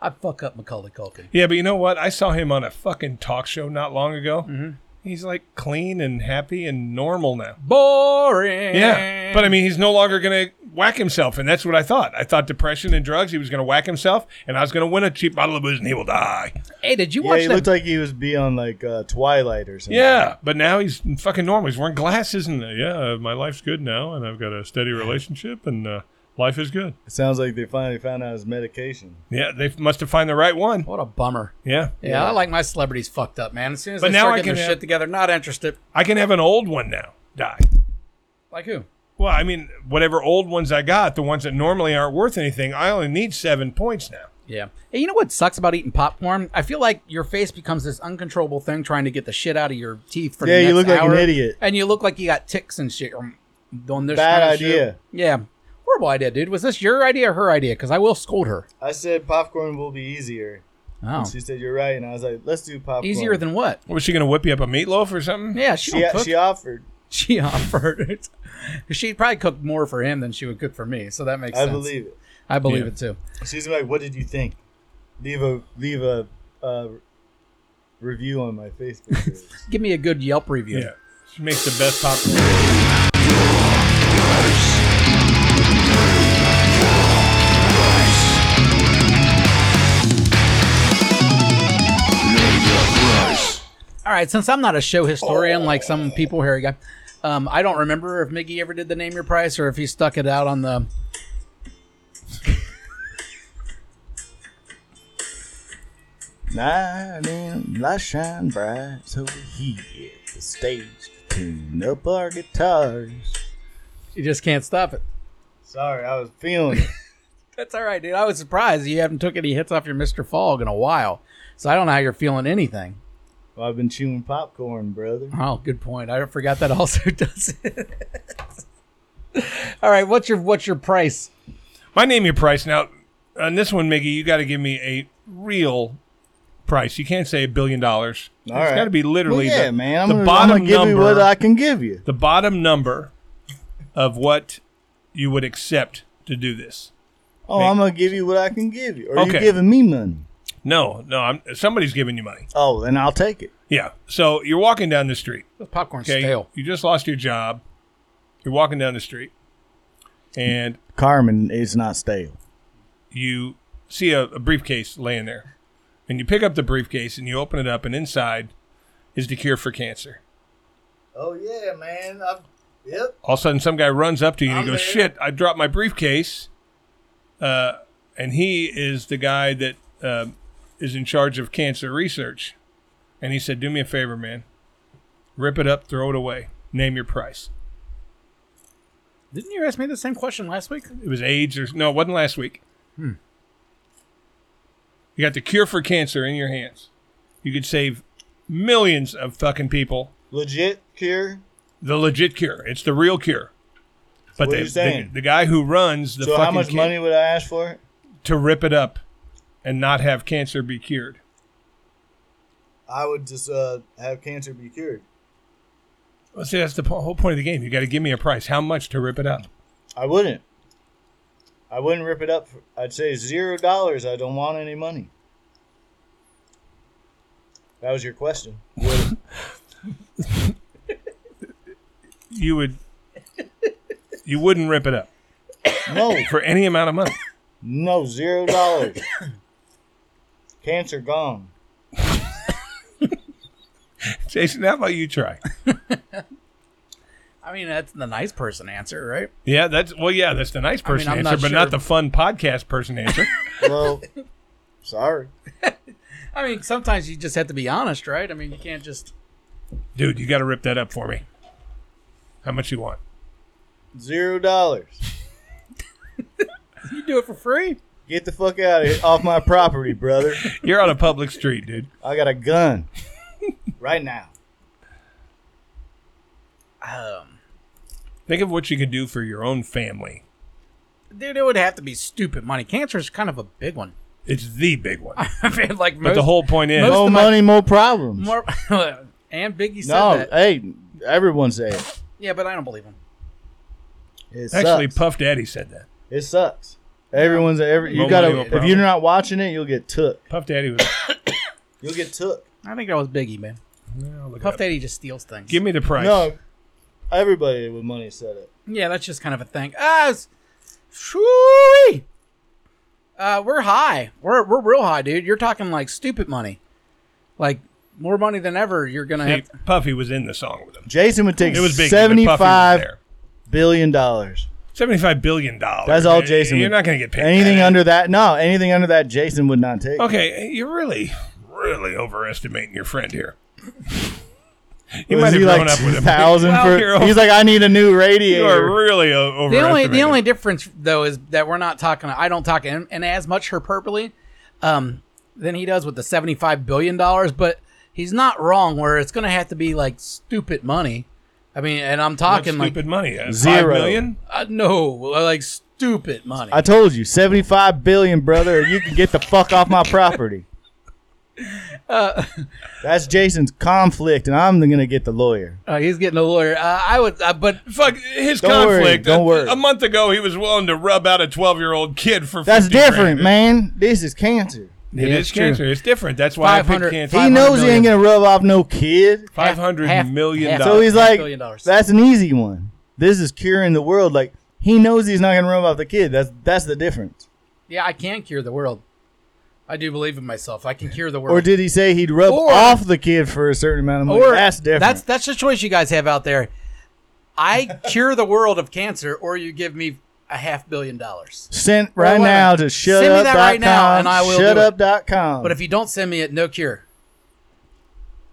[SPEAKER 3] I fuck up Macaulay Culkin.
[SPEAKER 2] Yeah, but you know what? I saw him on a fucking talk show not long ago. He's like clean and happy and normal now.
[SPEAKER 3] Boring.
[SPEAKER 2] Yeah, but I mean, he's no longer going to whack himself, and that's what I thought. I thought depression and drugs, he was going to whack himself, and I was going to win a cheap bottle of booze, and he will die.
[SPEAKER 3] hey, did you
[SPEAKER 1] yeah.
[SPEAKER 3] watch
[SPEAKER 1] He
[SPEAKER 3] that?
[SPEAKER 1] looked like he was be on like uh, Twilight or something.
[SPEAKER 2] Yeah, but now he's fucking normal. He's wearing glasses, and uh, yeah, uh, my life's good now, and I've got a steady relationship, and uh, life is good.
[SPEAKER 1] It sounds like they finally found out his medication.
[SPEAKER 2] Yeah, they must have found the right one.
[SPEAKER 3] what a bummer.
[SPEAKER 2] Yeah,
[SPEAKER 3] Yeah, I like my celebrities fucked up, man. As soon as
[SPEAKER 2] But
[SPEAKER 3] they
[SPEAKER 2] now
[SPEAKER 3] start
[SPEAKER 2] I
[SPEAKER 3] getting
[SPEAKER 2] can
[SPEAKER 3] their
[SPEAKER 2] have-
[SPEAKER 3] shit together, not interested.
[SPEAKER 2] I can have an old one now die.
[SPEAKER 3] Like who?
[SPEAKER 2] Well, I mean, whatever old ones I got, the ones that normally aren't worth anything, I only need seven points now.
[SPEAKER 3] Yeah. And you know what sucks about eating popcorn? I feel like your face becomes this uncontrollable thing trying to get the shit out of your teeth for
[SPEAKER 1] Yeah,
[SPEAKER 3] the
[SPEAKER 1] you
[SPEAKER 3] next
[SPEAKER 1] look like an
[SPEAKER 3] hour,
[SPEAKER 1] idiot.
[SPEAKER 3] And you look like you got ticks and shit um, doing this
[SPEAKER 1] Bad
[SPEAKER 3] kind of shit.
[SPEAKER 1] idea.
[SPEAKER 3] Yeah. Horrible idea, dude. Was this your idea or her idea? Because I will scold her.
[SPEAKER 1] I said popcorn will be easier.
[SPEAKER 3] Oh.
[SPEAKER 1] She said you're right, and I was like, let's do popcorn.
[SPEAKER 3] Easier than what?
[SPEAKER 2] Was she going to whip you up a meatloaf or something?
[SPEAKER 3] Yeah, she,
[SPEAKER 1] she.
[SPEAKER 3] don't cook.
[SPEAKER 1] She offered.
[SPEAKER 3] She offered it. She'd probably cook more for him than she would cook for me, so that makes
[SPEAKER 1] I
[SPEAKER 3] sense.
[SPEAKER 1] believe it.
[SPEAKER 3] I believe
[SPEAKER 2] Yeah.
[SPEAKER 3] it too.
[SPEAKER 1] She's like, what did you think? Leave a leave a uh, review on my Facebook page.
[SPEAKER 3] Give me a good Yelp review.
[SPEAKER 2] Yeah. She makes the best popcorn.
[SPEAKER 3] All right, since I'm not a show historian like
[SPEAKER 2] Oh.
[SPEAKER 3] some people here, guy, um, I don't remember if Mickey ever did the name your price or if he stuck it out on the.
[SPEAKER 4] Nine and light shine bright, so we hit the stage to tune up our guitars.
[SPEAKER 3] You just can't stop it.
[SPEAKER 1] Sorry, I was feeling it.
[SPEAKER 3] That's all right, dude. I was surprised you haven't took any hits off your Mr. Fogg in a while. So I don't know how you're feeling anything.
[SPEAKER 1] Well, I've been chewing popcorn, brother.
[SPEAKER 3] Oh, good point. I forgot that also does it. All right, what's your what's your price?
[SPEAKER 2] My name, your price. Now, on this one, Miggy, you got to give me a real price. You can't say a billion dollars. It's
[SPEAKER 1] All right.
[SPEAKER 2] got to be
[SPEAKER 1] Well,
[SPEAKER 2] literally
[SPEAKER 1] yeah,
[SPEAKER 2] the,
[SPEAKER 1] man. I'm
[SPEAKER 2] the
[SPEAKER 1] gonna,
[SPEAKER 2] bottom
[SPEAKER 1] I'm gonna give
[SPEAKER 2] number.
[SPEAKER 1] you what I can give you.
[SPEAKER 2] the bottom number of what you would accept to do this.
[SPEAKER 1] Oh, I'm gonna give you what I can give you. Or
[SPEAKER 2] Okay.
[SPEAKER 1] you giving me money?
[SPEAKER 2] No, no, I'm, somebody's giving you money.
[SPEAKER 1] Oh, then I'll take it.
[SPEAKER 2] Yeah. So you're walking down the street.
[SPEAKER 3] Popcorn
[SPEAKER 2] Okay.
[SPEAKER 3] stale.
[SPEAKER 2] You just lost your job. You're walking down the street, and
[SPEAKER 1] Carmen is not stale.
[SPEAKER 2] you see a, a briefcase laying there, and you pick up the briefcase and you open it up, and inside is the cure for cancer.
[SPEAKER 1] Oh yeah, man. I'm, yep.
[SPEAKER 2] All of a sudden, some guy runs up to you and he
[SPEAKER 1] I'm
[SPEAKER 2] goes,
[SPEAKER 1] there.
[SPEAKER 2] "Shit! I dropped my briefcase." Uh, and he is the guy that um is in charge of cancer research, and he said, "Do me a favor, man. Rip it up, throw it away. Name your price."
[SPEAKER 3] Didn't you ask me the same question last week?
[SPEAKER 2] It was AIDS or no, it wasn't last week.
[SPEAKER 1] Hmm.
[SPEAKER 2] You got the cure for cancer in your hands. You could save millions of fucking people.
[SPEAKER 1] Legit cure.
[SPEAKER 2] The legit cure. It's the real cure. But
[SPEAKER 1] What are
[SPEAKER 2] they-
[SPEAKER 1] you saying?
[SPEAKER 2] The, the guy who runs the
[SPEAKER 1] So
[SPEAKER 2] fucking
[SPEAKER 1] how much
[SPEAKER 2] can-
[SPEAKER 1] money would I ask for it?
[SPEAKER 2] to rip it up and not have cancer be cured.
[SPEAKER 1] I would just uh, have cancer be cured.
[SPEAKER 2] Well, see, that's the po- whole point of the game. You got to give me a price. How much to rip it up?
[SPEAKER 1] I wouldn't. I wouldn't rip it up. For, I'd say zero dollars. I don't want any money. That was your question. Would-
[SPEAKER 2] You would. you wouldn't rip it up
[SPEAKER 1] no,
[SPEAKER 2] for any amount of money.
[SPEAKER 1] no, zero dollars. Cancer gone.
[SPEAKER 2] Jason, how about you try?
[SPEAKER 3] I mean, that's the nice person answer, right?
[SPEAKER 2] Yeah, that's well, yeah, that's the nice person
[SPEAKER 3] I'm
[SPEAKER 2] answer,
[SPEAKER 3] not
[SPEAKER 2] but not
[SPEAKER 3] sure.
[SPEAKER 2] the fun podcast person answer.
[SPEAKER 1] Well, sorry.
[SPEAKER 3] I mean, sometimes you just have to be honest, right? I mean, you can't just
[SPEAKER 2] Dude, you got to rip that up for me. How much you want?
[SPEAKER 1] Zero dollars.
[SPEAKER 3] you do it for free.
[SPEAKER 1] Get the fuck out of here, off my property, brother.
[SPEAKER 2] You're on a public street, dude.
[SPEAKER 1] I got a gun right now.
[SPEAKER 3] Um,
[SPEAKER 2] Think of what you could do for your own family.
[SPEAKER 3] dude, it would have to be stupid money. Cancer is kind of a big one.
[SPEAKER 2] It's the big one.
[SPEAKER 3] I mean, like most,
[SPEAKER 2] But the whole point is,
[SPEAKER 3] most-
[SPEAKER 1] No
[SPEAKER 3] of my-
[SPEAKER 1] money, more problems.
[SPEAKER 3] more, and Biggie said
[SPEAKER 1] no,
[SPEAKER 3] that.
[SPEAKER 1] hey, everyone say it.
[SPEAKER 3] Yeah, but I don't believe him.
[SPEAKER 1] It
[SPEAKER 2] actually,
[SPEAKER 1] sucks.
[SPEAKER 2] Puff Daddy said that.
[SPEAKER 1] it sucks. Everyone's every. You
[SPEAKER 2] More
[SPEAKER 1] gotta.
[SPEAKER 2] money, more
[SPEAKER 1] if
[SPEAKER 2] problems.
[SPEAKER 1] you're not watching it, you'll get took.
[SPEAKER 2] Puff Daddy was.
[SPEAKER 1] You'll get took.
[SPEAKER 3] I think that was Biggie, man.
[SPEAKER 2] No, look it
[SPEAKER 3] Puff
[SPEAKER 2] up.
[SPEAKER 3] Daddy just steals things.
[SPEAKER 2] Give me the price.
[SPEAKER 1] No, everybody with money said it.
[SPEAKER 3] Yeah, that's just kind of a thing. Ah, it's- shoo-wee. Uh, we're high. We're we're real high, dude. You're talking like stupid money, like more money than ever. You're gonna
[SPEAKER 2] See,
[SPEAKER 3] have. To,
[SPEAKER 2] Puffy was in the song with him.
[SPEAKER 1] Jason would take
[SPEAKER 2] It was big.
[SPEAKER 1] seventy-five billion dollars.
[SPEAKER 2] Seventy-five billion dollars.
[SPEAKER 1] That's all Jason.
[SPEAKER 2] You're
[SPEAKER 1] would-
[SPEAKER 2] not going to get paid.
[SPEAKER 1] anything
[SPEAKER 2] that.
[SPEAKER 1] under that. No, anything under that, Jason would not take.
[SPEAKER 2] Okay, you're really, really overestimating your friend here. You
[SPEAKER 1] Was
[SPEAKER 2] might have
[SPEAKER 1] he
[SPEAKER 2] grown
[SPEAKER 1] like
[SPEAKER 2] up with him.
[SPEAKER 1] thousand
[SPEAKER 2] Well, you're
[SPEAKER 1] for? He's like, I need a new
[SPEAKER 2] You are
[SPEAKER 1] radiator.
[SPEAKER 2] really o- overestimating.
[SPEAKER 3] the only the only difference though is that we're not talking. I don't talk in, in as much hyperbole, um, than he does with the seventy five billion dollars. But he's not wrong. Where it's gonna have to be like stupid money. I mean, and I'm
[SPEAKER 2] That's
[SPEAKER 3] talking like
[SPEAKER 2] stupid money. Uh,
[SPEAKER 1] Zero.
[SPEAKER 2] Five million?
[SPEAKER 3] uh, no, like stupid money.
[SPEAKER 1] I told you, seventy-five billion, brother. or You can get the fuck off my property.
[SPEAKER 3] Uh,
[SPEAKER 1] That's Jason's conflict, and I'm gonna get the lawyer.
[SPEAKER 3] Uh, he's getting a lawyer. Uh, I would, uh, but
[SPEAKER 2] Fuck his
[SPEAKER 1] Don't worry,
[SPEAKER 2] conflict.
[SPEAKER 1] don't
[SPEAKER 2] a,
[SPEAKER 1] worry.
[SPEAKER 2] a month ago, he was willing to rub out a twelve-year-old kid for.
[SPEAKER 1] That's
[SPEAKER 2] 50
[SPEAKER 1] different,
[SPEAKER 2] grand.
[SPEAKER 1] man. This is cancer.
[SPEAKER 2] It
[SPEAKER 3] Yeah,
[SPEAKER 2] is
[SPEAKER 3] it's true.
[SPEAKER 2] cancer. It's different. That's why I picked
[SPEAKER 3] 500
[SPEAKER 2] cancer.
[SPEAKER 1] He
[SPEAKER 3] 500
[SPEAKER 1] knows he ain't
[SPEAKER 3] million.
[SPEAKER 1] gonna rub off no kid,
[SPEAKER 2] Five hundred
[SPEAKER 3] half-
[SPEAKER 2] million
[SPEAKER 3] half-
[SPEAKER 2] dollars.
[SPEAKER 1] so he's like,
[SPEAKER 3] billion dollars.
[SPEAKER 1] "That's an easy one. This is curing the world." Like he knows he's not gonna rub off the kid. That's that's the difference.
[SPEAKER 3] yeah, I can cure the world. I do believe in myself. I can cure the world.
[SPEAKER 1] Or did he say he'd rub
[SPEAKER 3] Or-
[SPEAKER 1] off the kid for a certain amount of money?
[SPEAKER 3] Or-
[SPEAKER 1] that's different.
[SPEAKER 3] That's that's the choice you guys have out there. I cure the world of cancer, or you give me a half billion dollars.
[SPEAKER 1] sent right
[SPEAKER 3] Well,
[SPEAKER 1] now
[SPEAKER 3] uh,
[SPEAKER 1] to
[SPEAKER 3] send me
[SPEAKER 1] shutup.com.
[SPEAKER 3] that right now and I will do it.
[SPEAKER 1] shutup.com.
[SPEAKER 3] But if you don't send me it, no cure.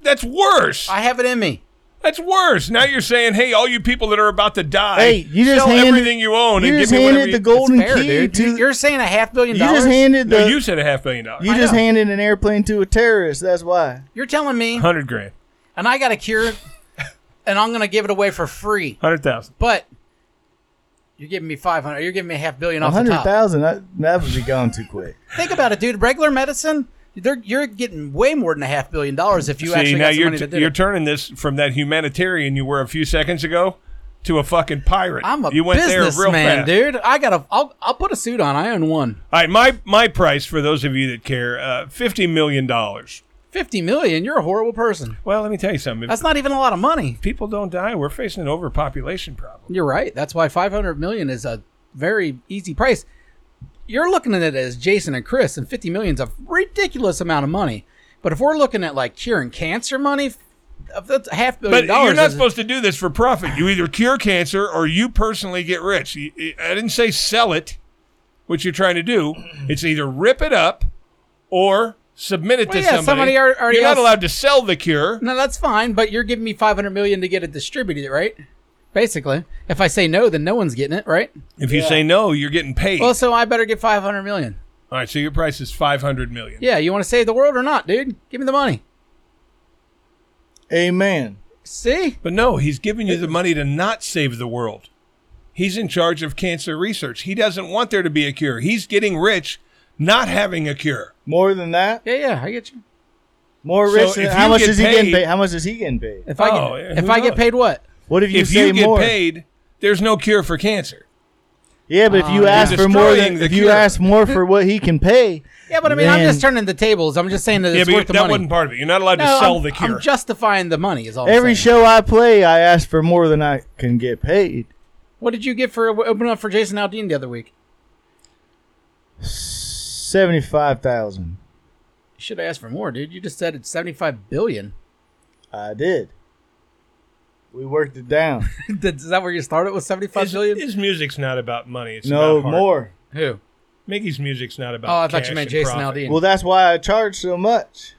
[SPEAKER 2] That's worse.
[SPEAKER 3] I have it in me.
[SPEAKER 2] That's worse. Now you're saying, hey, all you people that are about to die,
[SPEAKER 1] Hey, you just
[SPEAKER 2] sell
[SPEAKER 1] handed-
[SPEAKER 2] everything you own
[SPEAKER 1] You
[SPEAKER 2] and give
[SPEAKER 1] just
[SPEAKER 2] me whatever
[SPEAKER 1] handed
[SPEAKER 2] you,
[SPEAKER 1] the golden
[SPEAKER 3] Fair,
[SPEAKER 1] key
[SPEAKER 3] dude.
[SPEAKER 1] to.
[SPEAKER 3] You- You're saying a half billion
[SPEAKER 1] You
[SPEAKER 3] dollars.
[SPEAKER 1] just handed
[SPEAKER 2] No,
[SPEAKER 1] the.
[SPEAKER 2] you said a half million dollars.
[SPEAKER 1] You just
[SPEAKER 3] know.
[SPEAKER 1] handed an airplane to a terrorist. That's why.
[SPEAKER 3] You're telling me,
[SPEAKER 2] Hundred grand.
[SPEAKER 3] and I got a cure, and I'm gonna give it away for free.
[SPEAKER 2] Hundred thousand.
[SPEAKER 3] But you're giving me five hundred. You're giving me a half billion
[SPEAKER 1] A
[SPEAKER 3] off the
[SPEAKER 1] hundred
[SPEAKER 3] top.
[SPEAKER 1] thousand. That, that would be gone too quick.
[SPEAKER 3] Think about it, dude. Regular medicine, they're, you're getting way more than a half billion dollars if you
[SPEAKER 2] See,
[SPEAKER 3] actually
[SPEAKER 2] now
[SPEAKER 3] got some
[SPEAKER 2] you're,
[SPEAKER 3] money to do
[SPEAKER 2] you're
[SPEAKER 3] it.
[SPEAKER 2] turning this from that humanitarian you were a few seconds ago to a fucking pirate.
[SPEAKER 3] I'm a
[SPEAKER 2] you went there real
[SPEAKER 3] businessman,
[SPEAKER 2] fast.
[SPEAKER 3] dude. I gotta. I'll, I'll put a suit on. I own one.
[SPEAKER 2] All right, my my price for those of you that care, uh, fifty million dollars.
[SPEAKER 3] Fifty million. You're a horrible person.
[SPEAKER 2] Well, let me tell you something. If
[SPEAKER 3] That's not even a lot of money.
[SPEAKER 2] people don't die, we're facing an overpopulation problem.
[SPEAKER 3] You're right. That's why five hundred million is a very easy price. You're looking at it as Jason and Chris, and fifty million is a ridiculous amount of money. But if we're looking at like curing cancer money, f- that's a half
[SPEAKER 2] But
[SPEAKER 3] billion dollars.
[SPEAKER 2] you're not
[SPEAKER 3] is-
[SPEAKER 2] supposed to do this for profit. You either cure cancer or you personally get rich. You- you- I didn't say sell it, which you're trying to do. It's either rip it up or submit it
[SPEAKER 3] Well,
[SPEAKER 2] to
[SPEAKER 3] yeah,
[SPEAKER 2] somebody.
[SPEAKER 3] somebody al- already
[SPEAKER 2] you're not
[SPEAKER 3] else-
[SPEAKER 2] allowed to sell the cure.
[SPEAKER 3] No, that's fine, but you're giving me 500 million to get it distributed, right? Basically. If I say no, then no one's getting it, right?
[SPEAKER 2] If you say no, you're getting paid.
[SPEAKER 3] Well, so I better get 500 million.
[SPEAKER 2] All right, so your price is five hundred million.
[SPEAKER 3] Yeah, you want to save the world or not, dude? Give me the money.
[SPEAKER 1] Amen.
[SPEAKER 3] See?
[SPEAKER 2] But no, he's giving you the money to not save the world. He's in charge of cancer research. He doesn't want there to be a cure. He's getting rich not having a cure.
[SPEAKER 1] More than that.
[SPEAKER 3] Yeah, yeah, I get you.
[SPEAKER 1] More
[SPEAKER 2] So
[SPEAKER 1] rich. than,
[SPEAKER 2] if
[SPEAKER 1] how
[SPEAKER 2] you
[SPEAKER 1] much
[SPEAKER 2] get
[SPEAKER 1] is he getting
[SPEAKER 2] paid-
[SPEAKER 1] paid? How much is he getting paid?
[SPEAKER 3] If I
[SPEAKER 2] Oh,
[SPEAKER 3] get,
[SPEAKER 2] yeah,
[SPEAKER 3] if
[SPEAKER 2] who
[SPEAKER 3] I get
[SPEAKER 2] knows?
[SPEAKER 3] paid what?
[SPEAKER 1] What if you
[SPEAKER 2] if
[SPEAKER 1] say
[SPEAKER 2] you get
[SPEAKER 1] more?
[SPEAKER 2] paid, there's no cure for cancer.
[SPEAKER 1] Yeah, but if you ask for more,
[SPEAKER 2] uh, destroying
[SPEAKER 1] than,
[SPEAKER 2] the
[SPEAKER 1] if you
[SPEAKER 2] cure.
[SPEAKER 1] ask more for what he can pay,
[SPEAKER 3] Yeah, but I mean, I'm
[SPEAKER 1] Then-
[SPEAKER 3] just turning the tables. I'm just saying that
[SPEAKER 2] Yeah,
[SPEAKER 3] it's
[SPEAKER 2] but you-
[SPEAKER 3] worth the
[SPEAKER 2] that
[SPEAKER 3] money.
[SPEAKER 2] wasn't part of it. You're not allowed to
[SPEAKER 3] No,
[SPEAKER 2] sell
[SPEAKER 3] I'm,
[SPEAKER 2] the cure.
[SPEAKER 3] I'm justifying the money is all I'm
[SPEAKER 1] every
[SPEAKER 3] saying.
[SPEAKER 1] show I play, I ask for more than I can get paid.
[SPEAKER 3] What did you get for opening up for Jason Aldean the other week?
[SPEAKER 1] Seventy-five thousand.
[SPEAKER 3] You should have asked for more, dude. You just said it's 75 billion.
[SPEAKER 1] I did. We worked it down.
[SPEAKER 3] is that where you started with seventy-five
[SPEAKER 2] his,
[SPEAKER 3] billion?
[SPEAKER 2] his music's not about money. It's
[SPEAKER 1] no
[SPEAKER 2] about heart.
[SPEAKER 1] more.
[SPEAKER 3] Who?
[SPEAKER 2] Mickey's music's not about.
[SPEAKER 3] Oh, I thought
[SPEAKER 2] cash
[SPEAKER 3] you meant
[SPEAKER 2] and
[SPEAKER 3] Jason
[SPEAKER 2] profit.
[SPEAKER 3] Aldean.
[SPEAKER 1] Well, that's why I charge so much.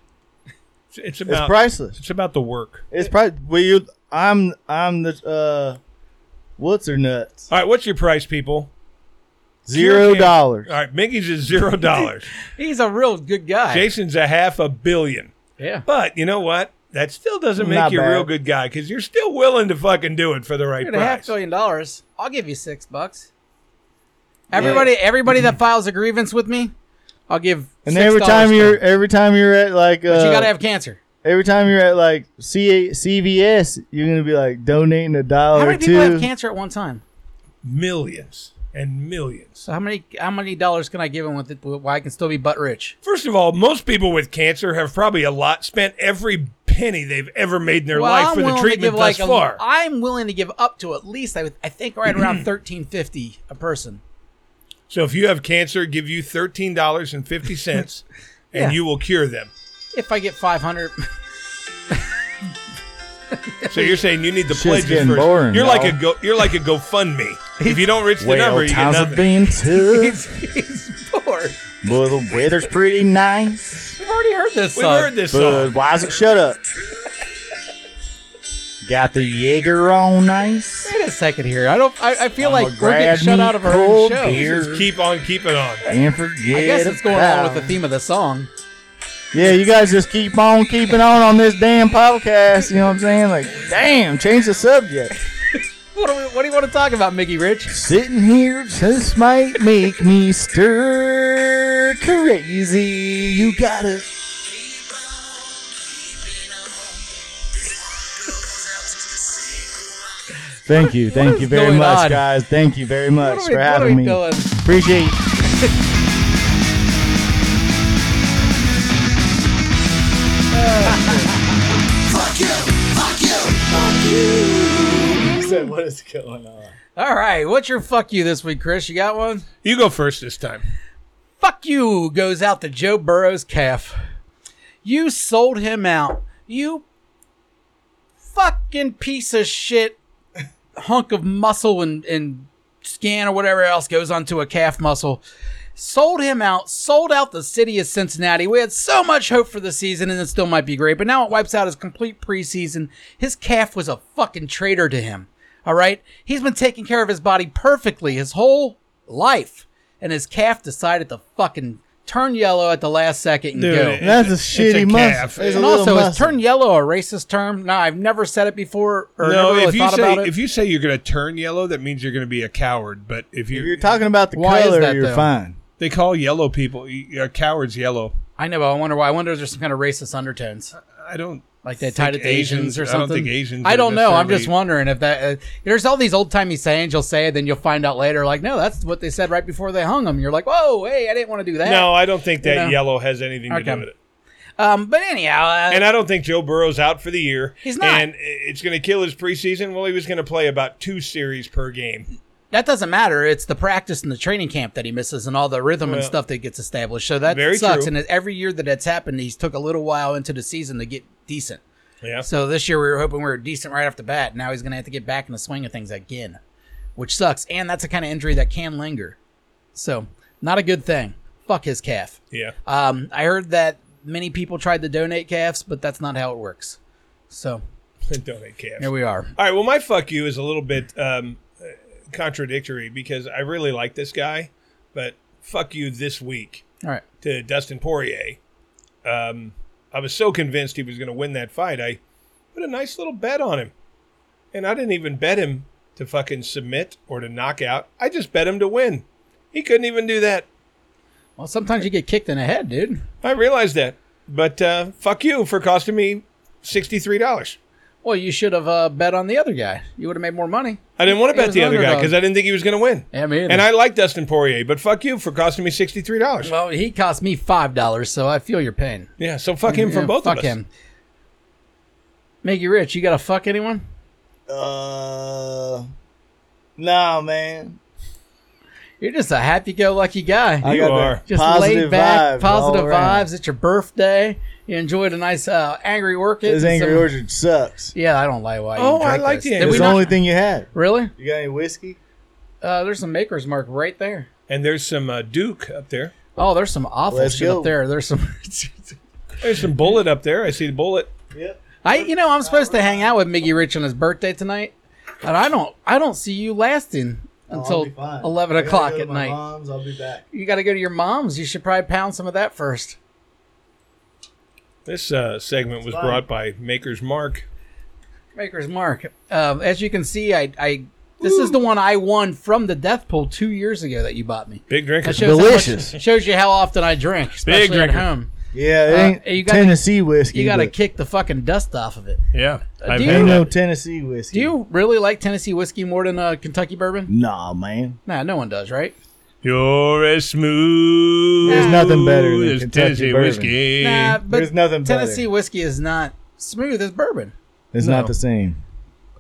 [SPEAKER 2] It's, it's
[SPEAKER 1] It's
[SPEAKER 2] about
[SPEAKER 1] priceless.
[SPEAKER 2] It's about the work.
[SPEAKER 1] It's pri Well, you, I'm, I'm the uh, what's her nuts?
[SPEAKER 2] All right, what's your price, people?
[SPEAKER 1] Zero
[SPEAKER 2] Cure
[SPEAKER 1] dollars.
[SPEAKER 3] Uh,
[SPEAKER 2] All right, Mickey's is zero dollars.
[SPEAKER 3] He's a real good guy.
[SPEAKER 2] Jason's a half a billion.
[SPEAKER 3] yeah.
[SPEAKER 2] But you know what? That still doesn't make
[SPEAKER 1] Not
[SPEAKER 2] you a
[SPEAKER 1] bad.
[SPEAKER 2] real good guy because you're still willing to fucking do it for the right
[SPEAKER 3] You're a half
[SPEAKER 2] price.
[SPEAKER 3] billion dollars. I'll give you six bucks. Everybody, everybody that files a grievance with me, I'll give.
[SPEAKER 1] And
[SPEAKER 3] six
[SPEAKER 1] every
[SPEAKER 3] dollars
[SPEAKER 1] time
[SPEAKER 3] to
[SPEAKER 1] you're,
[SPEAKER 3] them.
[SPEAKER 1] every time you're at like, uh,
[SPEAKER 3] but you gotta have cancer.
[SPEAKER 1] every time you're at like C- CVS, you're gonna be like donating a
[SPEAKER 3] How
[SPEAKER 1] dollar
[SPEAKER 3] many
[SPEAKER 1] or
[SPEAKER 3] people have
[SPEAKER 1] two.
[SPEAKER 3] cancer at one time?
[SPEAKER 2] Millions and millions.
[SPEAKER 3] So how many how many dollars can I give him with it? Why I can still be butt rich?
[SPEAKER 2] First of all, most people with cancer have probably a lot spent every penny they've ever made in their
[SPEAKER 3] Well,
[SPEAKER 2] life
[SPEAKER 3] I'm
[SPEAKER 2] for the
[SPEAKER 3] willing to
[SPEAKER 2] treatment
[SPEAKER 3] give,
[SPEAKER 2] thus
[SPEAKER 3] like, a-
[SPEAKER 2] far.
[SPEAKER 3] I'm willing to give up to at least I, would- I think right around thirteen fifty a person.
[SPEAKER 2] so if you have cancer, give you thirteen dollars and fifty cents,
[SPEAKER 3] Yeah.
[SPEAKER 2] and you will cure them.
[SPEAKER 3] If I get five hundred,
[SPEAKER 2] So you're saying you need the
[SPEAKER 1] Shit's
[SPEAKER 2] pledges
[SPEAKER 1] getting
[SPEAKER 2] first.
[SPEAKER 1] boring,
[SPEAKER 2] you're like a go,
[SPEAKER 1] y'all.
[SPEAKER 2] you're like a GoFundMe. if you don't reach the number, you get
[SPEAKER 1] times have
[SPEAKER 2] nothing.
[SPEAKER 1] been tough.
[SPEAKER 3] he's bored.
[SPEAKER 1] Boy, the weather's pretty nice.
[SPEAKER 3] We've already heard this
[SPEAKER 2] We've
[SPEAKER 3] song.
[SPEAKER 2] heard this
[SPEAKER 1] But
[SPEAKER 2] song.
[SPEAKER 1] why is it shut up? Got the Jaeger on ice.
[SPEAKER 3] Wait a second here. I don't. I, I feel
[SPEAKER 1] I'ma
[SPEAKER 3] like we're
[SPEAKER 1] grab
[SPEAKER 3] getting shut
[SPEAKER 1] me
[SPEAKER 3] out of our own
[SPEAKER 1] cold
[SPEAKER 3] show.
[SPEAKER 1] beer.
[SPEAKER 2] Just keep on keeping on.
[SPEAKER 1] And forget
[SPEAKER 3] I guess it's going
[SPEAKER 1] about
[SPEAKER 3] along with the theme of the song.
[SPEAKER 1] Yeah, you guys just keep on keeping on on this damn podcast. You know what I'm saying? Like, damn, change the subject.
[SPEAKER 3] What do, we, what do you want to talk about, Mickey Rich?
[SPEAKER 1] Sitting here just might make me stir crazy. You gotta. Thank you, thank you
[SPEAKER 3] is
[SPEAKER 1] very
[SPEAKER 3] going
[SPEAKER 1] much,
[SPEAKER 3] on?
[SPEAKER 1] guys. Thank you very much
[SPEAKER 3] What are we,
[SPEAKER 1] for
[SPEAKER 3] what are we
[SPEAKER 1] having me.
[SPEAKER 3] doing?
[SPEAKER 1] Appreciate. you. said, what is going on?
[SPEAKER 3] All right. What's your fuck you this week, Chris? You got one?
[SPEAKER 2] You go first this time.
[SPEAKER 3] Fuck you goes out to Joe Burrow's calf. You sold him out. You fucking piece of shit hunk of muscle and, and skin or whatever else goes onto a calf muscle. sold him out, sold out the city of Cincinnati. We had so much hope for the season, and it still might be great, but now it wipes out his complete preseason. His calf was a fucking traitor to him. All right? He's been taking care of his body perfectly his whole life, and his calf decided to fucking turn yellow at the last second and go.
[SPEAKER 2] it-
[SPEAKER 1] That's a
[SPEAKER 2] it's
[SPEAKER 1] shitty muscle.
[SPEAKER 2] calf.
[SPEAKER 1] It's a
[SPEAKER 3] And
[SPEAKER 1] little
[SPEAKER 3] also, is
[SPEAKER 1] muscle.
[SPEAKER 3] turn yellow a racist term? No, I've never said it before or
[SPEAKER 2] No,
[SPEAKER 3] never really
[SPEAKER 2] if you
[SPEAKER 3] thought
[SPEAKER 2] say
[SPEAKER 3] about it.
[SPEAKER 2] if you say you're going to turn yellow, that means you're going to be a coward. But if you,
[SPEAKER 1] If you're talking about the
[SPEAKER 3] Why is
[SPEAKER 1] color,
[SPEAKER 3] that,
[SPEAKER 1] you're
[SPEAKER 3] though?
[SPEAKER 1] fine.
[SPEAKER 2] they call yellow people y- uh, cowards yellow.
[SPEAKER 3] I know, but I wonder why. I wonder if there's some kind of racist undertones,
[SPEAKER 2] I don't
[SPEAKER 3] like they
[SPEAKER 2] think
[SPEAKER 3] tied it to Asians, or something.
[SPEAKER 2] I don't think Asians.
[SPEAKER 3] I
[SPEAKER 2] are
[SPEAKER 3] don't know. I'm
[SPEAKER 2] necessarily-
[SPEAKER 3] just wondering if that. Uh, there's all these old timey sayings you'll say, then you'll find out later. Like, no, that's what they said right before they hung him. You're like, whoa, hey, I didn't want to do that.
[SPEAKER 2] No, I don't think that
[SPEAKER 3] know.
[SPEAKER 2] yellow has anything to
[SPEAKER 3] Okay.
[SPEAKER 2] do with it.
[SPEAKER 3] Um, but anyhow, uh,
[SPEAKER 2] And I don't think Joe Burrow's out for the year.
[SPEAKER 3] He's not.
[SPEAKER 2] And it's going to kill his preseason. Well, he was going to play about two series per game.
[SPEAKER 3] that doesn't matter. It's the practice and the training camp that he misses, and all the rhythm and
[SPEAKER 2] Well,
[SPEAKER 3] stuff that gets established. So that
[SPEAKER 2] very
[SPEAKER 3] sucks.
[SPEAKER 2] true.
[SPEAKER 3] And every year that that's happened, he's took a little while into the season to get decent.
[SPEAKER 2] Yeah.
[SPEAKER 3] So this year we were hoping we were decent right off the bat. Now he's going to have to get back in the swing of things again, which sucks. And that's a kind of injury that can linger. So not a good thing. Fuck his calf.
[SPEAKER 2] yeah.
[SPEAKER 3] Um, I heard that many people tried to donate calves, but that's not how it works. So
[SPEAKER 2] Donate calves.
[SPEAKER 3] here we are.
[SPEAKER 2] All right. Well, my fuck you is a little bit um, uh, contradictory because I really like this guy, but fuck you this week
[SPEAKER 3] All right.
[SPEAKER 2] to Dustin Poirier. Um, I was so convinced he was going to win that fight. I put a nice little bet on him, and I didn't even bet him to fucking submit or to knock out. I just bet him to win. He couldn't even do that.
[SPEAKER 3] Well, sometimes you get kicked in the head, dude.
[SPEAKER 2] I realized that, but uh, fuck you for costing me sixty three dollars.
[SPEAKER 3] Well, you should have uh, bet on the other guy. You would have made more money.
[SPEAKER 2] I didn't want to
[SPEAKER 3] He
[SPEAKER 2] bet
[SPEAKER 3] was
[SPEAKER 2] the
[SPEAKER 3] an
[SPEAKER 2] other guy
[SPEAKER 3] underdog.
[SPEAKER 2] because I didn't think he was going to win.
[SPEAKER 3] Yeah, me either.
[SPEAKER 2] And I like Dustin Poirier, but fuck you for costing me sixty three dollars.
[SPEAKER 3] Well, he cost me five dollars, so I feel your pain.
[SPEAKER 2] yeah, so fuck him for
[SPEAKER 3] Yeah,
[SPEAKER 2] both
[SPEAKER 3] fuck
[SPEAKER 2] of us.
[SPEAKER 3] him. Make you rich. You got to fuck anyone?
[SPEAKER 1] Uh, nah, man.
[SPEAKER 3] You're just a happy-go-lucky guy.
[SPEAKER 1] I
[SPEAKER 2] You
[SPEAKER 1] got the
[SPEAKER 2] are.
[SPEAKER 3] just
[SPEAKER 1] positive
[SPEAKER 3] laid back,
[SPEAKER 1] vibes
[SPEAKER 3] positive
[SPEAKER 1] all around.
[SPEAKER 3] vibes. It's your birthday. You enjoyed a nice uh, Angry Orchid.
[SPEAKER 1] This
[SPEAKER 3] and
[SPEAKER 1] Angry
[SPEAKER 3] some-
[SPEAKER 1] Orchard sucks.
[SPEAKER 3] Yeah, I don't like why. you
[SPEAKER 2] Oh, I
[SPEAKER 3] drank
[SPEAKER 2] like
[SPEAKER 3] those.
[SPEAKER 2] the
[SPEAKER 3] Did
[SPEAKER 2] Angry
[SPEAKER 1] It's
[SPEAKER 3] we
[SPEAKER 1] the
[SPEAKER 3] not-
[SPEAKER 1] only thing you had.
[SPEAKER 3] Really?
[SPEAKER 1] You got any whiskey?
[SPEAKER 3] Uh, there's some Maker's Mark right there.
[SPEAKER 2] And there's some uh, Duke up there.
[SPEAKER 3] Oh, there's some awful
[SPEAKER 1] Let's
[SPEAKER 3] shit
[SPEAKER 1] go.
[SPEAKER 3] up there. There's some.
[SPEAKER 2] There's some Bullet up there. I see the Bullet.
[SPEAKER 1] Yep.
[SPEAKER 3] I, you know, I'm supposed to hang out with Miggy Rich on his birthday tonight, and I don't, I don't see you lasting
[SPEAKER 1] Oh,
[SPEAKER 3] until 11 o'clock at night.
[SPEAKER 1] Moms, I'll be back.
[SPEAKER 3] You got to go to your mom's. You should probably pound some of that first.
[SPEAKER 2] This uh, segment was
[SPEAKER 1] fine.
[SPEAKER 2] brought by Maker's Mark.
[SPEAKER 3] Maker's Mark. Um, as you can see, I, I this is the one I won from the death pool two years ago that you bought me.
[SPEAKER 2] Big drinker.
[SPEAKER 3] That shows how much-
[SPEAKER 1] Delicious.
[SPEAKER 3] shows you how often I drink, especially at
[SPEAKER 2] drinker.
[SPEAKER 3] home.
[SPEAKER 1] Yeah,
[SPEAKER 3] Uh,
[SPEAKER 1] it ain't
[SPEAKER 3] you gotta-
[SPEAKER 1] Tennessee whiskey.
[SPEAKER 3] You got to
[SPEAKER 1] but-
[SPEAKER 3] kick the fucking dust off of it.
[SPEAKER 2] Yeah. I've
[SPEAKER 3] do
[SPEAKER 2] had
[SPEAKER 3] you-
[SPEAKER 2] that.
[SPEAKER 1] Ain't no Tennessee whiskey.
[SPEAKER 3] Do you really like Tennessee whiskey more than uh, Kentucky bourbon?
[SPEAKER 1] Nah, man.
[SPEAKER 3] Nah, no one does, right?
[SPEAKER 2] You're as smooth.
[SPEAKER 1] There's nothing better than
[SPEAKER 2] as
[SPEAKER 1] Kentucky
[SPEAKER 2] Tennessee
[SPEAKER 1] bourbon.
[SPEAKER 2] whiskey.
[SPEAKER 3] Nah, but
[SPEAKER 1] There's nothing better.
[SPEAKER 3] Tennessee whiskey is not smooth as bourbon.
[SPEAKER 1] It's
[SPEAKER 2] No.
[SPEAKER 1] not the same.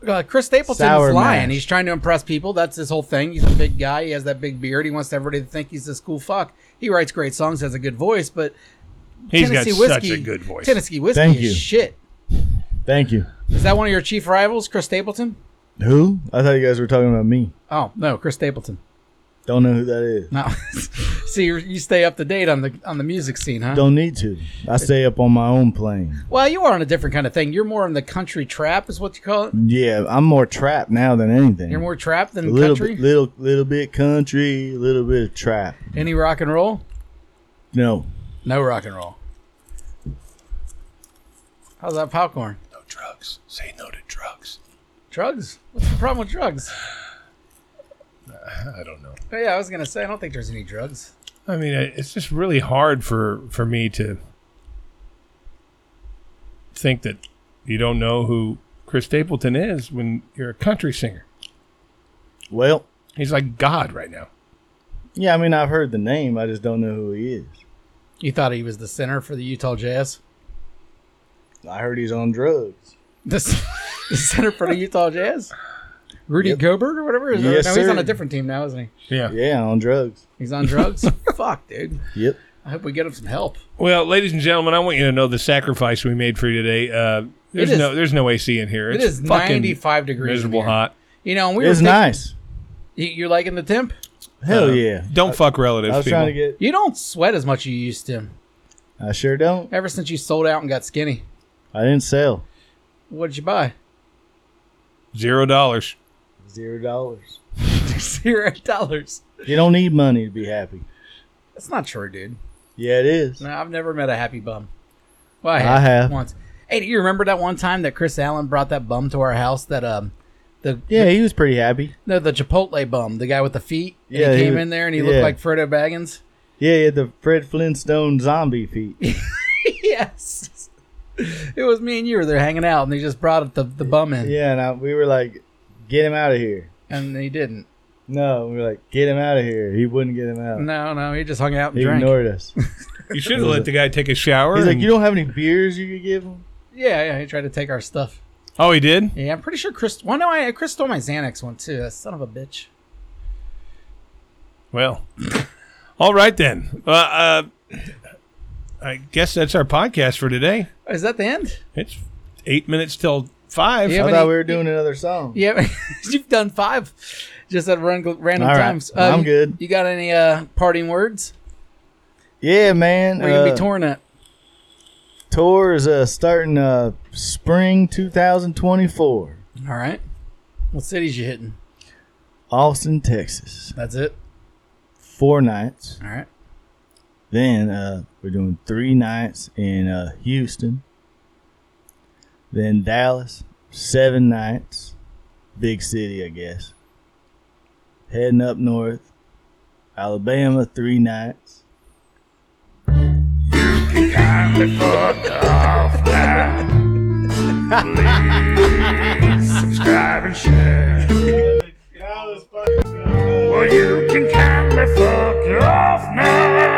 [SPEAKER 3] Uh, Chris Stapleton's
[SPEAKER 1] Sour
[SPEAKER 3] lying.
[SPEAKER 1] mash.
[SPEAKER 3] He's trying to impress people. That's his whole thing. He's a big guy. He has that big beard. He wants everybody to think he's this cool fuck. He writes great songs, has a good voice, but
[SPEAKER 2] He's got
[SPEAKER 3] Tennessee
[SPEAKER 2] such
[SPEAKER 3] whiskey,
[SPEAKER 2] a good voice.
[SPEAKER 3] Tennessee whiskey
[SPEAKER 1] Thank
[SPEAKER 3] is
[SPEAKER 1] you.
[SPEAKER 3] shit.
[SPEAKER 1] Thank you.
[SPEAKER 3] Is that one of your chief rivals, Chris Stapleton?
[SPEAKER 1] Who? I thought you guys were talking about me.
[SPEAKER 3] Oh no, Chris Stapleton.
[SPEAKER 1] Don't know who that is.
[SPEAKER 3] No, see, you're, you stay up to date on the on the music scene, huh?
[SPEAKER 1] Don't need to. I stay up on my own plane.
[SPEAKER 3] Well, you are on a different kind of thing. You're more in the country trap, is what you call it.
[SPEAKER 1] Yeah, I'm more trapped now than anything.
[SPEAKER 3] You're more trap
[SPEAKER 1] Mm. a
[SPEAKER 3] than
[SPEAKER 1] little
[SPEAKER 3] country.
[SPEAKER 1] bit, little, little bit country, little bit of trap.
[SPEAKER 3] Any rock and roll?
[SPEAKER 1] No,
[SPEAKER 3] No rock and roll. How's that popcorn?
[SPEAKER 2] No drugs. Say no to drugs.
[SPEAKER 3] Drugs? What's the problem with drugs?
[SPEAKER 2] I don't know.
[SPEAKER 3] Oh, yeah, I was gonna say I don't think there's any drugs.
[SPEAKER 2] I mean, I- it's just really hard for for me to think that you don't know who Chris Stapleton is when you're a country singer.
[SPEAKER 1] well,
[SPEAKER 2] He's like God right now.
[SPEAKER 1] yeah. I mean, I've heard the name. I just don't know who he is.
[SPEAKER 3] You thought he was the center for the Utah Jazz?
[SPEAKER 1] I heard he's on drugs.
[SPEAKER 3] The, s- the center for the Utah Jazz? Rudy
[SPEAKER 1] Yep.
[SPEAKER 3] Gobert or whatever? Is
[SPEAKER 1] Yes,
[SPEAKER 3] no, he's on
[SPEAKER 1] sir.
[SPEAKER 3] a different team now, isn't he?
[SPEAKER 2] Yeah.
[SPEAKER 1] Yeah, on drugs.
[SPEAKER 3] He's on drugs. Fuck, dude.
[SPEAKER 1] Yep.
[SPEAKER 3] I hope we get him some help.
[SPEAKER 2] Well, ladies and gentlemen, I want you to know the sacrifice we made for you today. Uh, there's
[SPEAKER 3] It is-
[SPEAKER 2] no there's no AC in here.
[SPEAKER 3] It
[SPEAKER 2] It's
[SPEAKER 3] is
[SPEAKER 2] fucking
[SPEAKER 3] 95 degrees. in
[SPEAKER 2] miserable
[SPEAKER 3] here.
[SPEAKER 2] hot.
[SPEAKER 3] You know, and we
[SPEAKER 1] It's
[SPEAKER 3] were thinking-
[SPEAKER 1] nice.
[SPEAKER 3] You- You're liking the temp? Uh,
[SPEAKER 1] Hell yeah.
[SPEAKER 2] Uh, Don't fuck relatives.
[SPEAKER 1] I was
[SPEAKER 2] people.
[SPEAKER 1] trying to get.
[SPEAKER 3] You don't sweat as much as you used to.
[SPEAKER 1] I sure don't.
[SPEAKER 3] Ever since you sold out and got skinny,
[SPEAKER 1] I didn't sell.
[SPEAKER 3] what did you buy?
[SPEAKER 2] zero dollars.
[SPEAKER 1] Zero dollars.
[SPEAKER 3] Zero dollars.
[SPEAKER 1] You don't need money to be happy.
[SPEAKER 3] That's not true, dude.
[SPEAKER 1] Yeah, it is.
[SPEAKER 3] No, I've never met a happy bum. Well, I
[SPEAKER 1] I
[SPEAKER 3] have,
[SPEAKER 1] have.
[SPEAKER 3] once. Hey, do you remember that one time that Chris Allen brought that bum to our house? That um, the
[SPEAKER 1] Yeah, he was pretty happy.
[SPEAKER 3] no, the Chipotle bum, the guy with the feet. And
[SPEAKER 1] Yeah,
[SPEAKER 3] he
[SPEAKER 1] he
[SPEAKER 3] came
[SPEAKER 1] was-
[SPEAKER 3] in there and he
[SPEAKER 1] yeah.
[SPEAKER 3] looked like Frodo Baggins.
[SPEAKER 1] Yeah, he had the Fred Flintstone zombie feet.
[SPEAKER 3] yes, it was me and you were there hanging out, and they just brought the the bum in,
[SPEAKER 1] Yeah, and I, we were like, get him out of here.
[SPEAKER 3] and he didn't.
[SPEAKER 1] No, we were like, get him out of here. He wouldn't get him out.
[SPEAKER 3] No, no, he just hung out and
[SPEAKER 1] he
[SPEAKER 3] drank.
[SPEAKER 1] ignored us.
[SPEAKER 2] You should have let the guy take a shower.
[SPEAKER 1] He's like,
[SPEAKER 2] and-
[SPEAKER 1] you don't have any beers you could give him?
[SPEAKER 3] Yeah, yeah, he tried to take our stuff.
[SPEAKER 2] oh, he did.
[SPEAKER 3] Yeah, I'm pretty sure Chris. Well, no, I Chris stole my Xanax one too. That son of a bitch.
[SPEAKER 2] Well, all right then. Uh, uh, I guess that's our podcast for today.
[SPEAKER 3] Is that the end?
[SPEAKER 2] It's eight minutes till five.
[SPEAKER 1] I
[SPEAKER 3] Yeah, But
[SPEAKER 1] thought
[SPEAKER 3] he-
[SPEAKER 1] we were doing another song.
[SPEAKER 3] Yeah, you've done five, just at run, random
[SPEAKER 1] All right.
[SPEAKER 3] times. Uh,
[SPEAKER 1] I'm
[SPEAKER 3] you-
[SPEAKER 1] good.
[SPEAKER 3] You got any uh, parting words?
[SPEAKER 1] Yeah, man.
[SPEAKER 3] We're gonna
[SPEAKER 1] uh,
[SPEAKER 3] be torn at.
[SPEAKER 1] Tour is uh, starting uh, spring 2024,
[SPEAKER 3] All right. What cities you hitting?
[SPEAKER 1] Austin, Texas.
[SPEAKER 3] That's it.
[SPEAKER 1] Four nights.
[SPEAKER 3] All right.
[SPEAKER 1] Then uh, we're doing three nights in uh, Houston. Then Dallas, seven nights. Big city, I guess. Heading up north. Alabama, three nights.
[SPEAKER 6] subscribe and share. Well, you can kindly fuck off now.